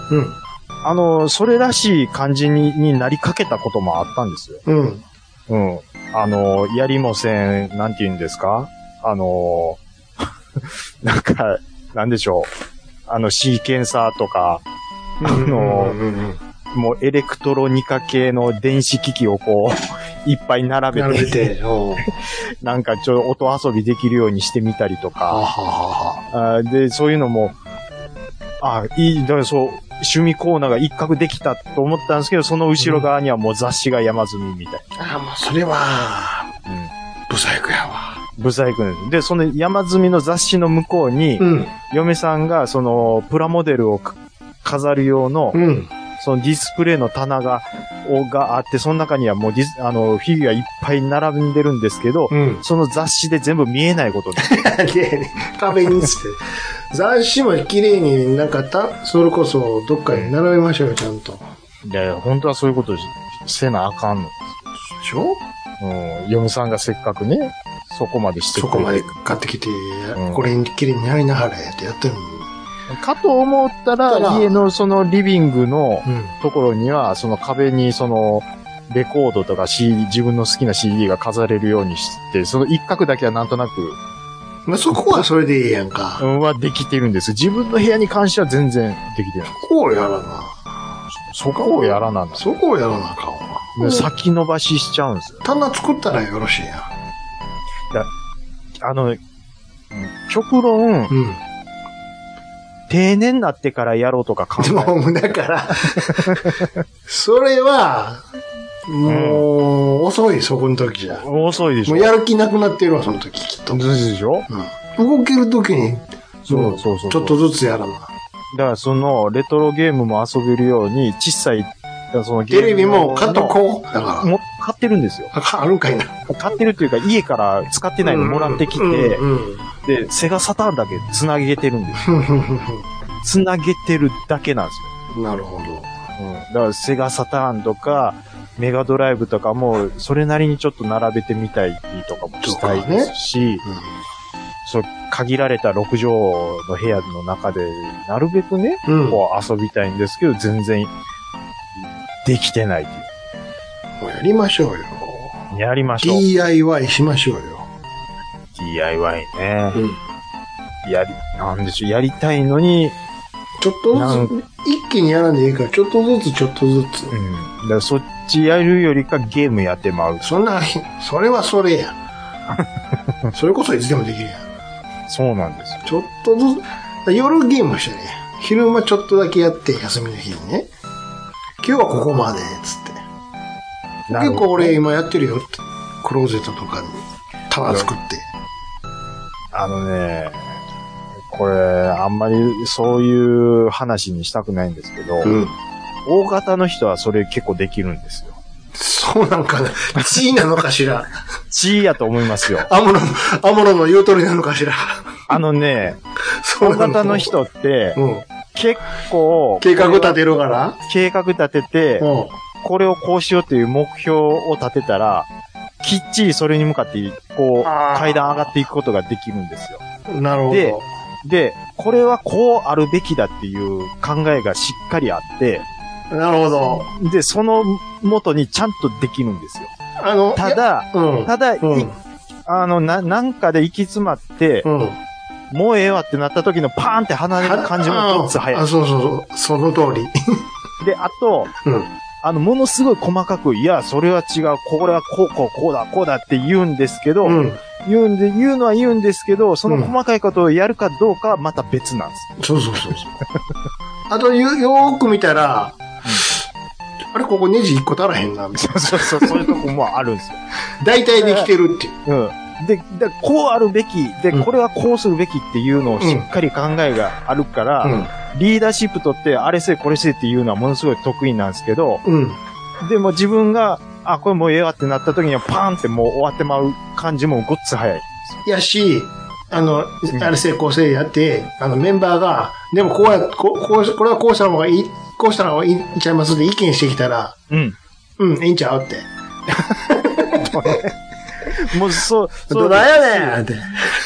D: あの、それらしい感じにになりかけたこともあったんですよ。
E: ん。うん。
D: うん。あの、やりもせん、なんて言うんですかあの、 なんか、なんでしょう。あの、シーケンサーとか、あの、
E: うんうん
D: もうエレクトロニカ系の電子機器をこう、い っぱい並べて、
E: 並べて、おう
D: なんかちょっと音遊びできるようにしてみたりと
E: あは
D: か、
E: はは。
D: あーで、そういうのも、あいい、だからそう、趣味コーナーが一角できたと思ったんですけど、その後ろ側にはもう雑誌が山積みみたい
E: ああ、もうそれは、
D: な。うん。
E: 不細工やわ。
D: ブサイクなんです。で、その山積みの雑誌の向こうに、
E: うん。
D: 嫁さんがそのプラモデルをか飾る用の、
E: うん。
D: そのディスプレイの棚が、をがあって、その中にはもうディス、あの、フィギュアいっぱい並んでるんですけど、
E: うん。
D: その雑誌で全部見えないことです。
E: で、壁に して。雑誌も綺麗になんかた、それこそどっかに並べましょうよ、ちゃんと。で
D: いやいや、本当はそういうことしせなあかんの。
E: しょ
D: うん、嫁さんがせっかくね、そこまでしてく
E: そ
D: れて
E: こまで買ってきて、
D: ん
E: これに綺麗にやりなはれってやってるのに。
D: かと思った
E: た
D: ら、
E: ら
D: 家のそのリビングの
E: うん。
D: ところには、その壁にその、レコードとか CD、自分の好きな CD が飾れるようにして、その一角だけはなんとなく、
E: まあ、そこはそれでいいやん
D: う
E: か。
D: んはできてるんです。自分の部屋に関しては全然できてない。
E: こうやらな。
D: そこをやらなんだ。
E: そこをやらなあかんわ。
D: で先延ばししちゃうんですよ。
E: 棚作ったらよろしいやん。
D: あの、極論、
E: うん。
D: 定年になってからやろうとか考
E: で
D: え
E: も、だから、それは、もう、遅い、そこの時じゃ。
D: 遅いでし
E: も
D: ょ
E: うやる気なくなってるわ、その時、きっと。
D: ずでしょ
E: うん。動ける時に、
D: そうそうそう。
E: ちょっとずつやらな。
D: だからその、レトロゲームも遊べるように、小さい、そのゲー
E: テ
D: ム
E: レビも買っと
D: う。
E: こう。だから、
D: もう買ってるんですよ。
E: ああるんかいな。
D: 買ってるというか、家から使ってないのもらってき
E: うん
D: て、
E: うん
D: で、セガサターンだけ繋げてるんですよ。繋げてるだけなんです
E: うんなるほど。
D: よ。うん。だからセガサターンとか、メガドライブとかも、それなりにちょっと並べてみたいとかもしたいですし、そう、限られた6畳の部屋の中で、なるべくね、
E: うん。うん。も
D: こう遊びたいんですけど、全然、できてないっていう
E: やりましょうよ。
D: う。やりましょう。
E: DIY しましょうよ。
D: DIY ね。
E: うん。
D: やり、なんでしょう、やりたいのに、
E: ちょっと
D: なん
E: ずつ、一気にやらんでいいから、ちょっとずつ、ちょっとずつ。
D: うん。だからそっちやるよりかゲームやってまう。
E: そんな、それはそ れや。それこそいつでもできるやん。
D: そうなんですよ。
E: ちょっとずつ、夜ゲームしてね。昼間ちょっとだけやって、休みの日にね。今日はここまで、つって。
D: なる
E: 結
D: ほ
E: 構
D: ど
E: 俺今やってるよって。クローゼットとかに棚作って。
D: あのね、これ、あんまりそういう話にしたくないんですけど、
E: うん。
D: 大型の人はそれ結構できるんですよ。
E: そうなんかな。地位なのかしら。。
D: 地位やと思いますよ
E: アムロの、アムロの言う通りなのかしら。
D: あのね、
E: そう
D: 大
E: な
D: 型の。人って、
E: うん。
D: 結構、
E: 計画立てるから。
D: 計画立てて
E: う、ん。
D: これをこうしようっていう目標を立てたら、きっちりそれに向かって、こう、
E: あー
D: 階段上がっていくことができるんですよ。
E: なるほ
D: で
E: ど。
D: で、これはこうあるべきだっていう考えがしっかりあって、
E: なるほど。
D: で、その元にちゃんとできるんですよ。
E: あの、
D: た
E: いや、
D: だ、
E: うん。
D: ただ、い
E: うん。
D: あの、な、なんかで行き詰まって、
E: うん。
D: もうええわってなった時のパーンって離れる感じもどっつ
E: あ、
D: 早い。
E: そうそうそう。その通り。
D: で、あと、
E: うん。
D: あの、ものすごい細かく、いや、それは違う、これはこう、こう、こうだ、こうだって言うんですけど、
E: うん。
D: 言うんで、言うのは言うんですけど、その細かいことをやるかどうかはまた別なんです。
E: そうそうそうそう。あと、よ、よーく見たら、あれ、ここネジ1個足らへんな、みたい な。
D: そうそう、そういうとこもあるんですよ。
E: 大体できてるっていう。
D: うん。で、でこうあるべき、で、
E: うん
D: これはこうするべきっていうのをしっかり考えがあるから、
E: うん。
D: リーダーシップとって、あれせいこれせいっていうのはものすごい得意なんですけど、
E: うん。
D: でも自分が、あ、これもうええわってなった時にはパーンってもう終わってまう感じもごっつ早い。
E: やし、あの
D: う、ん
E: あれ成功せいやって、あの、メンバーが、でもこうや、こう、こう、これはこうした方がいい、こうした方がいいんちゃいますって意見してきたら、
D: うん。
E: うん、いいんちゃうって。
D: もうそう、そ
E: ど
D: うで
E: な
D: す
E: やねんって。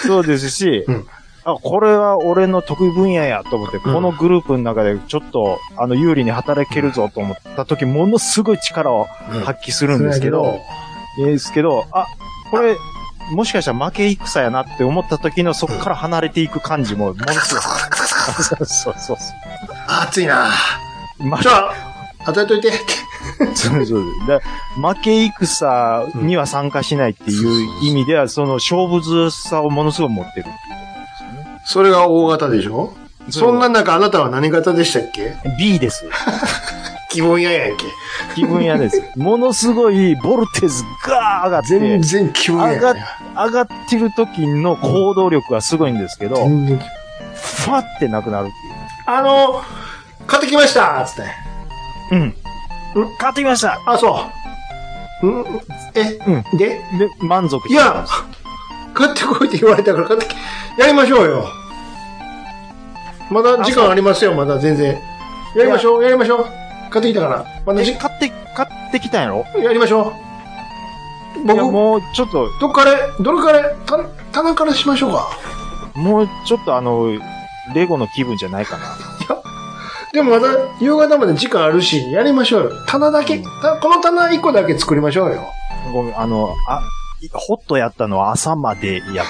D: そうですし、
E: うん
D: あ、これは俺の得意分野やと思って、このグループの中でちょっと、あの、有利に働けるぞと思った時、ものすごい力を発揮するんですけど、ですけど、あ、これ、もしかしたら負け戦やなって思った時のそこから離れていく感じも、ものすごい。そう そうそうそ
E: あ熱いな
D: う。ま
E: ちょ、与えといてって。
D: そうそうだ負け戦には参加しないっていう意味では、その勝負強さをものすごい持ってるっていうことですよね。
E: それが大型でしょ
D: そう
E: そんな中あなたは何型でしたっけ
D: B です。
E: 気分屋やんけ。
D: 気分屋です。ものすごいボルテージがー上がって、
E: 全然気分屋
D: 上が
E: や
D: っ
E: ね
D: 上がってる時の行動力がすごいんですけど、フ
E: 全然
D: ァってなくなるっ
E: あの、買ってきましたつって。
D: ていう。うん。買ってきました
E: あ、そう。んえ、
D: う
E: で
D: で、満足
E: い
D: してたん
E: や
D: ですよ。、
E: 買ってこいって言われたから買ってき、やりましょうよ。まだ時間ありますよ、まだ全然。やりましょう、やりましょう。買ってきたから。まだ
D: え
E: じ、
D: 買って、買ってきたんやろ
E: やりましょう。
D: いや、
E: 僕、
D: もうちょっと、
E: どっから、どれから、た棚からしましょうか。
D: もうちょっとあの、レゴの気分じゃないかな。
E: でもまだ夕方まで時間あるし、やりましょうよ。棚だけ、たこの棚1個だけ作りましょうよ。
D: ごめん、あの、あ、ホットやったのは朝までやってんやわ。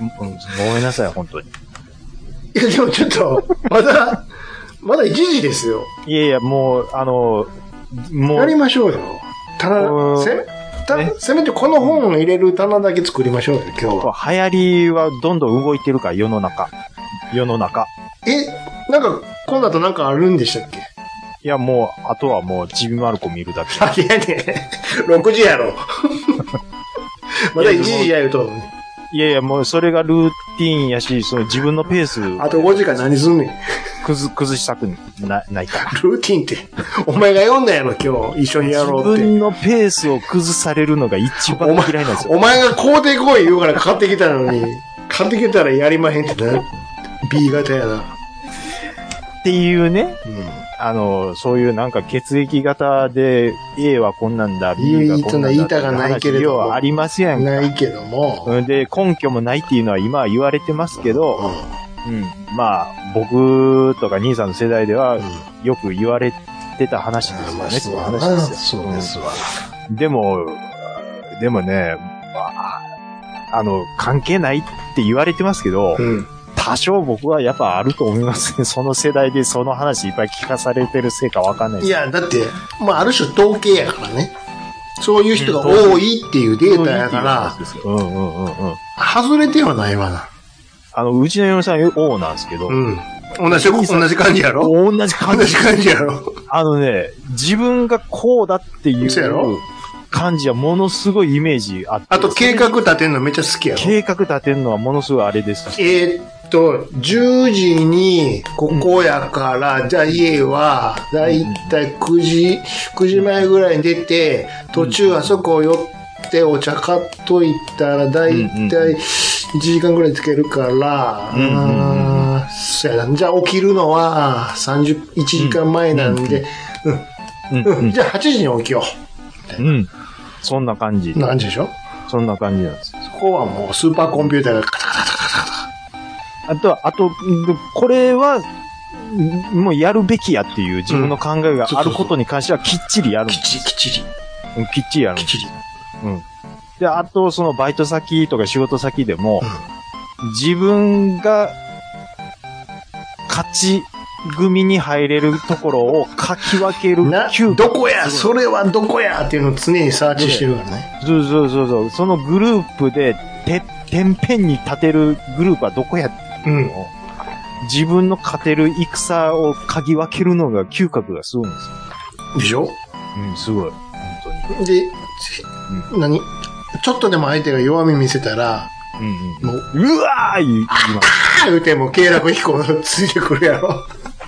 D: うんうんごめんなさい、本当に。
E: いや、でもちょっと、まだ、まだ1時ですよ。
D: いやいや、もう、あの、も
E: やり
D: う、
E: ましょうよ。
D: う
E: 棚、
D: ん
E: せめ、た
D: ね
E: せめてこの本を入れる棚だけ作りましょうよ、今日は。
D: 流行りはどんどん動いてるから、世の中。世の中。
E: え、なんか、今度となんかあるんでしたっけ
D: いや、もう、あとはもう、ちびまる子見るだけ。
E: あ、いや ね、6時やろ。 まだ1時や言うと、
D: いやいや、もう、それがルーティーンやし、その自分のペース、
E: あと5時間何すんねん。
D: 崩、崩したくなないから。
E: ルーティンって。お前が読んだやろ、今日。一緒にや
D: 自
E: ろうって。
D: 分のペースを崩されるのが一番
E: お前
D: 嫌いなんですよ。
E: お前が買うてこい言うから買ってきたのに、買ってきたらやりまへんってな。B 型やな。
D: っていうね、あの、そういうなんか血液型で A はこんなんだ、B がこんなんだって話。
E: 言いたがないけれど
D: 要はありますや
E: うんん。
D: か。
E: ないけども。
D: で、根拠もないっていうのは今は言われてますけ
E: うん
D: ど、うん、まあ、僕とか兄さんの世代では
E: うん
D: よく言われてた話で
E: あ
D: すよ
E: まあ
D: ね、っていう
E: そうやな
D: 話ですよ。
E: そうですわ。
D: うんでも、でもね、まあ、あの、関係ないって言われてますけど、
E: うん。
D: 多少僕はやっぱあると思いますね。そ の世代でその話いっぱい聞かされてるせいかわかんないで
E: い
D: す。
E: や、だって、まあ、ある種統計やからね。そういう人が多いっていうデータやから、
D: うんうんうんうん。
E: 外れてはないわな。
D: あの、うちの嫁さん、王なんですけど、
E: うん。同じ、同じ感じやろ
D: 同じ
E: 同
D: 感
E: じ
D: じ。
E: 感じやろ
D: あのね、自分がこうだってい
E: そうやろ
D: う感じはものすごいイメージあって。
E: あと、計画立てんのめっちゃ好きやろ
D: 計画立てるのはものすごいあれです。
E: えーっと、10時にここやから、じゃあ家は、だいたい9時、9時前ぐらいに出て、途中あそこ寄ってお茶買っといたら、だいたい1時間ぐらいつけるから、
D: んうんうん
E: あーそうやな。じゃあ起きるのは30、1時間前なんで、
D: うん、
E: うん、
D: うん、
E: じゃあ8時に起きよ
D: うん。そんな感じ
E: う。。なんでしょ
D: そんな感じなんです。
E: そこはもうスーパーコンピューターがカタカタカタカタ
D: あとは、あと、うんこれは、うんもうやるべきやっていう自分の考えがあることに関してはきっちりやるんで
E: きっちりきっちり
D: す。うんきっちりやるんで
E: きっ
D: す。
E: ちり。
D: で、あと、そのバイト先とか仕事先でも、自分が勝ち組に入れるところをかき分ける
E: な、
D: 嗅
E: どこや、
D: そ
E: それはどこやっていうのを常にサーチしてるからね。
D: そうそうそうそう。そのグループで、て、てんぺんに立てるグループはどこやっていうのを、自分の勝てる戦をかぎ分けるのが嗅覚がすごいんですよ。
E: でしょ
D: うん、すごい。本
E: で、何ちょっとでも相手が弱み見せたら、
D: 当に。うん
E: も
D: うん。
E: う、
D: う わーい言います。
E: あー言うても軽楽飛行ついてくるやろ。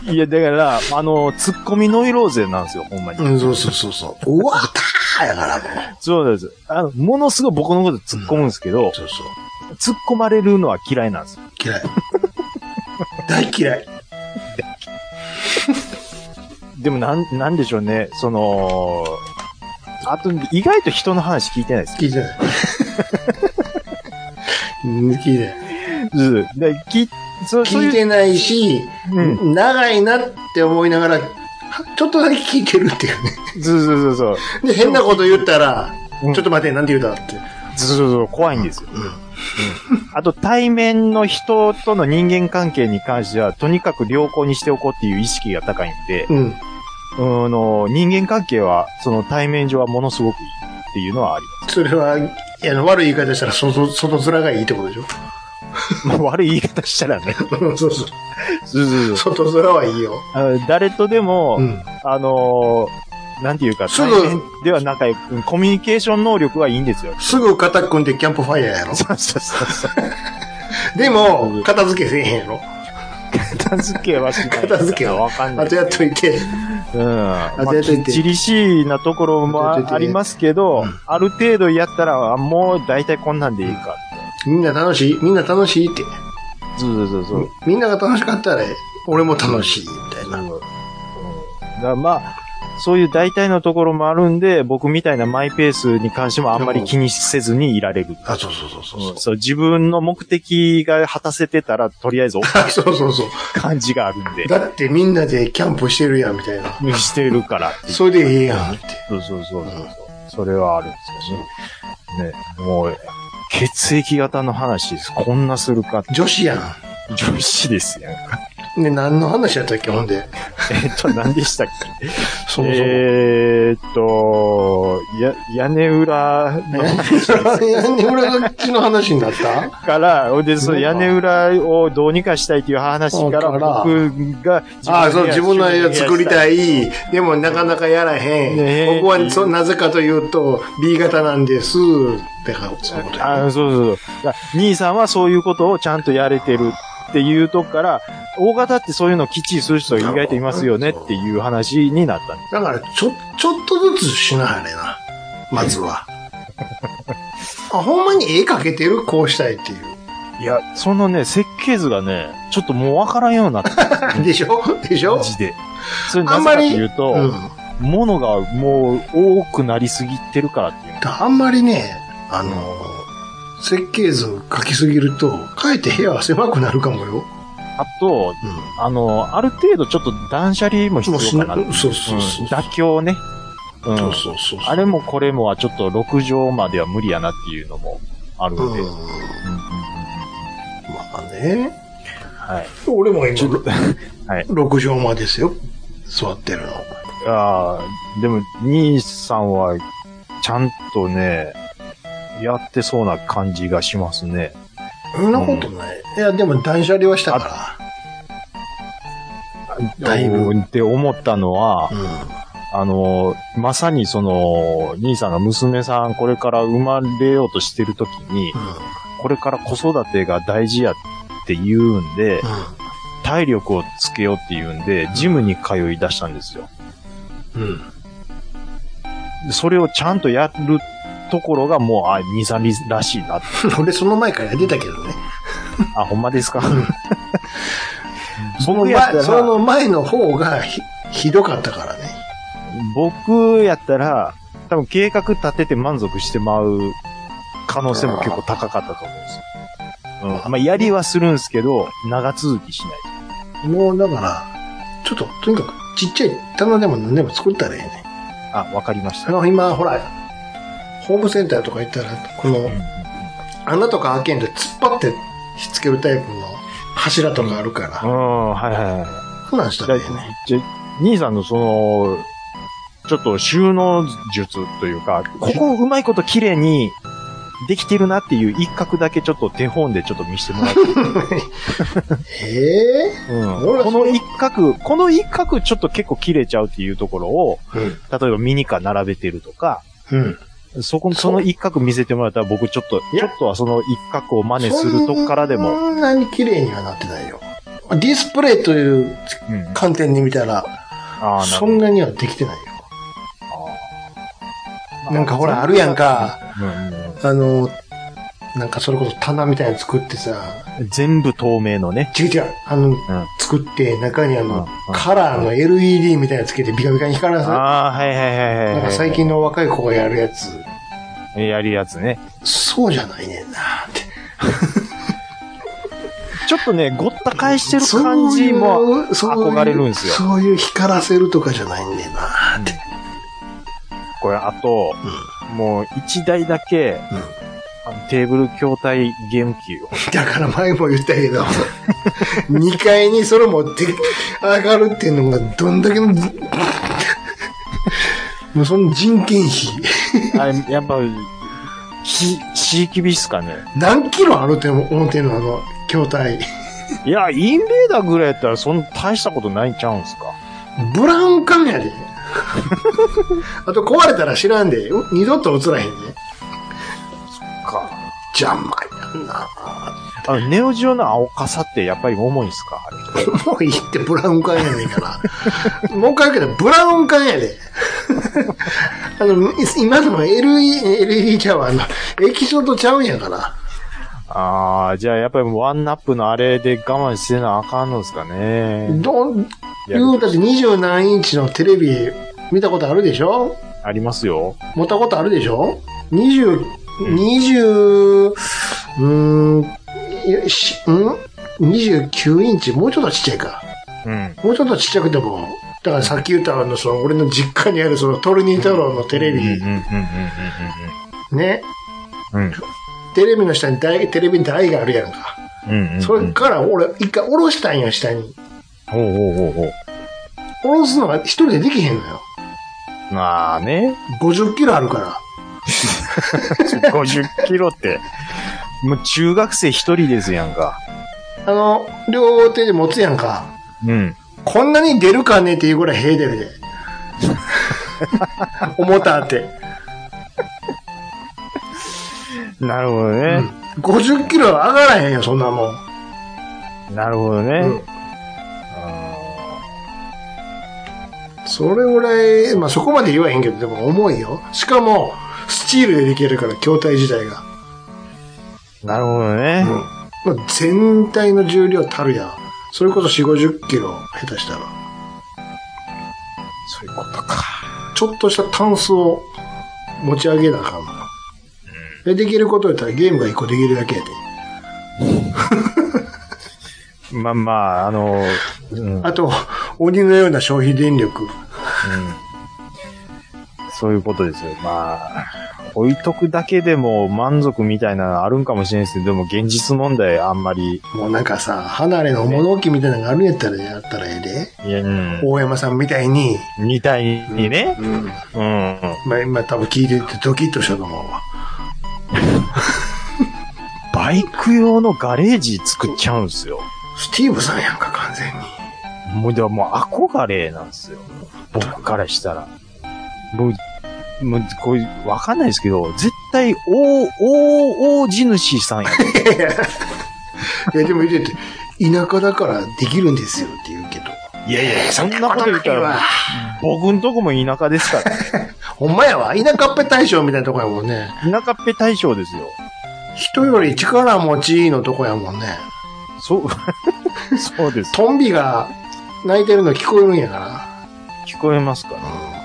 D: いや、だから、あの、ツッコミノイローゼなんですよ、ほんまに。
E: うん、そうそうそうそう。 うわたーやからもう。
D: そうです。あの、ものすごい僕のこと突っ込むんですけど、
E: そうそう。
D: 突っ込まれるのは嫌いなんですよ。
E: 嫌い。 大嫌い。
D: でも、なん、なんでしょうね、その、あと、意外と人の話聞いてないです。
E: 聞いてない。 うん聞いてない。
D: うん。で、き、そそう
E: 聞い
D: いう、
E: てないし、
D: うん。
E: 長いなって思いながら、ちょっとだけ聞いてるっていうね。
D: そうそうそうそう。
E: で、変なこと言ったら、
D: うん
E: ちょっと待って、なんて言うたって。
D: そうそうそう、怖いんですよ。うんあと、対面の人との人間関係に関しては、とにかく良好にしておこうっていう意識が高いんで、
E: うん。
D: うーんの人間関係は、その対面上はものすごくいいっていうのはあり
E: それは、いや悪い言い方したら、外、外面がいいっ てことでしょ
D: ます。まあ、悪い言い方したらね。
E: そうそ
D: そう
E: う。
D: そうそう。
E: 外面はいいよ。
D: あの誰とでも、
E: うん。
D: あのーなんていうか、
E: す
D: 対
E: ぐ
D: 面では仲良く、コミュニケーション能力はいいんですよ。
E: すぐ肩組んでキャンプファイヤーやろ。
D: そうそうそうそう。
E: でも、片付けせえへんやろ。
D: 片付けはしない。
E: 片付けは
D: わかんな
E: あ
D: い
E: と。やっといて。
D: うん。まあ
E: とやっといて
D: きっちりしいなところも
E: あとや
D: あ
E: っといて
D: ありますけど、ある程度やったら、あもう大体こんなんでいいか。
E: みんな楽しいみんな楽しいって。
D: そうそうそう。
E: みんなが楽しかったら、俺も楽しい、みたいな。
D: うんだからまあ、そういう大体のところもあるんで、僕みたいなマイペースに関してもあんまり気にせずにいられる。
E: あ、そうそうそうそうそう。
D: そう自分の目的が果たせてたら、とりあえず
E: あ そうそうそう。
D: 感じがあるん で、
E: だってみんなでキャンプしてるやん、みたいな。
D: してるからっていう
E: それでええやん、って。
D: そうそうそうそうそう。それはあるんですよね。ね、もう、血液型の話です。こんなするか。
E: 女子やん。
D: 女子ですやんか。
E: ね、何の話やったっけ、ほんで。
D: えっと、何でしたっけ
E: そもそも。
D: えーっと、や、屋根裏の
E: 屋根裏楽器の話になった
D: から、 ほんで、その屋根裏をどうにかしたいという話から、
E: あから
D: 僕が
E: ああ、そう、自分の絵を作り
D: い。
E: たい。でも、なかなかやらへ
D: ねえ
E: ん。僕は、そう、なぜかというと、B 型なんです。って、そういうことや
D: あそうそうそう。だから兄さんはそういうことをちゃんとやれてるっていうとこから、大型ってそういうのをきっちりする人意外といますよねっていう話になったんで
E: だから、ちょ、ちょっとずつしなはれな。まずは。 あ、ほんまに絵描けてるこうしたいっていう。
D: す。いや、そのね、設計図がね、ちょっともうわからんようになった。
E: でしょでしょ
D: マジ で。それ
E: あ
D: なんぜか
E: ま
D: と
E: り、
D: いうと、
E: うん。
D: 物がもう多くなりすぎてるからっていうの。
E: あんまりね、あの、設計図を描きすぎると、かえって部屋は狭くなるかもよ。
D: あと、
E: う
D: あの、ある程度ちょっと断捨離も
E: ん。
D: 必
E: もうす
D: 要
E: な
D: かなっていう。
E: そうそうそうう。
D: ん妥協ね。うん。
E: そうそうそう。
D: あれもこれもはちょっと6畳までは無理やなっていうのもある
E: うん
D: ので。。
E: まあね。
D: はい。
E: 俺も今、
D: はい
E: 6畳間ですよ。座ってるの。
D: ああ、でも、兄さんは、ちゃんとね、やってそうな感じがしますね。
E: そんなことない。いや、でも断捨離はしたかだいぶ
D: って思ったのは、
E: ら。うん。
D: あの、まさにその、兄さんが娘さんこれから生まれようとしてる時に、これから子育てが大事やって言うんで、体力をつけようって言うんで、ジムに通い出したんですよ。
E: うん。うん。
D: でそれをちゃんとやるところがもう、あ、兄さんらしいな。
E: 俺その前からやってたけどね。
D: あ、ほんまですか
E: その
D: 僕やった
E: 前、
D: ら
E: その前の方がひひどかったからね。
D: 僕やったら、多分計画立てて満足してまう可能性も結構高かったと思うんですよ。うん。まあ、やりはするんですけど、長続きしない。
E: もうだから、ちょっと、とにかくちっちゃい棚でも何でも作ったらええね。
D: あ、わかりまし
E: あ
D: た。
E: の、今、ほら、ホームセンターとか行ったら、この、穴とか開けんで突っ張ってしつけるタイプの柱とかあるか
D: う
E: ら、
D: ん、はいはいはい。
E: そんなんしたらええね。
D: じゃ、兄さんのその、ちょっと収納術というか、ここうまいこと綺麗にできてるなっていう一角だけちょっと手本でちょっと見せてもらって。
E: へえ
D: うん、この一角、この一角ちょっと結構切れちゃうっていうところを、
E: うん。
D: 例えばミニカー並べてるとか、
E: うん。
D: そこ、その一角見せてもらったら僕ちょっと、
E: い
D: ちょ
E: や
D: っとはその一角を真似するとこからでも、
E: そんなに綺麗にはなってないよ。ディスプレイという
D: うん、
E: 観点で見たら、
D: あー
E: そんなにはできてないよ。
D: あー
E: なんかほら、あるやんか。
D: うんうん
E: あの、なんかそれこそ棚みたいなの作ってさ、
D: うん全部透明のね。
E: 違う違う、あの、作って中にあの、カラーの LED みたいなのつけてビカビカに光らせ
D: ああ、はいはいはいはいはい。
E: なんか最近の若い子がやるやつ、
D: やるやつね。
E: そうじゃないねんなって。
D: ちょっとね、ごった返してる感じも
E: そういう
D: 憧れるんですよ。
E: そういう光らせるとかじゃないんだよなって。
D: これ、あと、もう一台だけ、あのテーブル筐体ゲーム機を。
E: だから前も言ったけど、2階にそれ持って上がるっていうのがどんだけの、 もうその人件費、
D: あれやっぱ、し、しいきびっすかね。
E: 何キロあるって思ってんのあの、筐体。
D: いや、インベーダーぐらいやったらそんな大したことないんちゃうんすか。
E: ブラウン管やで。 あと壊れたら知らんで、う二度と映らへんで。
D: か。
E: 邪魔やんな
D: あの、ネオジオの青傘ってやっぱり重いんすかあれ
E: もういいってブラウン管やねんから。もう一回言うけど、ブラウン管やで。あの、今の LED、LED ちゃうわあの、液晶とちゃうんやから。
D: あー、じゃあやっぱりワンナップのあれで我慢してなあかんのですかね。
E: どん、
D: いや
E: 言うたって二十何インチのテレビ見たことあるでしょ
D: ありますよ。
E: 持ったことあるでしょ二十、二十、うーん、よし、ん二十九インチもうちょっとちっちゃいか。
D: うん。
E: もうちょっとちっちゃくても、だからさっき言ったあの、その、俺の実家にあるそのトルニータローのテレビ、
D: うんうんうん
E: ね。
D: うんうん
E: テレビの下に台、テレビ台があるやんか。
D: うんうんうんうん。
E: それから俺、一回下ろしたんよ、下に。
D: おうおうおうおう。
E: おろすのが一人でできへんのよ。
D: まあね。
E: 50キロあるから。
D: 50キロって。もう中学生一人ですやんか。
E: あの、両手で持つやんか。
D: うん。
E: こんなに出るかねっていうぐらい平出るで。 思ったって。
D: なるほどね。
E: 50キロ上がらへんよ、そんなもん。
D: なるほどね。
E: うんそれぐらい、まあ、そこまで言わへんけど、でも重いよ。しかも、スチールでできるから、筐体自体が。
D: なるほどね。
E: まあ、全体の重量たるやん。それこそ4、50キロ、下手したら。
D: そういうことか。
E: ちょっとしたタンスを持ち上げなあかんのよ。でできることやったらゲームが一個できるだけやで。
D: まあまあ、あの、うん、
E: あと、 鬼のような消費電力。
D: そういうことですよ。まあ、置いとくだけでも満足みたいなのあるんかもしれないですけど、でも現実問題あんまり、
E: もうなんかさ、離れの物置みたいなのがあるんやったらやったらええで。
D: いや、うん、
E: 大山さんみたいに、
D: みたいにね。
E: うん。
D: うん。
E: まあ今多分聞いててドキッとしたと思うわ。
D: バイク用のガレージ作っちゃうんですよ。
E: スティーブさんやんか、完全に。
D: もう、でももう憧れなんですよ。僕からしたら。もう、もう、これ、わかんないですけど、絶対、大、大、大地主さんや。
E: いや、でも言ってて、田舎だからできるんですよって言うけど。
D: いやいや、そんなこと言った
E: いわ
D: ら、僕んとこも田舎ですから、
E: ほんまやわ。田舎っぺ大将みたいなとこやもんね。
D: 田舎っぺ大将ですよ。
E: 人より力持ちのとこやもんね。
D: そう、そう です。
E: トンビが泣いてるの聞こえるんやか
D: 聞こえますかね
E: ら。うん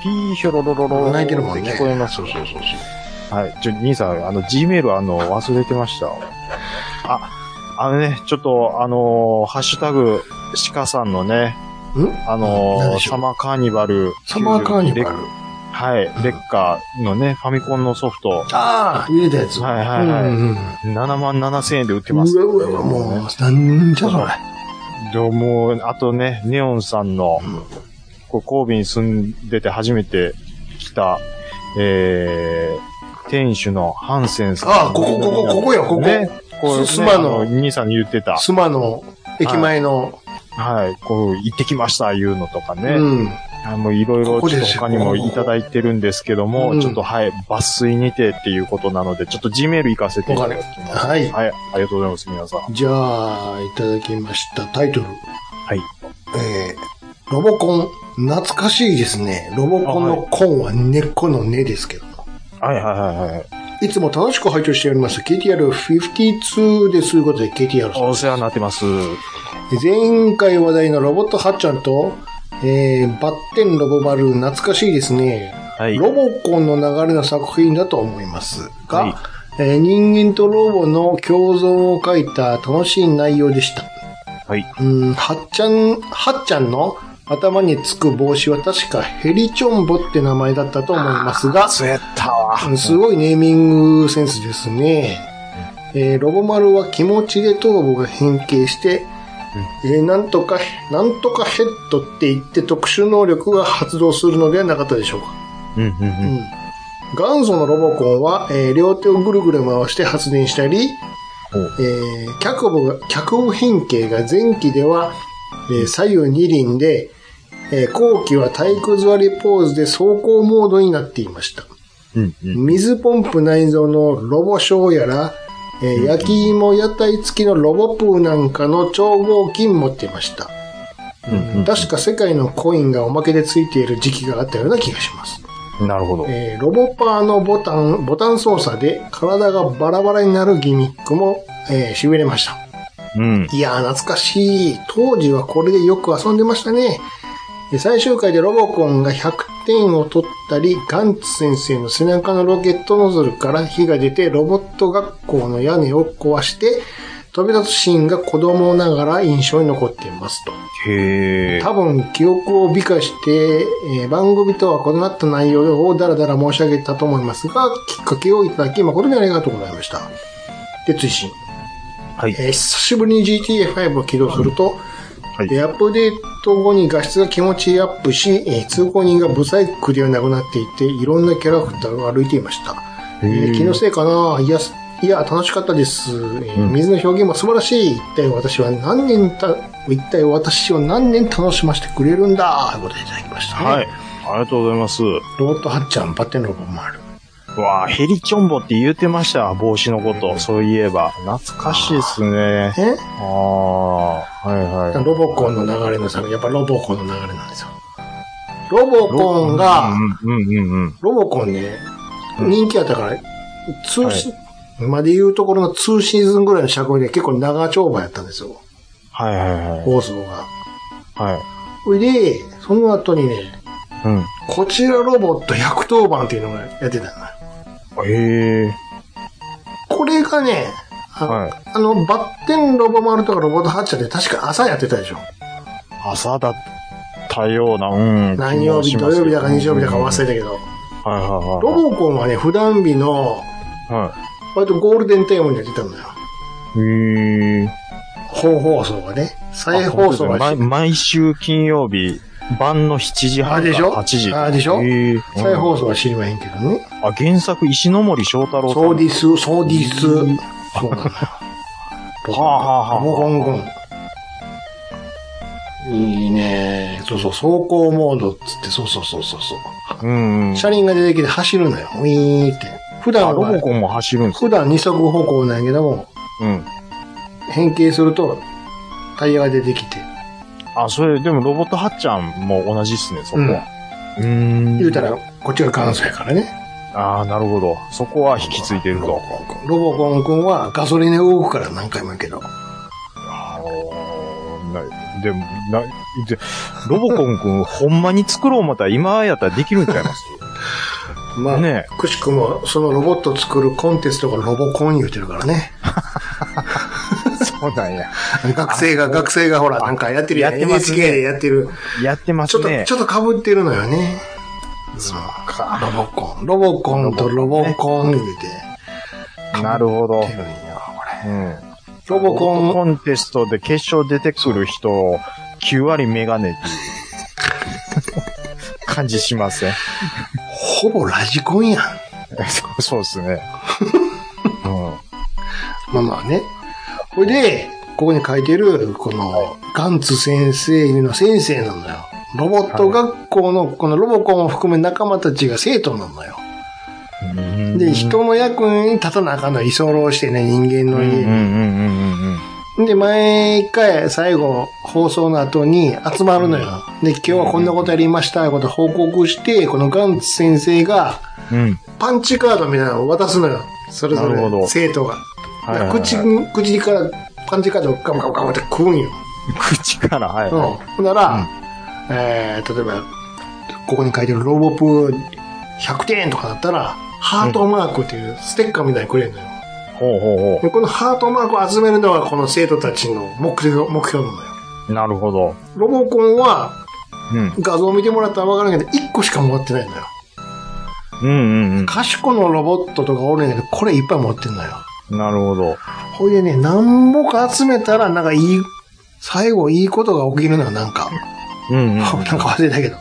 D: ピーヒョロロロロ。
E: 泣いてるもんね。
D: 聞こえます。
E: そうそうそう
D: はい。ちょ、兄さん、あの、G メール、あの、忘れてました。あ、あのね、ちょっと、あのーハッシュタグ、鹿さんのね、
E: そう。ん
D: あのー
E: 何でしょ
D: サ
E: う
D: マーカーニバル。
E: サマーカーニバ
D: レ
E: ル。
D: はい。レッカーのね、ファミコンのソフト、
E: ああ、入れたやつ。
D: はいはいはい
E: うんうん
D: 7万7千円で売って
E: うん、
D: ます。
E: うわうわうわ、もう、なんじゃそれ。
D: でももう、あとね、ネオンさんの、こう神戸に住んでて初めて来た、えー、店主のハンセンさん。
E: ああここここここよここ
D: ね、こう、ね、
E: すすまの
D: あ兄さんに言ってた。
E: 須磨の駅前の、
D: はい、こう、行ってきました、いうのとかね。
E: うん。
D: あもういろいろ
E: ここ
D: ちょ
E: で
D: っ
E: す
D: と
E: よ
D: 他にもいただいてるんですけども、
E: うん
D: ちょっとはい、抜粋にてっていうことなので、ちょっと G メール行かせていただきます。
E: わかりました
D: はい、ありがとうございます、皆さん。
E: じゃあ、いただきました。タイトル。
D: はい。
E: えー、ロボコン。懐かしいですね。ロボコンのコンは根っこの根ですけど。
D: はいはいはいはい。
E: いつも楽しく拝聴しております。KTR52 です。ということで KTR さん
D: お世話になってます。
E: 前回話題のロボットハッチャンと、えー、バッテンロボバル懐かしいですね。
D: はい。
E: ロボコンの流れの作品だと思いますが、
D: はい
E: えー人間とロボの共存を書いた楽しい内容でした。
D: はい。
E: うん、はっちゃん、はっちゃんの頭につく帽子は確かヘリチョンボって名前だったと思いますが、
D: そうやったわ。
E: うんすごいネーミングセンスですね。えーロボ丸は気持ちで頭部が変形して、えーなんとか、なんとかヘッドって言って特殊能力が発動するのではなかったでしょうか。
D: うんうんうん。
E: 元祖のロボコンは、えー両手をぐるぐる回して発電したり、
D: お
E: えー脚部が、脚部変形が前期では、えー左右二輪で、えー後期は体育座りポーズで走行モードになっていました。
D: うんうん。
E: 水ポンプ内蔵のロボショーやら、えー焼き芋屋台付きのロボプーなんかの超合金持っていました。
D: うん
E: 確か世界のコインがおまけで付いている時期があったような気がします。
D: うん。なるほど。
E: えーロボパーのボタン、ボタン操作で体がバラバラになるギミックも、えー、痺れました。
D: うん。
E: いやー、懐かしい。当時はこれでよく遊んでましたね。で最終回でロボコンが100点を取ったり、ガンツ先生の背中のロケットノズルから火が出て、ロボット学校の屋根を壊して、飛び立つシーンが子供ながら印象に残っていますと。
D: へえ。
E: 多分記憶を美化して、えー番組とは異なった内容をだらだら申し上げたと思いますが、きっかけをいただき誠にありがとうございました。で、追伸。
D: はい。
E: えー久しぶりに GTA5 を起動すると、
C: はい
E: で、アップデート後に画質が気持ちアップし、えー通行人がブサイクではなくなっていて、いろんなキャラクターが歩いていました。えー気のせいかないや、すいや、楽しかったです。えー水の表現も素晴らしい。一体私は何年た、一体私を何年楽しませてくれるんだということでいただきました、
D: はい。。ありがとうございます。
E: ロボットハッチャン、バッテンロボもある。
D: わあ、ヘリチョンボって言うてました、帽子のこと。そういえば。懐かしいですね。
E: え
D: ああ、はいはい。
E: ロボコンの流れの作品、やっぱロボコンの流れなんですよ。ロボコンが、
D: うんうんうんうん。
E: ロボコンね、人気やったから、通信、まで言うところの2シーズンぐらいの尺で結構長丁場やったんですよ、
D: はいはいはい。
E: 放送が。
D: はい。
E: それで、その後にね、
D: うん。
E: こちらロボット110番っていうのがやってたのよ。
D: ええ
E: これがね、あの、
D: はい
E: あのバッテンロボ丸とかロボットハッチャーって確か朝やってたでしょ。
D: 朝だったような、うん。
E: 何曜日、
D: 気
E: 土
D: もしますよ
E: 曜日だか日曜日だか忘れたけど。
D: うんはいはいはい。
E: ロボコンはね、普段日の、
D: は
E: 割とゴールデンテーマにやってたのよ。
D: い。へえ。
E: 本放送がね。再放送
D: あそ
E: が
D: うですね毎毎週金曜日、晩の7時
E: あ
D: 半
E: でしょ
D: から8時。
E: あでしょ
D: へえ
E: 再放送は知りまへんけどね。
D: あ、原作、石ノ森章太郎さん。
E: ソーディス、ソーディス。そうなのよ。
D: はあはあはあ
E: ロボコンゴン。いいねそうそう、走行モードっつって、そうそうそうそうそう。
D: うんうん。
E: 車輪が出てきて走るのよ。ウィーンって。普
D: あ
E: 段
D: ロボ
E: は、
D: コンも走るんです
E: 普段二足歩行なんやけども、
D: うん。
E: 変形すると、タイヤが出てきて。
D: あ、それ、でもロボットハッチャンも同じっすね、そこは。うーん。
E: 言うたら、こっちが関西やからね。
D: ああ、なるほど。そこは引き継いでる
E: ロボ
D: と。
E: コン君ロボコン君はガソリンで動くから何回も言うけど。
D: あーなでも、な、で、ロボコンくん、ほんまに作ろう思ったら今やったらできるんちゃいます
E: まあ、
D: ね
E: くしくも、そのロボット作るコンテストがロボコン言うてるから ね。
D: そうなんや。
E: 学生が、学生がほら、なんかやってるやん
D: やってますね
E: NHK でやってる。
D: やってま
E: ちょ
D: す
E: っと、
D: ね。
E: ちょっと被ってるのよね。そうか。ロボコン。ロボコンとロボコン言うて。
D: なるほど
E: 被っ。てるんやこれ
D: うん。
E: ロボコン
D: コンテストで決勝出てくる人、9割メガネっていう 感じしません。
E: ほぼラジコンやん。
D: そうそうですね。う
E: まあまあね。ほいで、ここに書いてる、この、ガンツ先生いうのは先生なのよ。ロボット学校の、このロボコンを含め仲間たちが生徒なのよ。
D: ん。
E: で、人の役に立たなあかんの居候してね、人間の
D: うんうんう
E: 家
D: んうんうんうん。
E: に。で、毎回最後、放送の後に集まるのよ。で、今日はこんなことやりました、こと報告して、このガンツ先生が、
D: うん。
E: パンチカードみたいなのを渡すのよ。それぞ
D: なるほ
E: れ、
D: ど
E: 生徒が。
D: はいはいはい
E: 口に、口からパンチカードをガブガブガブって食うんよ。
D: 口から、はい。
E: うん。ほんなら、えー、例えば、ここに書いてるロボプ100点とかだったら、ハートマークっていうステッカーみたいにくれるのよ。
D: ほうほうほ
E: でこのハートマークを集めるのがこの生徒たちの目標目標なのよ。
D: う。なるほど。
E: ロボコンは
D: うん。
E: 画像を見てもらったらわかるけど、1個しか持ってないのよ。
D: うんうん
E: 賢のロボットとかおるんやけど、これいっぱい持ってんのよ。
D: うん。なるほど。
E: ほいでね、なんぼか集めたら、なんかいい、最後いいことが起きるのよ、なんか。
D: うんうん。
E: なんか忘れたけど。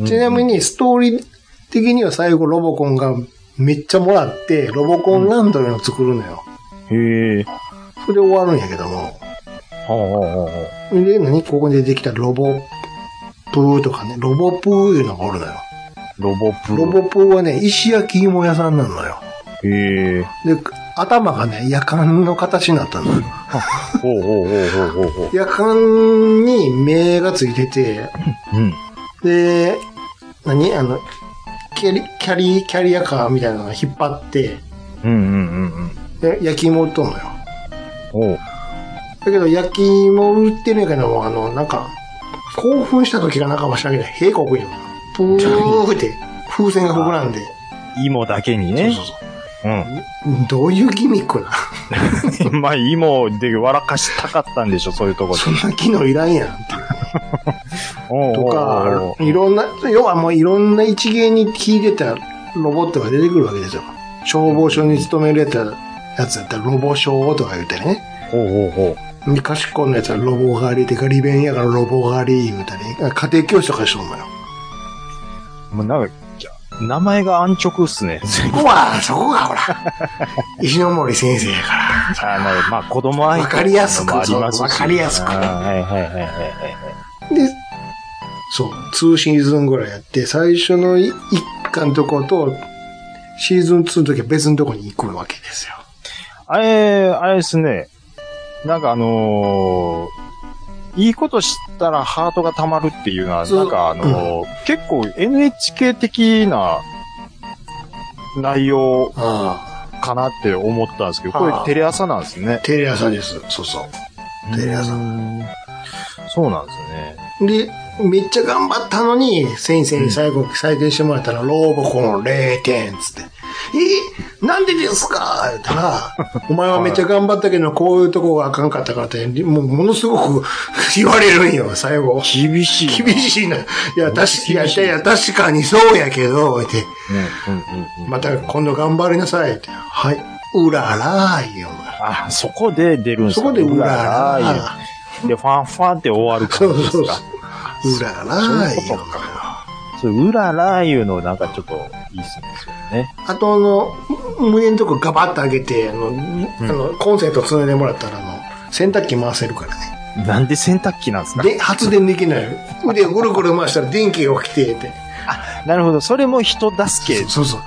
D: うん
E: ちなみに、ストーリー的には最後ロボコンがめっちゃもらって、ロボコンランドいうのを作るのよ。
D: へえ。
E: それで終わるんやけども。
D: ほうほうほうほう。
E: で、何ここに出てきたロボプーとかね、ロボプーいうのがおるのよ。
D: ロボプロ。
E: ロボプーはね、石焼き芋屋さんなのよ。
D: へえ。
E: で、頭がね、夜間の形になったのよ。
D: ほうほうほうほうほうほう。
E: 夜間に目がついてて、
D: うん。
E: で、何あの、キャリ、キャリ、キャリアカーみたいなのが引っ張って、
D: うんうんうんうん。
E: で焼き芋売っとんのよ。
D: おう。
E: だけど、焼き芋売ってるんやけども、あの、なんか、興奮した時がなんかもしらんけど、屁こくよ。プーって、風船が膨らんで。
D: 芋だけにね。
E: そうそう
D: うん。
E: そう。どういうギミックな
D: まあ、芋で笑かしたかったんでしょ、そういうとこ
E: そんな機能いらんやんっていう。
D: ろ。
E: とか、
D: うん
E: いろんな、要はもういろんな一芸に聞いてたロボットが出てくるわけですよ。消防署に勤めるやつやつだったらロボ消防とか言うてね。
D: ほうほうほう。
E: で、賢いのやつはロボ狩りでガリ弁やからロボ狩り、言うたり、家庭教師とかしとんのよ。
D: もうなんか、じゃ名前が安直っす ね。
E: そこは、そこがほら、石ノ森先生やから。
D: あの、まあ、子供愛
E: わかりやすく
D: もありますし
E: わかりやすく
D: あーはいはいはいはい
E: で、そう、2シーズンぐらいやって、最初の1巻のとこと、シーズン2の時は別のとこに行くわけですよ。
D: はい。あれ、あれですね。なんかあのーいいことしたらハートが溜まるっていうのは、
E: そう
D: なんかあのー結構 NHK 的な内容
E: あ
D: かなって思ったんですけど、これ
E: はあ
D: テレ朝なんですね
E: あ。。テレ朝です。そうそう。テレ朝
D: うんそうなんですね。
E: で、めっちゃ頑張ったのに、先生に最後採点してもらったら、ローボコン0点っつって。えなんでですか言ったら、 お前はめっちゃ頑張ったけど、こういうとこがあかんかったからって、もうものすごく 言われるんよ、最後。
D: 厳しい。
E: 厳しいな。いや、確かいやいや、確かにそうやけど、って。
D: うんうんうんうん
E: また今度頑張りなさいって。はい。うららーいよ、お前
D: あ、そこで出るんです
E: そ
D: か
E: こでうら
D: うら
E: ら
D: らーいで、ファンファンって終わる
E: ー。そ
D: 感
E: う
D: じで
E: そ
D: す
E: うそ
D: か。
E: う。うららーいよ。
D: そううららーいうのなんかちょっといいっすね。
E: あと、あの、胸のとこガバッと上げて、あの、あのコンセントつないでもらったら、あの、洗濯機回せるからね。
D: なんで洗濯機なんですか
E: で、発電できない。腕をぐるぐる回したら電気が起きて、って。
D: なるほど。それも人助け。
E: そうそう。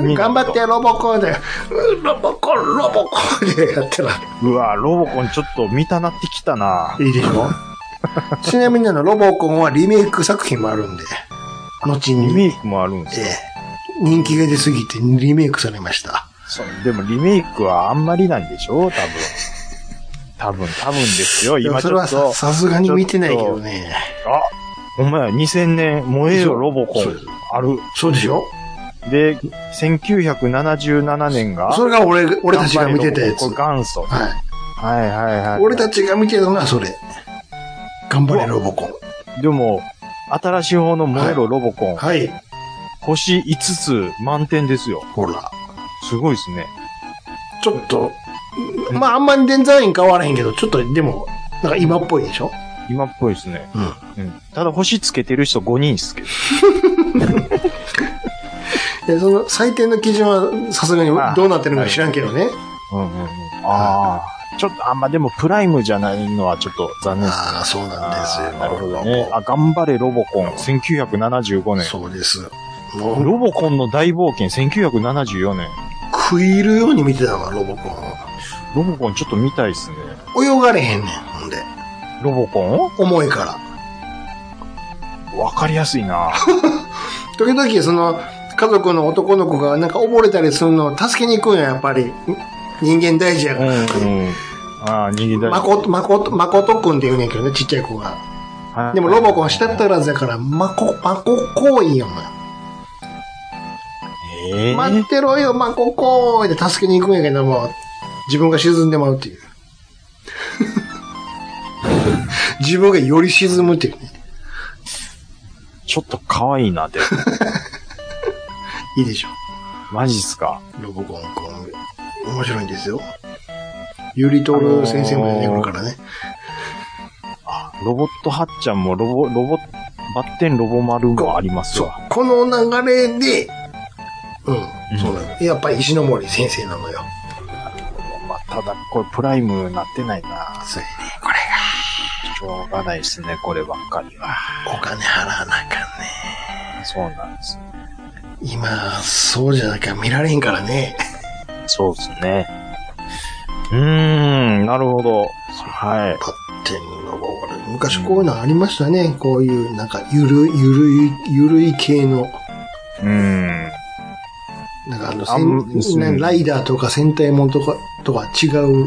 D: 見ないと
E: 頑張って、ロボコンで、うんロボコン、ロボコンでやってら、
D: うわロボコンちょっと見たなってきたない
E: いでしょ ちなみにあの、ロボコンはリメイク作品もあるんで、後
D: リ
E: に、
D: メイクもあるんです
E: え
D: よ。
E: え人気が出すぎてリメイクされました。
D: そうでもリメイクはあんまりなんでしょ多分。多分、多分ですよ。
E: いや
D: 今ち
E: それ
D: ょ
E: は
D: っと
E: さ。さすがに見てないけどね。
D: あ、ほんまや、2000年、燃えよロボコン
E: そうです、
D: ある。
E: そうでしょ
D: で、1977年が、
E: それが俺、俺たちが見てたやつ。
D: これ
E: は
D: 元祖。はい
E: い。
D: はいはい。
E: 俺たちが見てたのはそれ。頑張れ、ロボコン。
D: でも、新しい方の燃えろロボコン、
E: はい。
D: 星5つ満点ですよ。
E: ほら。
D: すごいですね。
E: ちょっと、まああんまりデザイン変わらへんけど、ちょっとでも、なんか今っぽいでしょ
D: 今っぽいですね。
E: うん。
D: うん。ただ星つけてる人5人っすけど。
E: で、その採点の基準はさすがにどうなってるのか知らんけどね。
D: うんうんうん。ああ。ちょっと、あんまでもプライムじゃないのはちょっと残念ですね。
E: ああ、そうなんです
D: あ
E: よ。
D: ーなるほどね。あ、頑張れロボコン、1975年。
E: そうです。もう、
D: ロボコンの大冒険、1974年。
E: 食い入るように見てたわ、ロボコン。
D: ロボコンちょっと見たいっすね。
E: 泳がれへんねん、ほんで。
D: ロボコ
E: 重いから。
D: ンわかりやすいな
E: 時々、その、家族の男の子がなんか溺れたりするのを助けに行くんや、やっぱり。人間大事や
D: う
E: か
D: んう
E: ら。
D: ん。ああ、逃げ出
E: まこと、まこと、まことくんって言うねんけどね、ちっちゃい子が。でもロボコンしたったらずやから、まこ、まここいやもん。
D: ええ
E: 待ってろよ、まここーいで助けに行くんやけども、自分が沈んでまうって いう。自分がより沈むっていうね。
D: ちょっと可愛いな、でも。
E: いいでしょ。
D: マジっすか。
E: ロボコン、こう面白いんですよ。ゆりとる先生も出てくるからね。
D: ロボットはっちゃんもロボ、ロボ、バッテンロボ丸もあります
E: そう
D: わ。。
E: この流れで、うん、そうなの。やっぱり石ノ森先生なのよ。
D: まあ、ただ、これプライムなってないな。
E: ついね、
D: しょうがないですね、こればっかりは。
E: これ、お金払わなあかんね。
D: そうなんです。
E: 今、そうじゃなきゃ見られへんからね。
D: そうですね。うーん、なるほど。はい。
E: パッテンのボール。昔こういうのありましたね。こういう、なんか、ゆる、ゆるい、ゆるい系の。
D: うーん。
E: なんかあの、
D: あん
E: 戦
D: うん
E: ライダーとか戦隊もんとか、とは違う。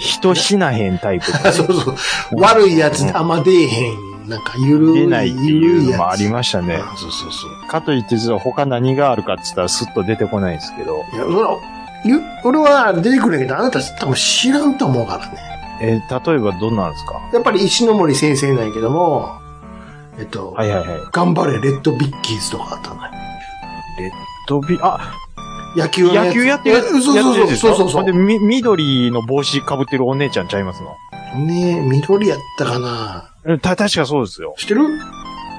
D: 人死なへんタイプ。
E: あ そうそう。悪いやつあんま出えへん。なんか、ゆるい。
D: 出ないっていうのもありました
E: ゆるい
D: ね
E: やつ。あそうそうそう。
D: かといって、他何があるかって言ったらスッと出てこないんですけど。
E: いや、そら、ゆ俺は出てくるんやけど、あなた多分知らんと思うからね。
D: えー例えばどんなんですか
E: やっぱり石ノ森先生なんやけども、えっと、
D: はいはいはい。
E: 頑張れ、レッドビッキーズとかあったのよ。
D: 飛び、あ、
E: 野球のやつ
D: 野球やってる、
E: そう
D: やってるでしょ
E: そうそうそうそ
D: ほ
E: う
D: んで、み、緑の帽子被ってるお姉ちゃんちゃいますの。
E: ねえ、緑やったかな
D: うんた、確かそうですよ。
E: 知ってる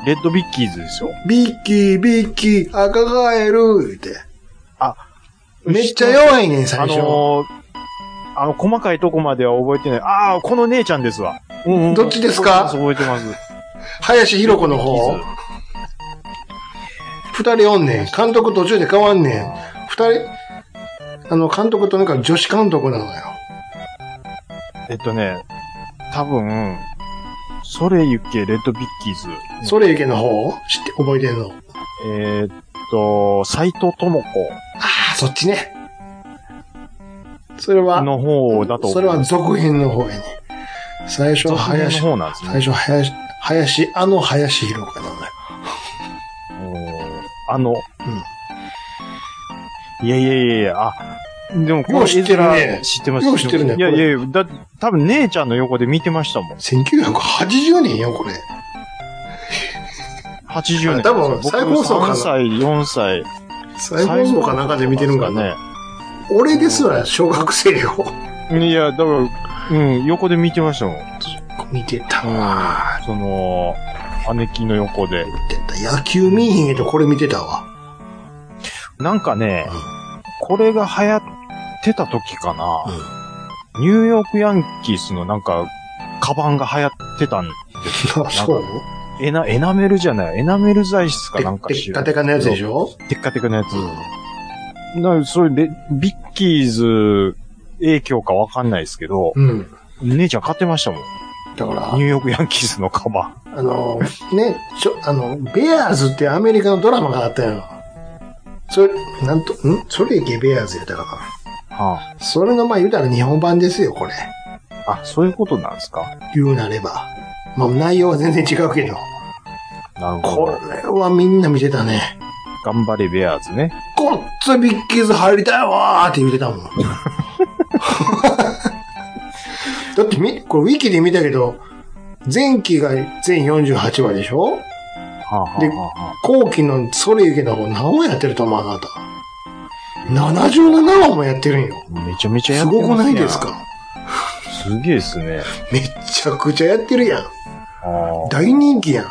D: レッドビッキーズですよ。
E: ビッキー、ビッキー、赤ガエル、言うて。
D: あ、
E: めっちゃ弱いねん、最
D: あ
E: 初。
D: のーあの、細かいとこまでは覚えてない。ああ、この姉ちゃんですわ。うん、うん。
E: どっちですか
D: 覚えてます。
E: 林博子の方。二人おんねん。監督途中で変わんねん。二人、あの、監督となんか女子監督なのよ。
D: えっとね、多分、それゆけレッドビッキーズ。
E: それゆけの方知って、覚えてんの。
D: えーっと、斎藤智子
E: ああ、そっちね。それは、
D: の方だと思う。
E: それは続編の方やね。最初は
D: 続編の
E: 林、
D: 方なんですね。
E: 最初は林、林、あの林博子なのよ。
D: おーあの、いやいやいやいや、あ、でも
E: よう知ってるね
D: 絵面知ってます
E: よう知ってるね
D: いや
E: こ
D: い
E: れ
D: やいや、だ、多分姉ちゃんの横で見てましたもん。
E: 1980年よ、これ。
D: 80年。
E: 多分
D: 僕
E: 再放送かな
D: 3歳、4歳。
E: 最高層かなんかで見てるんかね。。俺ですら小学生を
D: いや、だから、うん、横で見てましたもん。
E: 見てたわ。
D: うん。その、姉貴の横で。
E: 見てた。野球見えへんけど、これ見てたわ。
D: なんかね、
E: うん
D: これが流行ってた時かな、ニューヨークヤンキースのなんか、カバンが流行ってたん、
E: あ そう
D: エナ、エナメルじゃない、エナメル材質かなんか
E: て
D: し
E: て縦金のやつでしょ
D: テッカテカのやつ。
E: う
D: なそれで、ビッキーズ影響かわかんないですけど、
E: ん。うん。
D: 姉ちゃん買ってましたもん。
E: だから
D: ニュ、ーヨークヤンキースのカバン。
E: あの、ね、ちょ、あの、ベアーズってアメリカのドラマがあったよ。それ、なんと、んそれいけベアーズやったか
D: は
E: な。それの、まあ言うたら日本版ですよ、これ。
D: あ、あ、そういうことなんですか
E: 言うなれば。まあ内容は全然違うけど。
D: なるほ
E: こ
D: ど。
E: れはみんな見てたね。
D: 頑張れベアーズね。
E: こっつビッキーズ入りたいわーって言っ てたもん。だってみ、これウィキで見たけど、前期が全48話でしょ
D: はあ、はあはあは
E: 後期のそれゆけの方何話やってると思うあなた。77話もやってるんよ。
D: あ、めちゃめちゃや
E: す
D: ってます
E: ご
D: ね
E: くないですか
D: すげえですね。
E: めっちゃくちゃやってるやん。
D: あー
E: 大人気やん。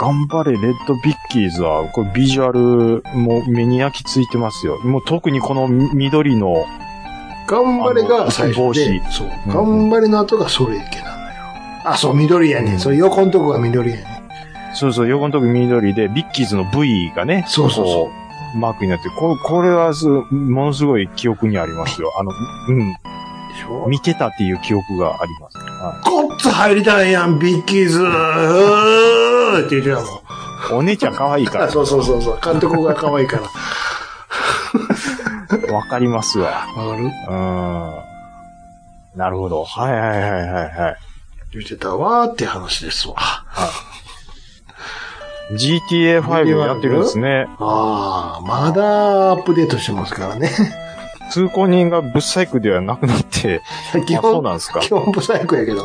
D: 頑張れ、レッドビッキーズは、これビジュアル、もう目に焼き付いてますよ。もう特にこの緑の、
E: 頑張れが最初
D: あ
E: で
D: の、帽子
E: そう。
D: うん
E: 頑張れの後がそれゆけなのよ。あ、そう、緑やねん。そう、横のとこが緑やねん。
D: そうそう、横のとこ緑で、ビッキーズの V がね、
E: そうそうそう
D: こうマークになって、ここれはす、ものすごい記憶にありますよ。あの、う
E: でしょ
D: ん、見てたっていう記憶があります。は
E: こっつ入りたいやん、ビッキーズーって言ってたもん。
D: い、お姉ちゃん可愛い か
E: あそうそうそうそう。監督が可愛いから。
D: ら、わかりますわ。
E: わかる
D: うーん。なるほど。はいはいはいはいはい。
E: 言ってたわーって話ですわ。
D: GTA5 やってるんですね。
E: ああ、まだアップデートしてますからね。
D: 通行人がブッサイクではなくなって、
E: 基
D: あそう
E: 本、
D: なんですか
E: 基。本不細工やけど。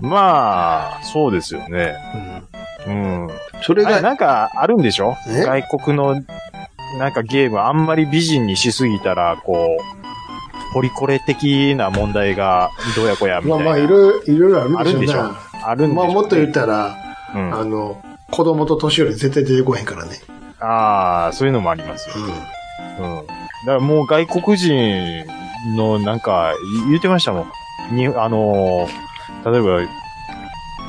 D: まあ、そうですよね。
E: うん。
D: うん。
E: それ
D: あれ
E: が、
D: なんかあるんでしょ
E: え
D: 外国の、なんかゲームあんまり美人にしすぎたら、こう、ポリコレ的な問題がどうやこうやみ
E: ま
D: た
E: あ
D: いな。
E: まあ、いろいろ、いろいろあ
D: あ
E: る
D: るん
E: んで
D: で
E: し
D: し
E: ょう
D: ょ
E: な。
D: あるんでしょ
E: まあ、もっと言っ
D: ら。
E: たら、
D: うん、
E: あの、子供と年寄り絶対出てこへんからね。
D: ああ、そういうのもありますよ。うん。だからもう外国人のなんか、い言ってましたもん。に、あのー例えば、う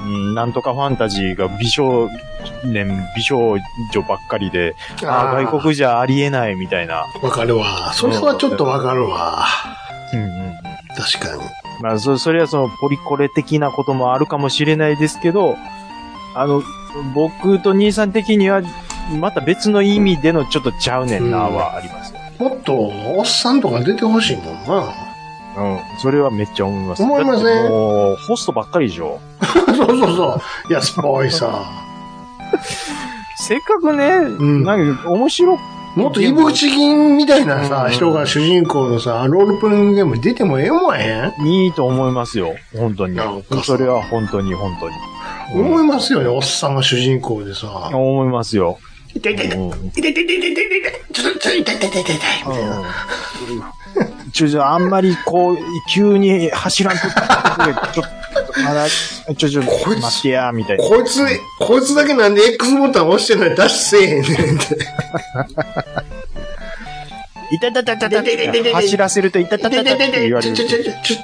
D: んなんとかファンタジーが美少年、美少女ばっかりで、
E: うん。
D: ああ、
E: ー
D: 外国じゃありえないみたいな。
E: わかるわ。それはちょっとわかるわ。
D: うんうん。
E: 確かに。
D: まあ、そ、それはそのポリコレ的なこともあるかもしれないですけど、あの、僕と兄さん的には、また別の意味でのちょっとちゃうねんなはありますよ。
E: もっと、おっさんとか出てほしいもんな。
D: うん。それはめっちゃ思います。
E: 思いますね
D: だってもう、ホストばっかりでしょ。
E: そうそうそう。いや、スポイさ
D: せっかくね、
E: ん
D: なんか面白く、
E: ん。もっとイブチキンみたいなさ、
D: うん
E: 人が主人公のさ、ロールプレイングゲームに出てもええもんやへん、
D: いいと思いますよ。本当に
E: なんか。
D: それは本当に本当に。
E: 思いますよね、おっさんが主人公でさ。
D: 思いますよ。
E: 痛い痛い痛い
D: うん
E: 痛い痛い痛い痛い痛い痛いちょっと、ちょっと痛い痛い痛い痛い痛いみたいな。
D: うんちょ、ちょ、あんまりこう、急に走らんと、ちょっと、まだ、ちょ、ちょ、
E: こいつ
D: 待ってや、みたいな。
E: こいつ、こいつだけなんで X ボタン押してないダッシュせえへんねんって。
D: いたたたたた
E: ででででで
D: 走らせると、いたたたたたって言われ
E: ちょ、
D: る
E: ち。ょ、ちょ、ちょ、ちょ、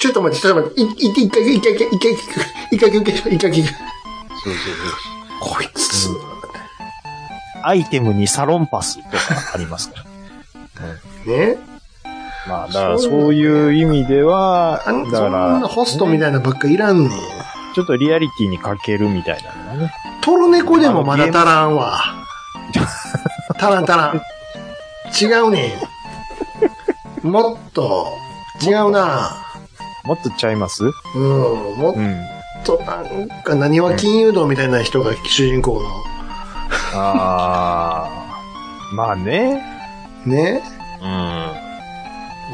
E: ちょっと待って、ちょっと待って。い、い、一回、一回、一回、一回、一回、一回、一回、一回、こいつ、
D: アイテムにサロンパスとかありますから。
E: ね。
D: まあ、だからそういう意味では、
E: あん
D: だ
E: そ
D: か
E: んな
D: ら、
E: ホストみたいなばっかいらんねん。
D: ちょっとリアリティに欠けるみたいなのがね。
E: トルネコでもまだ足らんわ。足らん足らん。違うねん。もっと、違うな。
D: もっとちゃいますう
E: うん、もっ
D: ん。
E: と、なんか、何は金融道みたいな人が主人公の。
D: ああ。まあね。
E: ね
D: うん。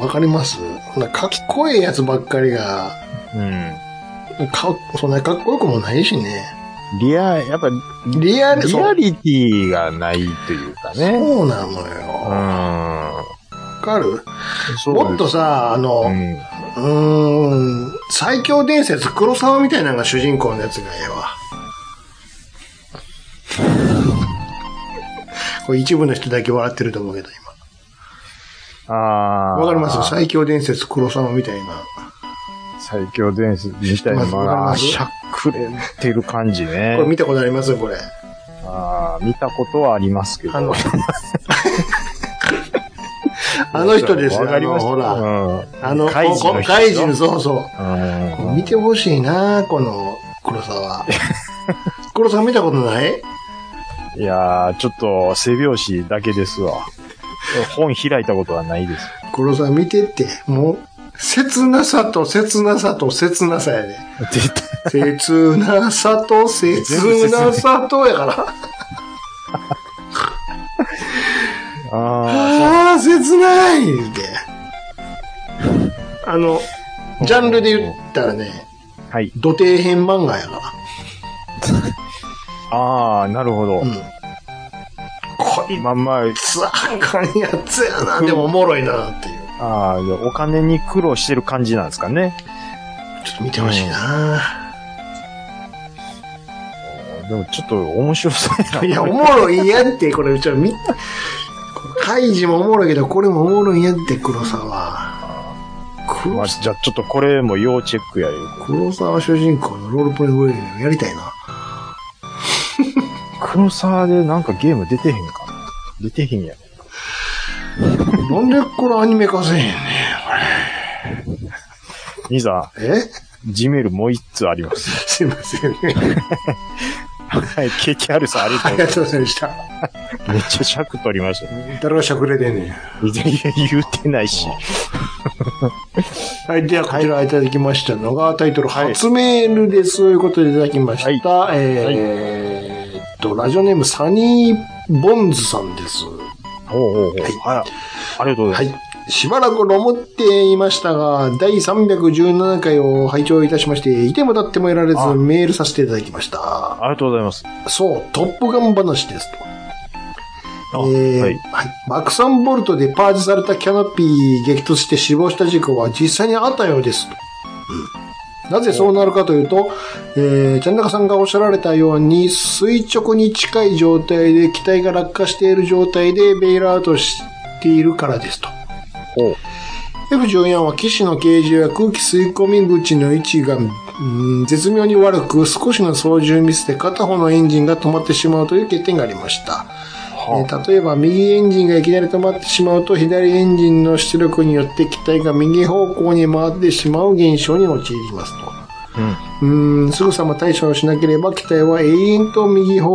E: わかりますそんなかっこいいやつばっかりが、
D: うん。
E: か、そんなかっこよくもないしね。
D: リア、やっぱ、
E: リアル、
D: リ
E: そ
D: ア
E: う
D: リティがないというかね。
E: そうなの
D: う
E: よ。
D: ん。
E: わかる
D: そうです
E: もっとさ、あの、
D: うん。
E: うーん、最強伝説、黒沢みたいなのが主人公のやつがええわ。 これ一部の人だけ笑ってると思うけど、
D: あ
E: 今。
D: あ。
E: わかります最強伝説、黒沢みたいな。
D: 最強伝説みたいな
E: 知ってます
D: の
E: わかり
D: が、
E: ます
D: しゃくれてる感じね
E: これ。見たことありますこれ。
D: あー見たことはありますけど。
E: あの、あの人ですよ、
D: わか
E: あ
D: りま
E: の、
D: した。
E: ほら。
D: うん
E: あの、
D: カイジの人
E: カイジの、そうそう。
D: う
E: 見てほしいなこの黒沢。黒沢見たことない
D: ん。いやー、ちょっと、背拍子だけですわ。本開いたことはない です。
E: 黒沢見てって、もう、切なさと切なさと切なさやで。
D: 絶対
E: 切なさと切なさとやから。
D: あ
E: ああ、切ない言うて。あの、ジャンルで言ったらね、
D: ーはい。
E: 土底編漫画やから。
D: ああ、なるほど。
E: うん。こい
D: まあまあ、
E: つあかんやつやな。でもおもろいなっていう。
D: ああ、お金に苦労してる感じなんですかね。
E: ちょっと見てほしいな
D: でもちょっと面白そうやな。
E: い や、おもろいやって、これ、ちょ、み、カイジもおもろいけど、これもおもろいやって、黒沢。
D: ま
E: 黒
D: あ、じゃあちょっとこれも要チェックやよ。
E: 黒沢主人公のロールプレイングゲームやりたいな。
D: 黒沢でなんかゲーム出てへんかな出てへんやろ。
E: なんでこれアニメ化せへんね
D: 兄さ
E: ん。え
D: ん、ジメルもう一つあります。
E: すいませんね。
D: はい、KTR さんありがと
E: あ
D: うござ
E: り
D: い
E: がとうございました。
D: ます。めっちゃ尺取りましたね。
E: 誰がしゃくれてんねん。
D: いやいや言うてないし。
E: はい、ではこちらいただきましたのが、タイトル、初メールです。ということでいただきました。えーっと、ラジオネーム、サニー・ボンズさんです。
D: ほうほうほう。はい。ありがとうござ
E: はい
D: ま
E: い。しばらくロモっていましたが、第317回を拝聴いたしまして、いてもたってもいられず
D: あ
E: メールさせていただきまし
D: す。
E: た。
D: ありがとうございます。
E: そう、トップガン話ですと。
D: あ
E: えー
D: は
E: はいい。爆散ボルトでパージされたキャノピー激突して死亡した事故は実際にあったようですと。なぜそうなるかというと、えー、ちゃん中さんがおっしゃられたように、垂直に近い状態で機体が落下している状態でベイルアウトしているからですと。
D: ほう。
E: F14 は機種の形状や空気吸い込み口の位置が、うん絶妙に悪く、少しの操縦ミスで片方のエンジンが止まってしまうという欠点がありました。えー例えば、右エンジンがいきなり止まってしまうと、左エンジンの出力によって機体が右方向に回ってしまう現象に陥りますと。うーんすぐさま対処をしなければ機体は永遠と右方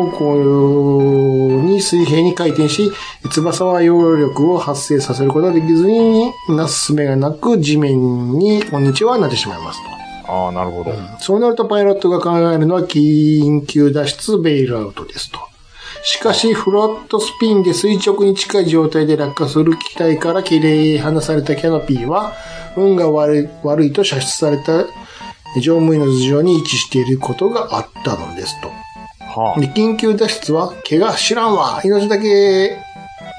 E: 向に水平に回転し、翼は揚力を発生させることができずに、なすすめがなく地面にこんにちはになってしまいますと。
D: ああ、なるほど。
E: そうなるとパイロットが考えるのは緊急脱出ベイルアウトですと。しかし、フラットスピンで垂直に近い状態で落下する機体から切り離されたキャノピーは、運が悪い悪いと射出された乗務員の頭上に位置していることがあったのですと。
D: は
E: で緊急脱出は、怪我知らんわ命だけ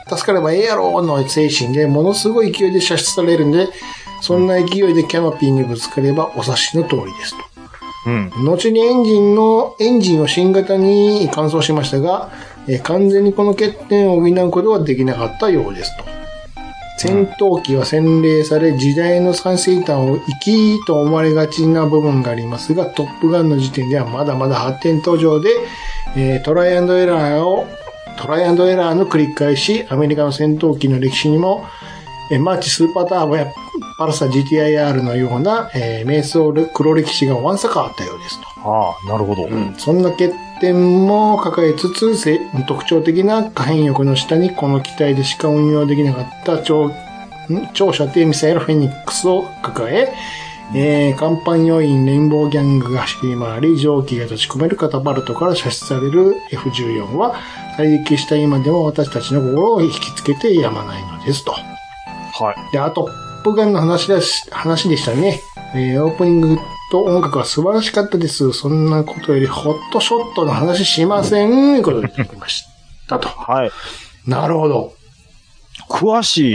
E: 助かればええやろの精神で、ものすごい勢いで射出されるんで、そんな勢いでキャノピーにぶつかればお察しの通りですと。
D: うん。
E: 後にエンジンの、エンジンを新型に換装しましたが、えー完全にこの欠点を補うことはできなかったようですと。戦闘機は洗礼され、時代の最先端を生きと思われがちな部分がありますが、トップガンの時点ではまだまだ発展途上で、えートライアンドエラーを、トライアンドエラーの繰り返し、アメリカの戦闘機の歴史にも、えーマーチスーパーターボやパルサ GTIR のような、えー、迷走黒歴史がわんさかあったようですと。
D: ああ、なるほど。
E: そんな欠点も抱えつつ、せ特徴的な可変翼の下にこの機体でしか運用できなかった超、ん超射程ミサイルフェニックスを抱え、えー、甲板要員レインボーギャングが走り回り、蒸気が閉じ込めるカタパルトから射出される F14 は、退役した今でも私たちの心を引きつけてやまないのですと。
D: はい。
E: で、あと、トップガンの話だし、話でしたね。えーオープニングと音楽は素晴らしかったです。そんなことより、ホットショットの話しません。ということで、いただきましたと。
D: はい。
E: なるほど。
D: 詳し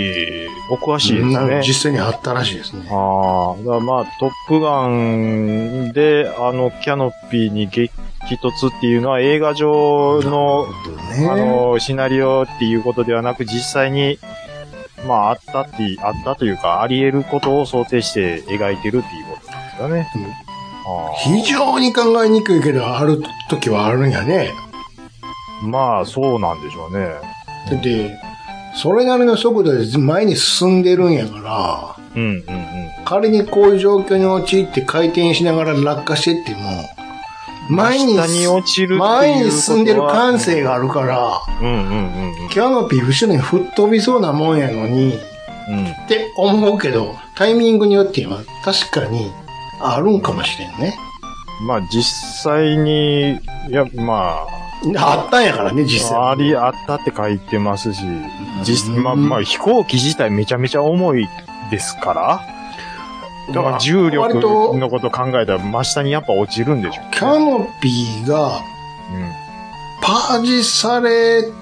D: い、お詳しいです
E: な
D: ね。
E: 実際にあったらしいですね。
D: ああ、だからまあ、トップガンで、あの、キャノピーに激突っていうのは映画上の、
E: ね
D: あの、シナリオっていうことではなく、実際に、まあ、あったって、あったというか、あり得ることを想定して描いてるっていうことですよね。
E: うん
D: あ
E: 非常に考えにくいけど、ある時はあるんやね。
D: ーまあ、そうなんでしょうね。
E: だって、それなりの速度で前に進んでるんやから、
D: うん、うん、うん。
E: 仮にこういう状況に陥って回転しながら落下してっても、前に
D: 下に落ちるっていうことは
E: 前に進んでる感性があるから、
D: うん、うん、うん、
E: キャノピー後ろに吹っ飛びそうなもんやのに、
D: うん。
E: って思うけど、タイミングによっては確かにあるんかもしれんね。
D: まあ、実際に、いや、まあ、
E: あったんやからね、実際。
D: あり、あったって書いてますし、実、
E: うん
D: まあ、まあ、飛行機自体めちゃめちゃ重いですから、だから重力
E: 割と
D: のこと考えたら真下にやっぱ落ちるんでしょうね、
E: キャノピーがパージされる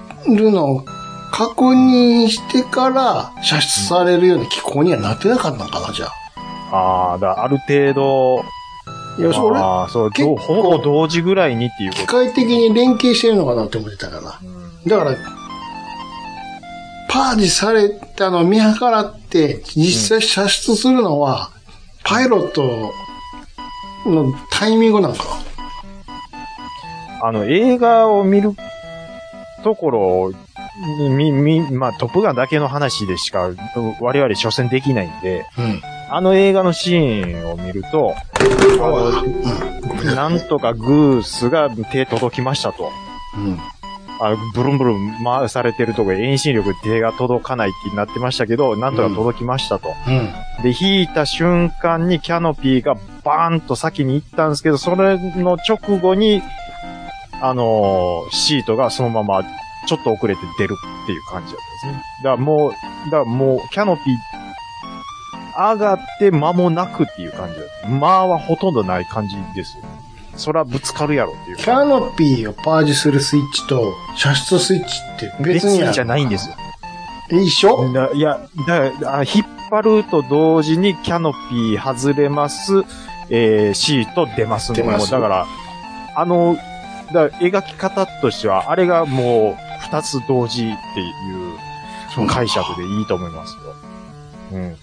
E: のを確認してから射出されるような気候にはなってなかったのかな、じゃあ。
D: うん。ああ、だからある程度、
E: いや、それ、
D: ああ、そう、
E: 結構
D: どうほぼ同時ぐらいにっていうこ
E: 機
D: と。
E: 械的に連携してるのかなって思ってたから。だから、パージされたのを見計らって、実際射出するのは、パイロットのタイミングなんか
D: あの、映画を見るところを、み、み、まあ、トップガンだけの話でしか、我々所詮できないんで、
E: な。うん。
D: あの映画のシーンを見ると、あのなんとかグースが手届きましたと。
E: うん。
D: あのブルンブルン回されてるところ遠心力で手が届かないってなってましたけど、なんとか届きましたと。
E: うん。
D: で、引いた瞬間にキャノピーがバーンと先に行ったんですけど、それの直後に、あのーシートがそのままちょっと遅れて出るっていう感じだったんですね。だからもう、だからもう、キャノピー、上がって間もなくっていう感じだった。間はほとんどない感じですよ。そらぶつかるやろっていう。
E: キャノピーをパージするスイッチと射出スイッチって
D: 別
E: 別にある
D: にじゃないんですよ。
E: 一緒
D: ないや、だから、あ引っ張ると同時にキャノピー外れます、えー、シート出ますの
E: 出ます
D: もうだから、あの、だから描き方としては、あれがもう二つ同時っていう解釈でいいと思いますよ。うん。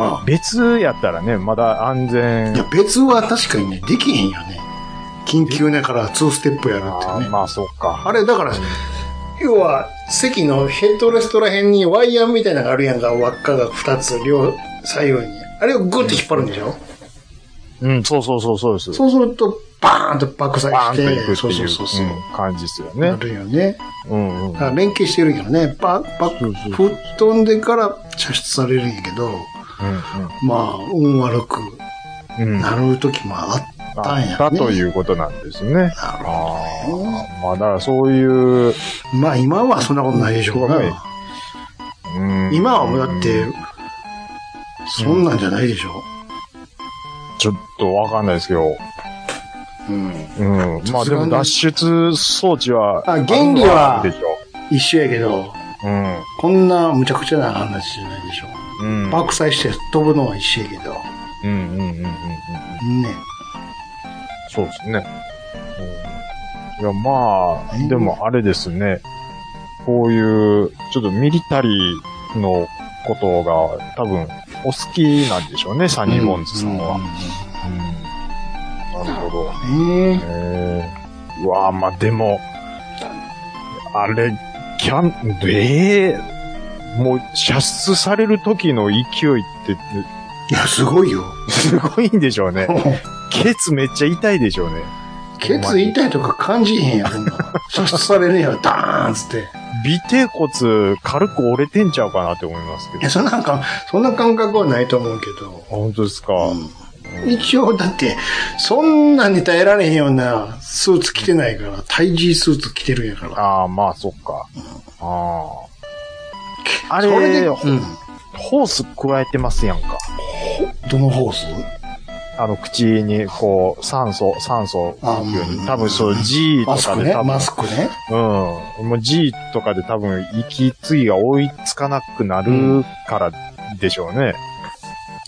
E: ま
D: 別やったらね、まだ安
E: あ、いや
D: 全。
E: 別は確かにね、できへんよね。緊急だから2ステップやるって
D: あ
E: ね
D: ー。まあ、そうか。
E: あれ、だから、要は、席のヘッドレストら辺にワイヤーみたいなのがあるやんか、輪っかが2つ、両、左右に。あれをグッて引っ張るんでしょ、
D: うん、そうそうそうそうです。
E: そうすると、バーンと爆砕
D: バーン
E: し
D: と
E: て、
D: いくって
E: そう
D: い
E: そううそうそう、
D: うん感じですよ
E: な
D: ね。
E: るよね。
D: うんうん
E: だ。から連携してるんやろね。ババ
D: そうそう
E: 吹っ飛んでから射出されるんやけど、まあ、運悪く
D: うんうん。
E: なる時もあったんやね。
D: だということなんですね。
E: なる
D: あ
E: ほどね。
D: あ、まあだからそういう、
E: まあ今はそんなことないでしょう
D: う
E: が
D: ん、うん
E: 今はもうだって、そんなんじゃないでしょ
D: ちょっとわかんないですけど、
E: う。うん
D: うん。まあ
E: さす
D: で
E: がに
D: も脱出装置は、
E: あ原理は
D: あるんでしょ
E: 一緒やけど、
D: うん。
E: こんな無茶苦茶な話じゃないでしょ
D: うん。
E: 爆砕して飛ぶのは一緒やけど。
D: うんうんうんうんうんうん。
E: ね。
D: そうですね。うん、いや、まあ、でもあれですね。こういう、ちょっとミリタリーのことが多分お好きなんでしょうね、サニーボンズさんは。うんなるほど。
E: うん。ね
D: えー、うわぁ、まあ、でも、あれ、キャン、ええもう、射出される時の勢いって、
E: いや、すごいよ。
D: すごいんでしょうね。ケツめっちゃ痛いでしょうね。
E: ケツ痛いとか感じへんやん、そんな。射出されるんやろ、ダーンっつって。
D: 尾低骨軽く折れてんちゃうかなって思いますけ
E: い
D: ど。
E: や、そんなか、そんな感覚はないと思うけど。
D: 本当ですか。
E: 一応、だって、そんなに耐えられへんようなスーツ着てないから、体重スーツ着てるんやから。
D: ああ、まあ、そっか。ああ。あ
E: それ
D: れ、
E: で、う
D: ホ
E: ん。
D: ホース加えてますやんか。
E: どのホース
D: あの、口に、こう、酸素、酸素を吐くよう
E: あ
D: に。
E: ー
D: 多分そう、G と
E: マス
D: か
E: ク
D: で
E: ね
D: 多。分、
E: マスクね。
D: うん。もう G とかで多分、息継ぎが追いつかなくなるからでしょうね。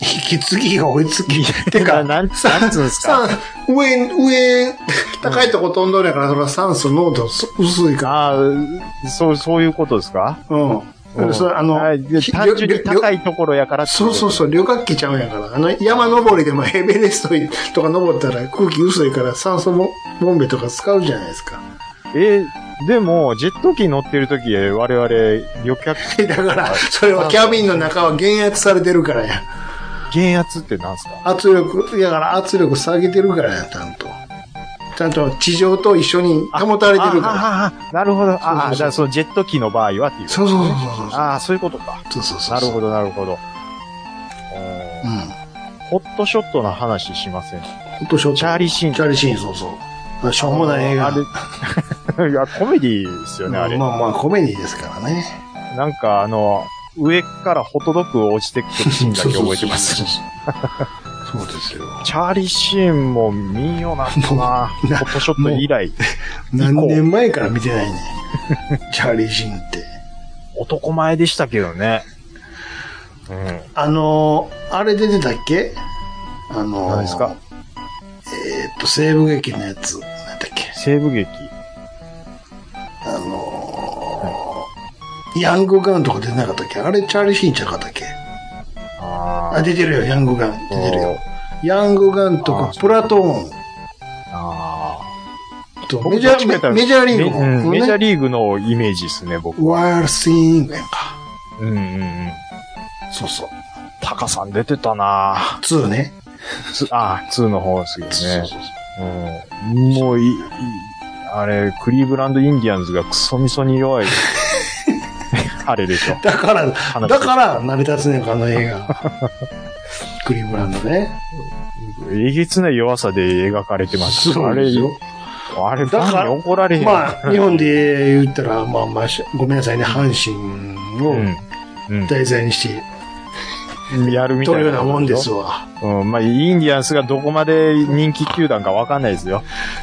E: 引き継ぎが追いつ き。て
D: な
E: か、
D: なん、なんつうんですか。
E: 酸上、上、高いとこ飛んどるんやから、それは酸素濃度す薄いか。
D: ああ、そう、そういうことですから
E: うん。だからそれあの、
D: はいで
E: ひ
D: 単純に高
E: り
D: い
E: ょ
D: ところやから
E: りょそうそう
D: う。
E: そう、旅客機ちゃうんやから。あの、山登りでもエベレストとか登ったら空気薄いから酸素ボボンベとか使うじゃないですか。
D: えー、でも、ジェット機乗ってる時、我々、旅客、
E: だから、それはキャビンの中は減圧されてるからや。
D: 減圧ってなんですか
E: 圧力、だから圧力下げてるからや、ちゃんと。ちゃんと地上と一緒に保たれてるから。
D: あああ、なるほど。ああ、
E: そうそうそう
D: じゃあそのジェット機の場合はっていう。
E: そうそうそうそうそう。
D: ああ、そういうことか。
E: そうそうそう。
D: なるほ
E: ど。
D: ど、なるほど。お
E: う
D: ー
E: ん。
D: ホットショットの話しません。
E: ほんとショート
D: チャーリーシーン
E: チャーリーシーン、そうそう。しょうもない映画。
D: あれ、 いや、コメディですよね、あれ。
E: まあまあ、コメディですからね。
D: なんか、あの、上からホットドッグ落ちてくるシーンだけ覚えてます
E: そう。そうそう。そうですよ。
D: チャーリーシーンも見んように なったな。ホ
E: もう
D: ットショット以来、
E: 何年前から見てないね。チャーリーシーンって。
D: 男前でしたけどね。うん。
E: あのー、あれ出てたっけあのー、
D: 何ですか
E: えーっと、西部劇のやつ。なんだっけ
D: 西部劇。
E: あのー、ヤングガンとか出てなかったっけあれチャーリーシーンちゃなかったっけ
D: あ
E: あ、
D: ー
E: 出てるよ、ヤングガン。出て
D: こ
E: るよ
D: う。
E: ヤングガンと
D: あ
E: か
D: ー、
E: プラトーン
D: あ
E: と
D: あ。
E: メジャー、メメジャーリーグ
D: メ,、うん、メジャー
E: のね。
D: リーグのイメージですね、僕は。
E: ワイルスイングやんか。
D: うんうんうん。
E: そうそう。
D: タカさん出てたな
E: 2ね。
D: つああ、2の方ですけど
E: そう
D: ね。
E: そうそう
D: うん、もうい、いあれ、クリーブランドインディアンズがクソみそに 弱い。あれでしょ。
E: だから、だから、成り立つねんか、あの映画。 クリーブランドね。
D: えげつない弱さで描かれてます。
E: そ
D: あ
E: う
D: れ
E: です、よ。
D: あれ、フ
E: だから
D: ァンに怒られへん。
E: まあ、日本で言ったら、まあまあ、しごめんなさいね、阪神
D: う
E: を
D: ん。う
E: 題材にして、
D: ん。やるみたいな。
E: 撮るようなもんですわ。
D: うん。まあ、インディアンスがどこまで人気球団かわかんないですよ。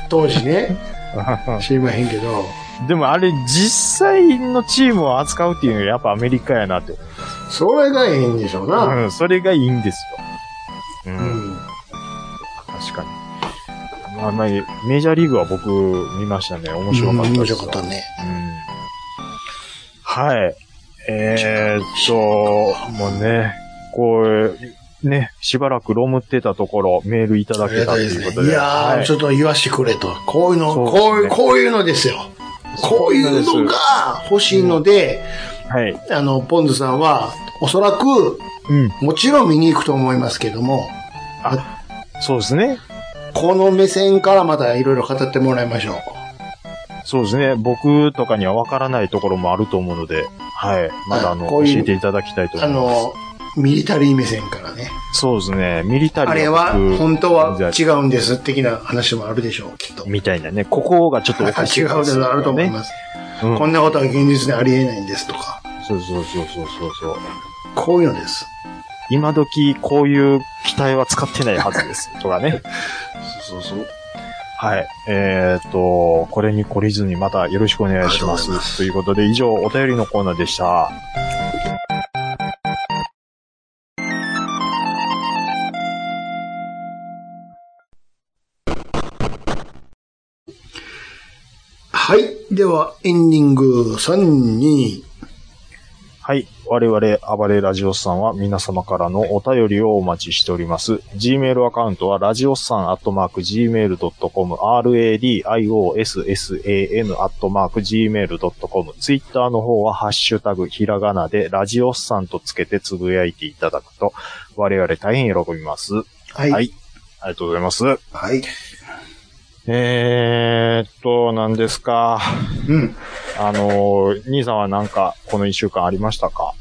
E: 当 時ね、知りまへんけど。
D: でもあれ、実際のチームを扱うっていうのはやっぱアメリカやなって。
E: それがいいんでしょうな。
D: うん、それがいいんですよ。う、
E: うんん。
D: 確かに。まあまあ、メジャーリーグは僕見ましたね。面白かったですよ。
E: 面白かったね。
D: うん。はい。えー、っと、もうね、こう、ね、しばらくロムってたところ、メールいただ
E: あり
D: け
E: が
D: た
E: た
D: と
E: い
D: い
E: で
D: う
E: す
D: こと
E: ね。
D: で。
E: いやー、
D: はい
E: ちょっと言わしてくれと。こういうの、
D: そうですね
E: こういう、こういうのですよ。こういうのが欲しいので、
D: はい。
E: あの、ポンズさんは、おそらく、
D: うん。
E: もちろん見に行くと思いますけども、
D: あ、そうですね。
E: この目線からまたいろいろ語ってもらいましょう。
D: そうですね。僕とかには分からないところもあると思うので、はい。まだあの、
E: こ
D: 教
E: ういう
D: えていただきたいと思
E: あ
D: います。
E: の、ミリタリー目線からね。
D: そうですね。ミリタリー
E: あれは
D: 僕
E: 本当は違うんです的な話もあるでしょう、きっと。
D: みたいなね。ここがちょっとおかしい
E: 違
D: です
E: う のあると思い
D: ね。
E: ます。
D: うん
E: こんなことは現実でありえないんですとか、
D: そうそうそうそうそうそう。
E: こういうのです。
D: 今時こういう機体は使ってないはずです。とかね。
E: そうそうそう。
D: はい。えーっと、これに懲りずにまたよろしくお願いし
A: ありがと
D: ます。
A: うござい
D: と
A: ます
D: いうことで、以上、お便りのコーナーでした。
E: はい。では、エンディング3、2、
D: はい。我々、暴れラジオスさんは皆様からのお便りをお待ちしております。Gmail アカウントは、ラジオスさんアットマーク Gmail.com、radiossan アットマーク Gmail.com、Twitter の方は、ハッシュタグ、ひらがなで、ラジオスさんとつけてつぶやいていただくと、我々大変喜びます。は。
E: はいい。
D: ありがとうございます。
A: はい。
D: えーっと、何ですか。
E: うん。
D: あの、兄さんはなんか、この一週間ありましたか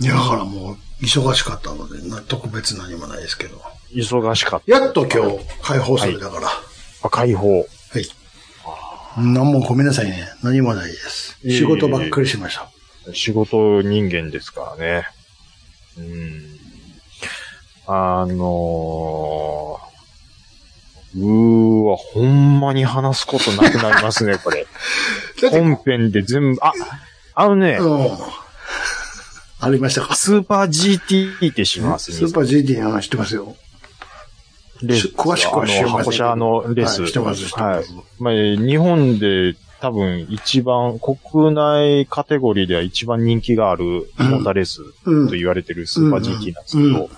E: いや、だからもう、忙しかったので、な特別何もないですけど。
D: 忙しかった。
E: やっと今日、解放するだから。は
D: あ解放。
E: い。何もごめんなさいね。何もないです。
D: いえいえいえ
E: 仕事ばっかりしました。
D: 仕事人間ですからね。うん。あのー、うーわ、ほんまに話すことなくなりますね、これ。
E: だって、
D: 本編で全部、あ、あのね、
E: うん。 ありましたか。
D: スーパー GT ってします、
E: スーパー GT の話知ってますよ。
D: レース
E: 詳しくは知り
D: あの箱
E: ませんけど
D: 車のレース。
E: はい知ってます知って
D: は
E: ま
D: い
E: す。
D: まあ、日本で多分一番、国内カテゴリーでは一番人気がある
E: うん
D: モーターレース
E: うん
D: と言われてるスーパー GT なんですけど、
E: うんうん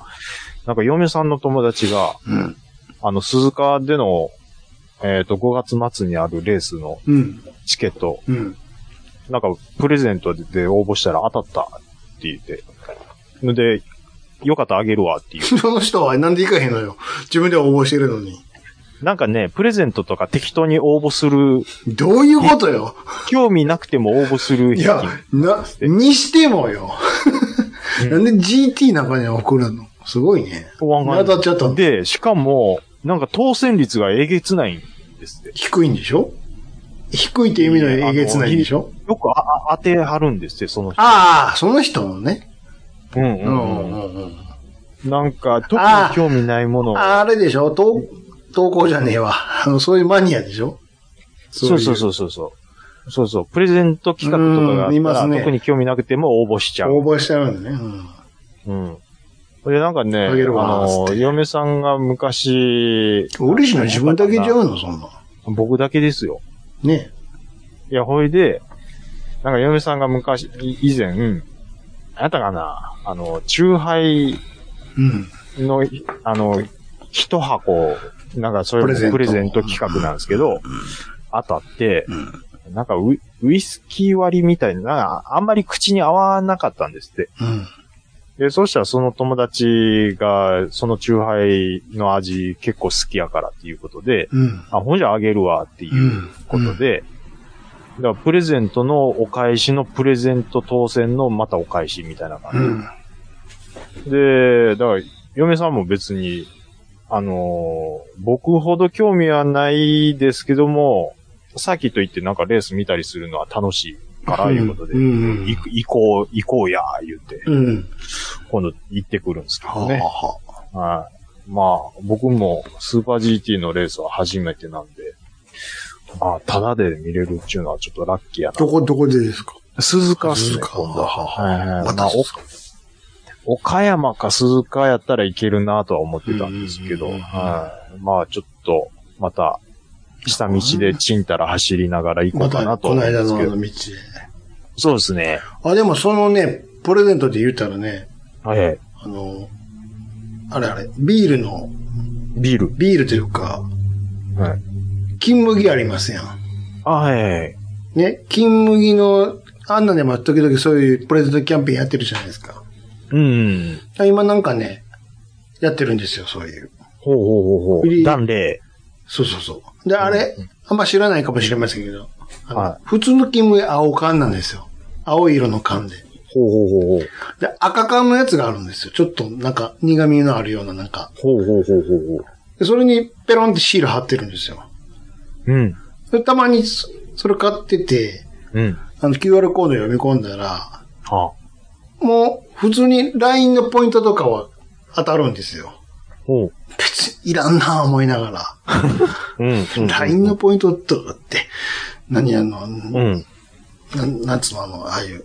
D: なんか嫁さんの友達が、
E: うん。
D: あの、鈴鹿での、えっ、と、5月末にあるレースの
E: うん。
D: チケット、
E: うん。
D: なんかプレゼントで応募したら当たったって言って、ので、よかったらあげるわっていう。
E: その人はなんで行かへんのよ。自分で応募してるのに。
D: なんかね、プレゼントとか適当に応募する
E: どういうことよ。
D: 興味なくても応募する
E: い
D: 平
E: や
D: 均。、
E: な、にしてもよ。なんで GT なんかに送るのすごいね。
D: 当
E: 当たっちゃったの
D: で、しかも、なんか当選率がえげつないんですって。
E: 低いんでしょ低いって意味のえげつないんでしょ
D: よくああ当てはるんですって、その人。
E: ああ、その人のね。
D: うんう
E: うんん
D: う
E: うんんうん。
D: なんか、特に
E: あー
D: 興味ないものを。
E: あれでしょ投、投稿じゃねえわ。あの、そういうマニアでしょ
D: そうそう
E: う
D: そうそうそう。そうそう。プレゼント企画とかがあ
E: うんい
D: っ
E: ま
D: たら、
E: すね
D: 特に興味なくても応募しち
E: い
D: ゃ
E: う。
D: う。
E: 応募しちゃうんだね。うん。
D: うん。で、なんかね、あ
E: あげるわ
D: の、
E: つって
D: 嫁さんが昔、
E: 嬉しいの自分だけちゃうのそんな。
D: 僕だけですよ。
E: ね。
D: いや、ほいで、なんか嫁さんが昔、い以前、あなたかな、あの、中杯
E: うん。
D: の、いあの、一箱、なんかそう
E: プレ
D: い
E: ゼン
D: う
E: ト
D: プレゼント企画なんですけど、当たって、なんかウイウイスキー割りみたいな、なんかあんまり口に合わなかったんですって。
E: うん。
D: で、そうしたらその友達が、その中杯の味結構好きやからっていうことで、
E: うん。。
D: あ、ほんじゃあげるわっていううんことで、だからプレゼントのお返しのプレゼント当選のまたお返しみたいな
E: う
D: 感
E: ん。
D: じ。で、だから、嫁さんも別に、あのー僕ほど興味はないですけども、さっきと言ってなんかレース見たりするのは楽しいから、いうことで、
E: うんうん
D: い行こう、行こうや、言って、
E: うん。
D: 今度行ってくるんですけ
E: はあ
D: どね。
E: は
D: はい。まあ、僕もスーパー GT のレースは初めてなんで、まあ、ただで見れるっていうのはちょっとラッキーや
E: あどこ、どこでですか
D: な。鈴鹿っす
E: 鈴
D: ね。
E: 鹿。はあはあ
D: はいはい。まあ
E: 私、ですか
D: お岡山か鈴鹿やったらいけるなとは思ってたんですけど、
E: うんうんうんうん
D: はい。まあ、ちょっと、また、下道でちんたら走りながら行こ
E: ま
D: うかな
E: た、
D: と
E: こ
D: 思
E: の
D: うん
E: 間
D: です
E: のあ
D: け
E: の
D: ど。
E: 道で。
D: そうですね。
E: あ、でもそのね、プレゼントで言ったらね、
D: はい。
E: あの、あれあれ、ビールの、
D: ビール。
E: ビールというか、
D: はい。
E: 金麦ありますやん。
D: あ、はいはい。
E: ね、金麦の、あんなでも時々そういうプレゼントキャンペーンやってるじゃないですか。
D: うん。
E: 今なんかね、やってるんですよ、そういう。
D: ほうほうほうほ
E: フリ
D: う。
E: ー
D: ダンレ
E: そうそうそう。で、あれ、あんま知らないかもしれませんけど、あの
D: は
E: 普通の金麦青缶なんですよ。青い色の缶で。
D: イ。ほうほうほうほう。
E: で、赤缶のやつがあるんですよ。ちょっとなんか苦味のあるようななんか。
D: ほうほうほうほうほう。
E: でそれにペロンってシール貼ってるんですよ。
D: うん。
E: でたまにそそれ買ってて、
D: うん。
E: あの QR コード読み込んだら、
D: は
E: もう普通に LINE のポイントとかは当たるんですよ。
D: ほう。
E: 別にいらんなぁ思いながら。
D: うん。うん
E: LINE のポイントとかって、何あの、
D: うん。
E: なん、なんつうのあの、ああいう、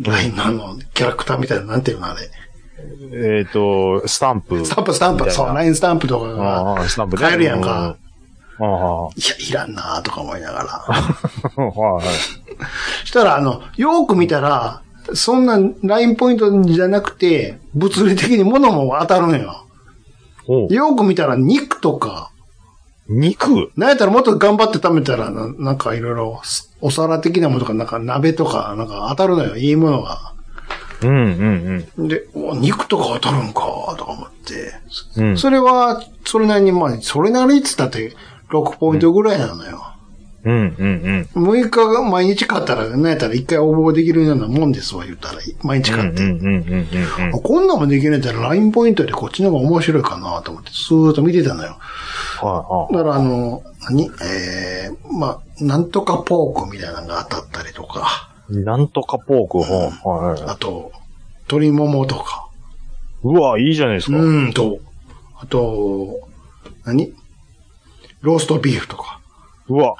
E: LINE のあの、キャラクターみたいな、なんていうのあれ。
D: えっと、スタンプ。
E: スタンプ、スタン
D: み
E: プ、
D: たい
E: そう、
D: な
E: LINE スタンプとか
D: あ
E: が、
D: あ、スタンプね
E: 買えるやんか。。
D: うんあ
E: いや、いらんなとか思いながら。
D: あ、はい。
E: したら、あの、よーく見たら、そんな LINE ポイントじゃなくて、物理的に物も当たるのよ。
D: おう
E: よーく見たら肉とか、
D: 肉
E: なんやったらもっと頑張って食べたらな、なんかいろいろ、お皿的なものとか、なんか鍋とか、なんか当たるのよ、いいものが。
D: うんうん
E: で、お肉とか当たるんか、とか思って。
D: うん。うん。
E: それは、それなりに、まあ、それなりって言ったって、6ポイントぐらいなのよ。
D: うんうん
E: 6日が毎日買ったら、なんやったら1回応募できるようなもんですわ、言ったら。毎日
D: うん。うん
E: 買って。
D: うんうんうんうん
E: あこんなんもできないんだったら LINE ポイントよりこっちの方が面白いかなと思って、スーッと見てたのよ。
D: は
E: だからあの、何えー、まあ、なんとかポークみたいなのが当たったりとか、
D: いはい。なんとかポーク、ほう。はいはい。
E: あと、鶏ももとか、
D: うわ、いいじゃないです
E: う
D: か。
E: ーんと、あと、何ローストビーフとか。
D: うわ、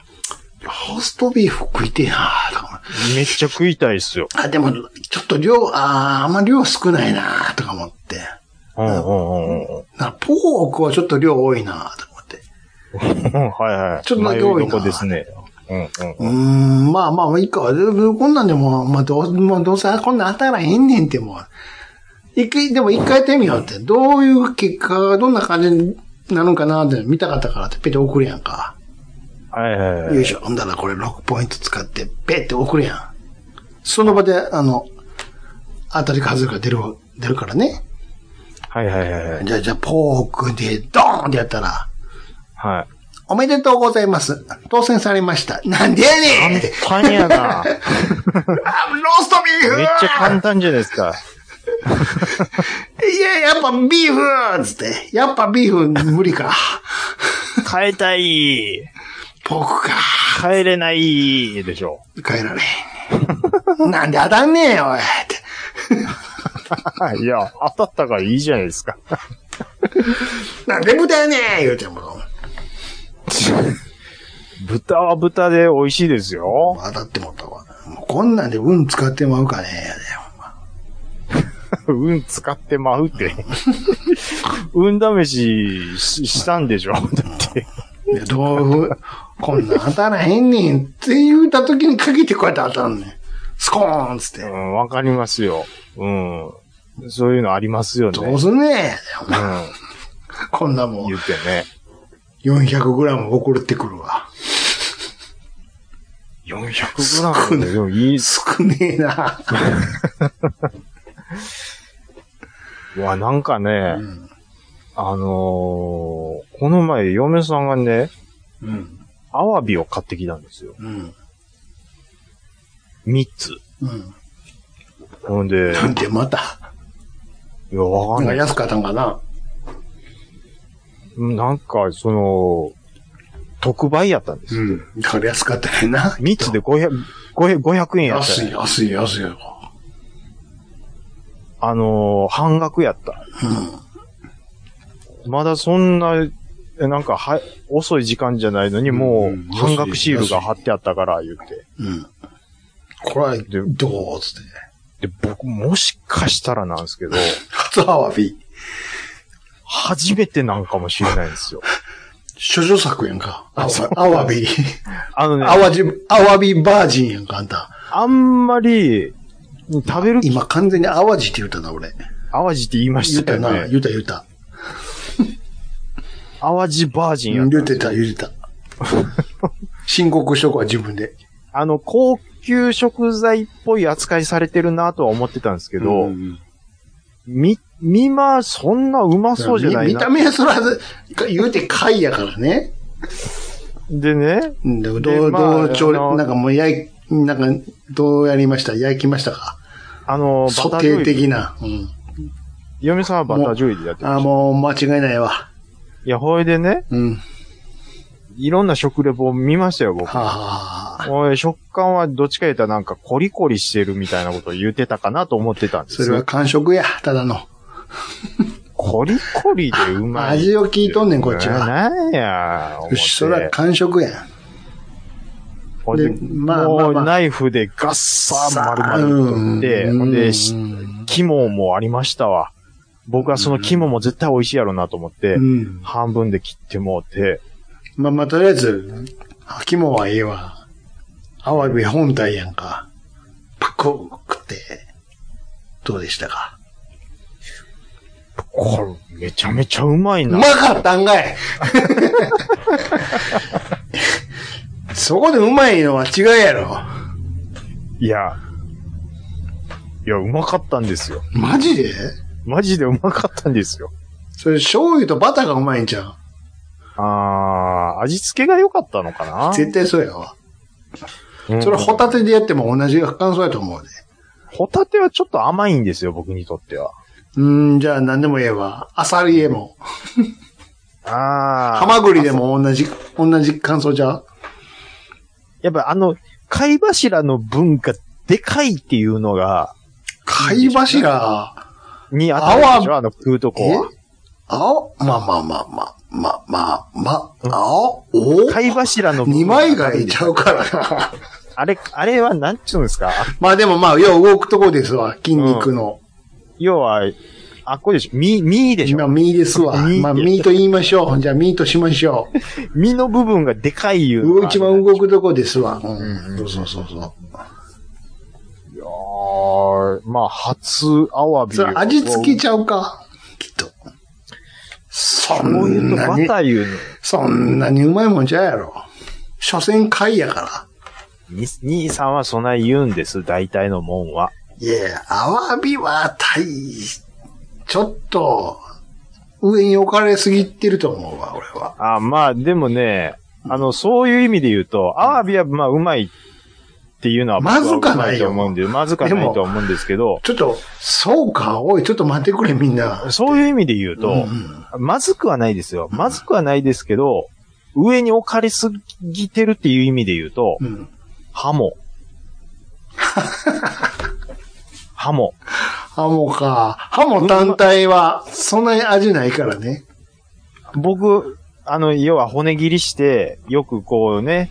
E: ローストビーフ食いてえなとか思って
D: めっちゃ食いたいっすよ。
E: あ、でも、ちょっと量、あーあんま量少ないなとか思って。
D: うんうんうんうん。
E: なポークはちょっと量多いなとか思って。
D: うんはいはい。
E: ちょっとだ
D: 迷
E: け
D: い
E: 多いな
D: どこですね。うんうん。
E: うーん、まあまあまあ、いいか。でこんなんでも、まあどう、もうどうせこんなん当たらへんねんってもう。一回、でも一回やってみようって。どういう結果が、どんな感じになるんかなって見たかったからってペッて送るやんか。
D: はいはいはい。
E: よいしょ。ほんだらこれ6ポイント使って、ペッて送るやん。その場で、あの、当たりか外れか出る、出るからね。
D: はいはいはいはい。
E: じゃあ、じゃあ、ポークでドーンってやったら、
D: はい。
E: おめでとうございます。当選されました。なんでやねんって。
D: 簡単や な。
E: あ、ローストビーフ
D: めっちゃ簡単じゃないですか。
E: いや、やっぱビーフつって。やっぱビーフ無理か。
D: 変えたい。
E: ポークか。
D: 変えれないでしょ。
E: 帰られ へん。なんで当たんねえよ、おい。って
D: はい。いや、当たったからいいじゃないですか。
E: なんで豚やねえ言うてもう。
D: 豚は豚で美味しいです よ。
E: 当たってもったわ。もうこんなんで運使ってまうかねえやで。
D: 運使ってまうって。 運試しししたんでしょだ って。
E: いや、どう、こんなん当たらへんねんって言うた時に限ってこうやって当たんねん。スコーンつって
D: う。ん、わかりますよ。うん。そういうのありますよね。
E: どうすんねえや
D: う
E: で。こんなんも
D: ん。言
E: う
D: ってね。
E: 400g 送ってくるわ。
D: 400g ででもいいっす。
E: 少ねえな。
D: うわ、なんかね、
E: ん
D: あのーこの前嫁さんがね、
E: うん。
D: アワビを買ってきたんですよ。
E: うん。
D: 3つ。
E: うん。
D: ほんで、
E: なんでまた。
D: いや、わか
E: な
D: ん
E: んか
D: ない。
E: 安かったんかな。
D: なんか、その、特売やったんですよ。
E: ん。だから安かったんやな。
D: 3つで500、500 500円やった
E: 安
D: よ。
E: い、安い、安いよ。
D: あのー半額やった。まだそんな、えなんか、は、遅い時間じゃないのに、も
E: うん
D: う、半額シールが貼ってあったから、言って。
E: うん。うん。これは、どうつって。
D: で、僕、もしかしたらなんですけど、
E: 初アワビ。
D: 初めてなんかもしれないんです よ。
E: 諸女作やんか。アワアワビ。
D: あのね、
E: アワジ、アワビバージンやんか、あんた。
D: あんまり、食べる、
E: 今完全にアワジって言ったな、俺。
D: 淡路って言いま
E: 言
D: し
E: ったた
D: よ
E: な、
D: ね。
E: 言った言った。
D: 淡路バージンや
E: 言
D: っ
E: ったてた、言ってた。申告しとこは自分で。
D: あの、高級食材っぽい扱いされてるなとは思ってたんですけど、
E: うん
D: み、みま、そんなうまそうじゃない
E: 見見
D: な
E: た。目はそら、言うて貝やからね。
D: でね、
E: うんで、どう、
D: でまあ
E: どう調理
D: あの
E: なんかもう焼い、なんか、どうやりました焼きましたか
D: あの、バ
E: ソ
D: ター
E: テ
D: ジ
E: ー
D: ョイル。
E: 的な。うん。
D: 嫁さんはバタージョイルやって
E: あ
D: ま
E: あ、
D: した。
E: もう間違いないわ。
D: いや、ほいでね、
E: うん。はい
D: ろんな食レポを見ましたよ、僕。
E: あ、はあ、
D: おい、食感はどっちか言ったらなんかコリコリしてるみたいなことを言ってたかなと思ってたんです
E: そ
D: よ
E: れは完食や、ただの。
D: コリコリでうまい。
E: 味を聞いとんねん、こっちは。
D: なんや、思
E: う
D: って
E: っそら、完食やん。
D: ほんで、
E: でまあまあ
D: もう
E: まあ
D: ナイフでガッサー丸々取って、
E: うん
D: ほん
E: う
D: で、
E: ん
D: し肝もありましたわ。僕はその肝も絶対美味しいやろうなと思って
E: う、ん。
D: 半分で切ってもうて、
E: まあまあ、とりあえず、肝はええわ。アワビ本体やんか。パコ食って、どうでしたか
D: これめちゃめちゃうまいうな。
E: まかったんか いそこでうまいのは違うやろ。
D: いや、いや、うまかったんですよ。
E: マジで
D: マジでうまかったんですよ。
E: それ醤油とバターがうまいんじゃん。
D: あー、味付けが良かったのかな
E: 絶対そうやわ。
D: うん
E: それホタテでやっても同じ感想やと思うで。
D: ホタテはちょっと甘いんですよ、僕にとっては。
E: うーん、じゃあ何でも言えば、アサリでも、
D: あー。
E: ハマグリでも同じ、同じ感想じゃん
D: やっぱあの、貝柱の文化、でかいっていうのが、
E: 貝柱、
D: に当たるでしょあの食うとこ
E: え
D: は。
E: 青まあまあまあまあ、まあまあまあ、青お
D: 貝柱の
E: 二枚貝ちゃう
D: か。
E: からな。
D: あれ、あれはなんちゅうんですかあ
E: まあでもまあ、要は動くとこですわ、筋肉の。
D: 要は、あ、これでしょ身、身でし
E: 今、
D: ょ
E: ミーです わ。
D: ミー
E: まあ、ミーと言いましょう。じゃあ、ミーとしましょ。
D: 身の部分がでかいいううの
E: 動
D: が。
E: 一番動くとこですわ。うん
D: うん
E: ん。そうそうそうそう。
D: いやーまあ、初アワビ
E: それ
D: を。
E: 味付けちゃうかきっと。そ
D: こういうんと
E: な
D: バ
E: に
D: タ、ーいうの
E: そんなにうまいもんちゃうやろ。所詮貝やから。
D: に兄さんはそんな言うんです、大体のもんは。
E: いや、アワビは大し、ちょっと、上に置かれすぎてると思うわ、俺は。
D: あまあ、でもね、あの、そういう意味で言うと、アワビは、まあ、うまいっていうのは、
E: まずかない
D: 僕
E: よ
D: はうまと思うんで、まずかないと思うんですけど、
E: ちょっと、そうか、おい、ちょっと待ってくれ、みんな。
D: そういう意味で言う
E: う
D: と、
E: ん
D: まずくはないですよ。まずくはないですけど、上に置かれすぎてるっていう意味で言うと、
E: うん。
D: ハ モ。ハモ。
E: ハモか。ハモ単体は、そんなに味ないからね。
D: 僕、あの、要は骨切りして、よくこうね、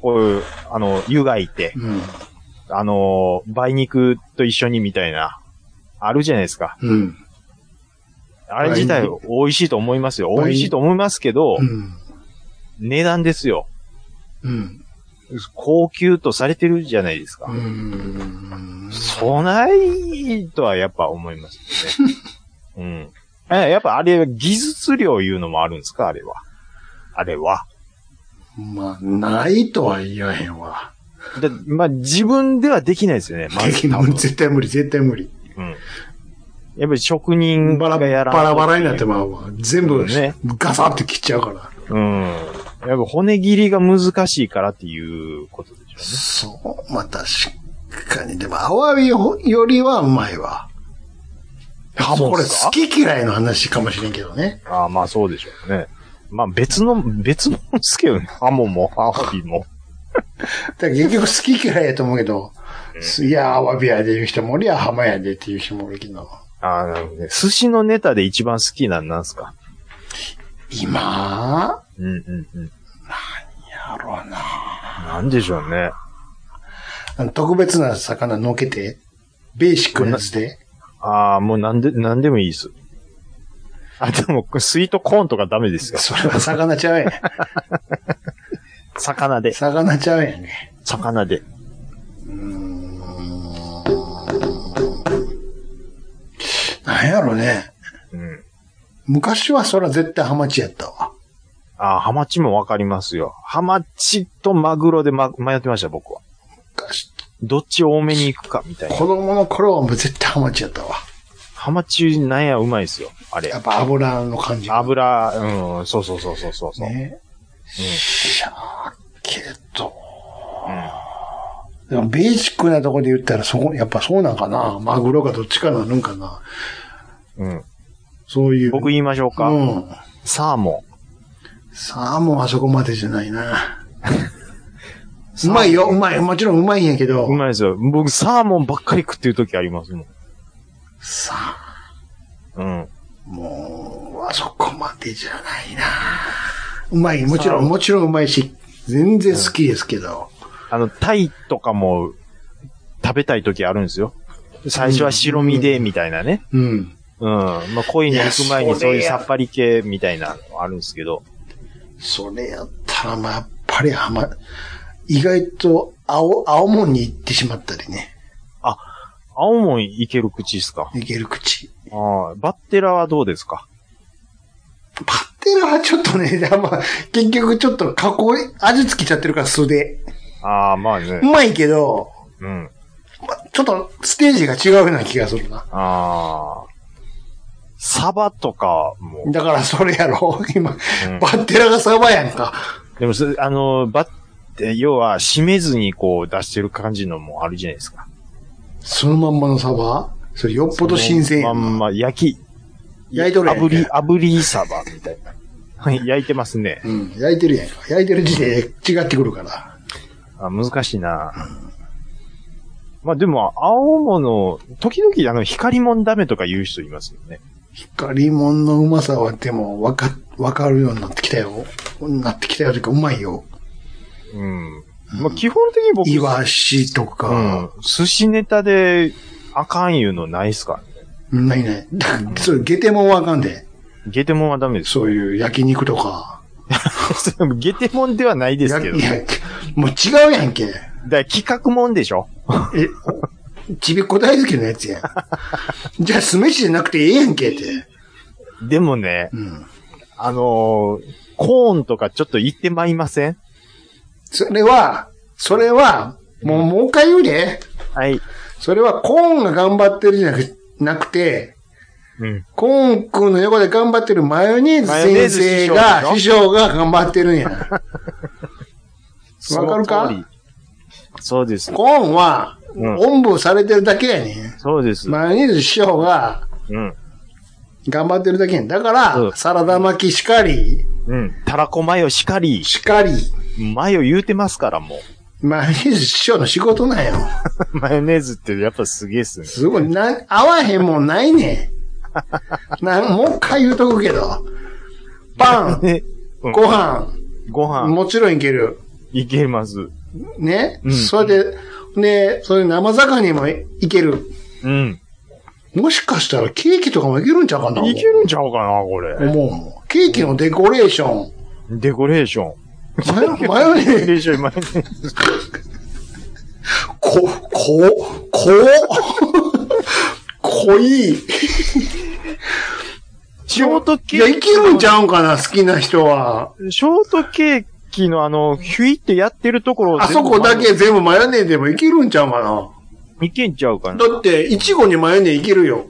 D: こういう、あの、湯がいて、
E: うん。
D: あの、梅肉と一緒にみたいな、あるじゃないですか。
E: うん。
D: あれ自体
E: 梅
D: 美味しいと思いますよ。
E: 梅
D: 美味しいと思いますけど
E: う、ん。
D: 値段ですよ。
E: うん。
D: 高級とされてるじゃないですか
E: う。ん。
D: そないとはやっぱ思います よね。うん。えやっぱあれ、技術量いうのもあるんですかあれは。あれは。
E: まあ、ないとは言わへんわ。
D: だまあ、自分ではできないですよね。ま
E: でき
D: ず
E: な
D: 多
E: い
D: 分
E: 絶対無理、絶対無理。
D: うん。やっぱり職人
E: バラ
D: がやらんと
E: バラバラになってまうわ。全部、
D: ね
E: ガサって切っちゃうから。
D: うん。やっぱ骨切りが難しいからっていうことでしょうね。
E: そう、まあ確かに。でも、アワビよりはうまいわ。
D: あそう
E: こ
D: っ
E: れ、
D: すか
E: 好き嫌いの話かもしれんけどね。
D: ああ、まあそうでしょうね。まあ別の、別のですけどね。ハモも、アワビも。
E: だから結局好き嫌いやと思うけど、いや、アワビやでいう人もおりゃ、浜やでっていう人もおるけど、
D: ああ、なるほどね。寿司のネタで一番好きなんなんすか
E: 今
D: うんうんうん。
E: やろう
D: なんでしょうね。
E: な。特別な魚のけて、ベーシックなやつで。
D: ああ、もうなんで、なんでもいいです。あ、でも、スイートコーンとかダメですよ。
E: それは魚ちゃう やん。
D: 魚で。
E: 魚ちゃうやんね。
D: 魚で。
E: なんやろね。
D: うん。
E: 昔はそら絶対ハマチやったわ。
D: ああ、ハマチもわかりますよ。ハマチとマグロで、ま、迷ってました、僕は。
E: 昔
D: どっち多めに行くか、みたいな。
E: 子供の頃はもう絶対ハマチやったわ。
D: ハマチなんやうまいですよ、あれ
E: や。っぱ油の感じ。
D: 油、うん、そうそうそうそうそうそう、
E: ね。しゃーけど。
D: う
E: でもベーシックなとこで言ったらそこ、やっぱそうなんかな。マグロかどっちかなるんかな。
D: ん。うん。
E: そういう。
D: 僕言いましょうか。
E: うん。
D: サーモ
E: サーモンはそこまでじゃない な。
D: ン。
E: うまいよ、うまい。もちろんうまいんやけど。
D: うまいですよ。僕、サーモンばっかり食ってる時ありますもん。
E: さあ、
D: うん。
E: もう、あそこまでじゃないなうまい、もちろん、もちろんうまいし、全然好きですけど。
D: あの、タイとかも食べたい時あるんですよ。最初は白身で、みたいなね。
E: うん。
D: うん。まあ、恋に行く前にそういうさっぱり系みたいなのあるんですけど。
E: それやったら、まあ、やっぱりはま、意外と、青、青門に行ってしまったりね。
D: 青も行ける口ですか
E: いける口。
D: ああ、バッテラはどうですか
E: パッテラはちょっとね、あんま、結局ちょっと加工、味つけちゃってるから素で。
D: ああ、まあ
E: う
D: ね。
E: まいけど、
D: うん。
E: ちょっとステージが違うような気がするな。
D: ああ。サバとかも。
E: だからそれやろ、今。
D: うん
E: バッテラがサバやんか。
D: でもそ、あの、バッて、要は、締めずにこう出してる感じのもあるじゃないですか。
E: そのまんまのサバそれよっぽど新鮮や
D: そのまん
E: ん。
D: ま焼き。
E: 焼いとるやん
D: 炙り、炙りサバみたいな。はい、焼いてますね。
E: うん、焼いてるやんか。焼いてる時点で違ってくるから。
D: あ難しいな。まあでも、青物、時々あの、光もんダメとか言う人いますよね。
E: 光もんのうまさはでも、わか、わかるようになってきたよ。なってきたよというか、うまいよ。
D: うん。まあ基本的に僕、
E: イワシと
D: うん
E: か、、
D: 寿司ネタであかん言うのないっすか
E: ないない。だからそれ、ゲテもんはあかんで。
D: ゲテモンはダメです。
E: そういう焼肉とか。
D: ゲテモンではないですけど。
E: い
D: だ
E: や
D: か
E: いやもう違うやんけ。
D: ら企画もんでしょ
E: え、ちびっこ大好きのやつやん。じゃあ、酢飯じゃなくてええやんけって。
D: でもね、
E: うん。
D: あのーコーンとかちょっと言ってまいりません
E: それは、それは、もう、もう一回言うで。
D: はい。
E: それは、コーンが頑張ってるじゃなくなくて、
D: うん。
E: コーン君の横で頑張ってるマヨネーズ
D: マヨネー
E: 先
D: ズ師匠で
E: 生
D: しょ
E: が、師匠が頑張ってるんや。 わかる
D: その
E: か
D: 通りそうです。
E: コーンは、
D: うん
E: おんぶされてるだけやねん。
D: そうです。
E: マヨネーズ師匠が
D: うん。
E: 頑張ってるだけやねん。だか
D: うん
E: ら、サラダ巻きしかり、
D: うん。たらこマヨしかり、
E: しかり、
D: マヨ言うて ますからも
E: マヨネーズ師匠の仕事なんよ。
D: う。マヨネーズってやっぱすげえっすね。
E: すごい、な、合わへんもんないね ん。なん、もう一回言うとくけど。パン、
D: ね、うん
E: ご飯、
D: ご飯、
E: もちろんいける。
D: いけます。
E: ね、
D: うん
E: それで、ね、それ生魚にもいける。
D: うん。
E: もしかしたらケーキとかもいけるんちゃうかない
D: いけるんちゃうかな、これ。
E: 思うもん。ケーキのデコレーション。
D: デコレーション。
E: マヨマヨネ
D: デコ
E: ーズ、
D: レーション、マヨネーズ。
E: こ、こ、こ、濃い。
D: ショート
E: い
D: ケ
E: や、
D: ー
E: いけ
D: キ
E: るんちゃうんかな好きな人は。
D: の。ショートケーキのあの、ヒュイってやってるところを
E: あそこだけ全部マヨネーズでもいけるんちゃうかな
D: け。いけんちゃうかな。
E: だって、いちごにマヨネーいけるよ。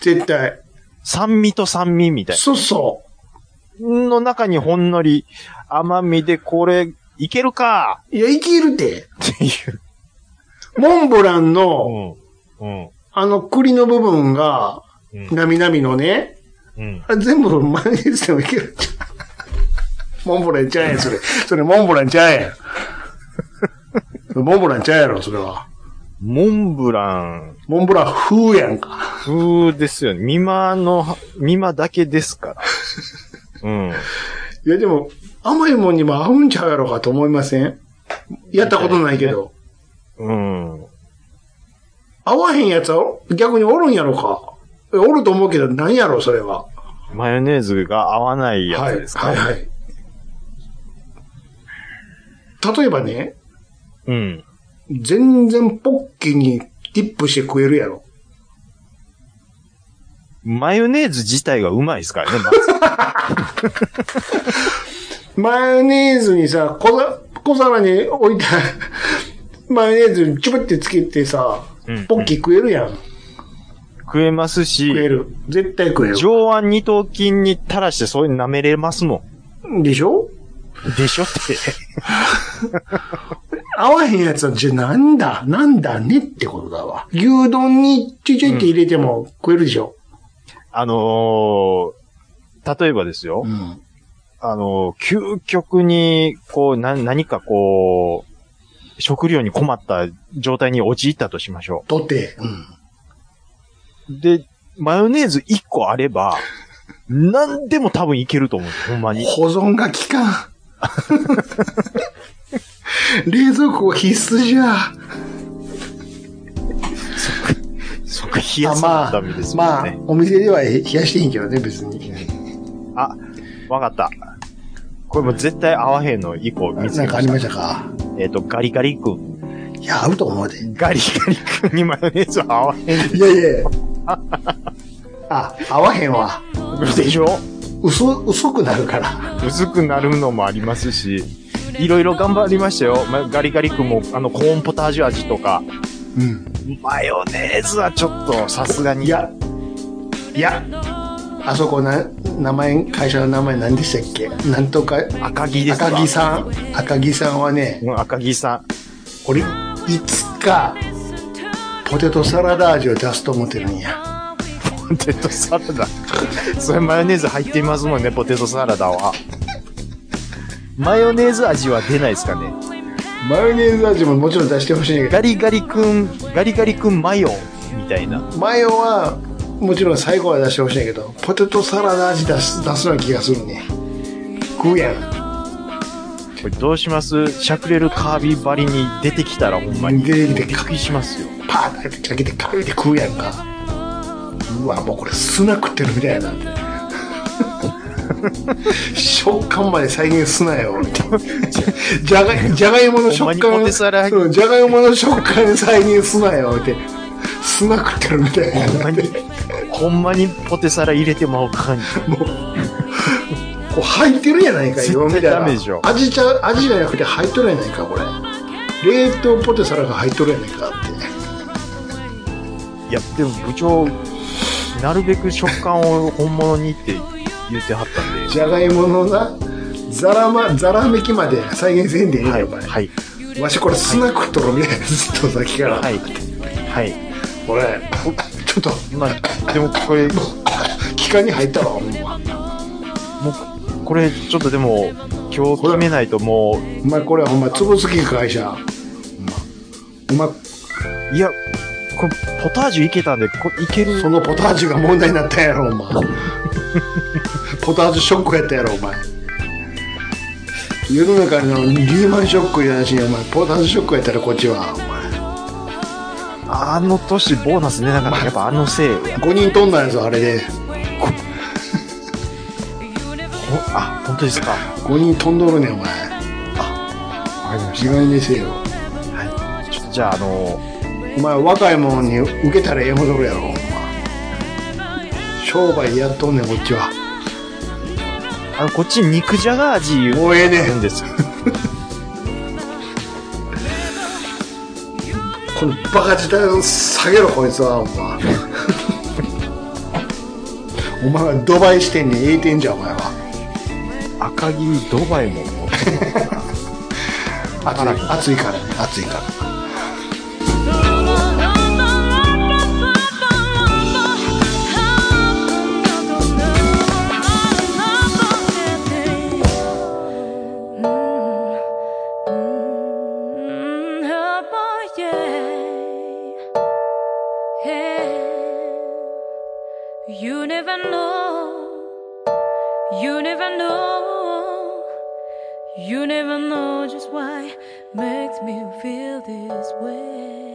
E: 絶対。
D: 酸味と酸味みたい
E: そうそ
D: な。の中にほんのり甘みでこれ、いけるか
E: う。いや、いけるって。
D: っていう。
E: モンブランの、
D: うん。うん。
E: あの栗の部分が、
D: うん
E: なみなみのね、
D: うん。
E: あれ全部マヨネーズでもいけるんちゃう。モンブランちゃうやん、それ。それモンブランちゃうやん。それモンブランちゃうやろ、それは。
D: モンブラン。
E: モンブラン風やんか。
D: 風ですよね。ミマの、ミマだけです から。うん。
E: いや、でも、甘いもんにも合うんちゃうやろかと思いませんやったことないけど。
D: うん。
E: 合わへんやつは逆におるんやろか。えおると思うけど、何やろ、それは。
D: マヨネーズが合わないやつですか、
E: はい、はい、はい。例えばね、
D: うん。
E: 全然ポッキーにディップして食えるやろ。
D: マヨネーズ自体がうまいですから ね。ま
E: マヨネーズにさ、小ざ小皿に置いた マヨネーズにちょぶってつけてさ
D: うん、
E: ポッキー食えるやん。
D: ず食えますし
E: 食、える。絶対食える。
D: 上腕二頭筋に垂らしてそういうの舐めれますも
E: でしょ
D: ん。でしょって。
E: 合わへんやつは、じゃあなんだ、なんだねってことだわ。牛丼にちょいちょいって入れても食えるでしょ。
D: あのー、例えばですよ。
E: ん。
D: あのー、究極に、こう、な、何かこう、食料に困った状態に陥ったとしましょう。
E: とて。うん。
D: で、マヨネーズ1個あれば、何でも多分いけると思う。ほんまに。
E: 保存が効かん。 冷蔵庫は必須じゃ。
D: 即冷や
E: あ
D: す
E: ま
D: の
E: あ
D: ためですも
E: ま
D: ん
E: あ
D: ね。、
E: お店では冷やしていいけどね、別に。
D: あ、わかった。これもう絶対合わへんの1個見つ
E: な
D: け
E: んかあ
D: ま
E: り
D: した。
E: ましたか
D: えっ、と、ガリガリ君。
E: いや、合うと思うで。
D: ガリガリ君にマヨネーズは合わへん。
E: いやいや あ、合わへんわ。
D: でしょ
E: 薄、薄くなるから。
D: 薄くなるのもありますし、いろいろ頑張りましたよ。まガリガリ君も、あの、コーンポタージュ味とか、
E: うん。
D: マヨネーズはちょっと、さすがに。
E: いや、いや、あそこな、名前、会社の名前何でしたっけなんとか、
D: 赤木ですか
E: 赤木さん。赤木さんはね、
D: うん、赤木さん。
E: 俺、いつか、ポテトサラダ味を出すと思ってるんや。
D: ポテトサラダ。 それマヨネーズ入っていますもんね、ポテトサラダは。マヨネーズ味は出ないですかね。
E: マヨネーズ味ももちろん出してほしいけ
D: ガリガリ君、ガリガリ君マヨ、みたいな。
E: ど、マヨは、もちろん最後は出してほしいけど、ポテトサラダ味出す、出すような気がするね。食うやん。
D: これどうしますシャクレルカービーバリに出てきたらほんまに。
E: 出てきて
D: びっくりしますよ。
E: パーってかけて、かけて食うやんか。うわ、もうこれ砂食ってるみたいなんで。食感まで再現すなよ。じゃがい、じゃがいもの食
D: ほんまに
E: 感、
D: ポテサラ
E: うんじゃがいもの食感再現すなよって。砂食ってるみたいな。
D: ほんまに、ほんまにポテサラ入れてまおうかに。
E: こう入ってるやないか、
D: 絶対
E: 今見たら
D: ダメでしょ
E: 味ちゃ、味じゃなくて入っとるやないか、これ。冷凍ポテサラが入っとるやないかって。
D: いや、でも部長、なるべく食感を本物にって言ってはったんで。
E: じゃがいものな、ざらま、ざらめきまで再現せんでいいの
D: はい、
E: よ、これ。
D: はい、
E: わしこれスナックとろみたいなずっとさっきから、
D: はい、はい。
E: これちょっと
D: まあ、でもこれ、
E: 気管に入ったわほんま
D: もう、これ、ちょっとでも、今日決めないとも
E: お前これほんま潰すき会社お前
D: う、いや、これ、ポタージュいけたんで、こいける
E: そ。のポタージュが問題になったんやろお前 ポタージュショックやったやろお前世の中のリーマンショックじゃなしにお前ポタージュショックやったらこっちはお
D: あの年、ボーナス出なかった。やっぱあのせい。
E: 前5人飛んだんやぞあれで
D: ほあ、本当ですか。
E: 5人飛んどるねんお前あわかりました意外にせよ
D: はい。ちょっとじゃあ、あの、
E: お前若いもんに受けたらええほどるやろお前商売やっとんねんこっちは
D: あの、こっち肉じゃが味言う
E: もうええね
D: ん
E: ん
D: ですよ。
E: このバカ自体を下げろこいつはお前お前はドバイしてんねんええてんじゃんお前は
D: 赤木ドバイも。
E: 暑い暑いからね暑いから
G: You never know, you never know. You never know just why makes me feel this way.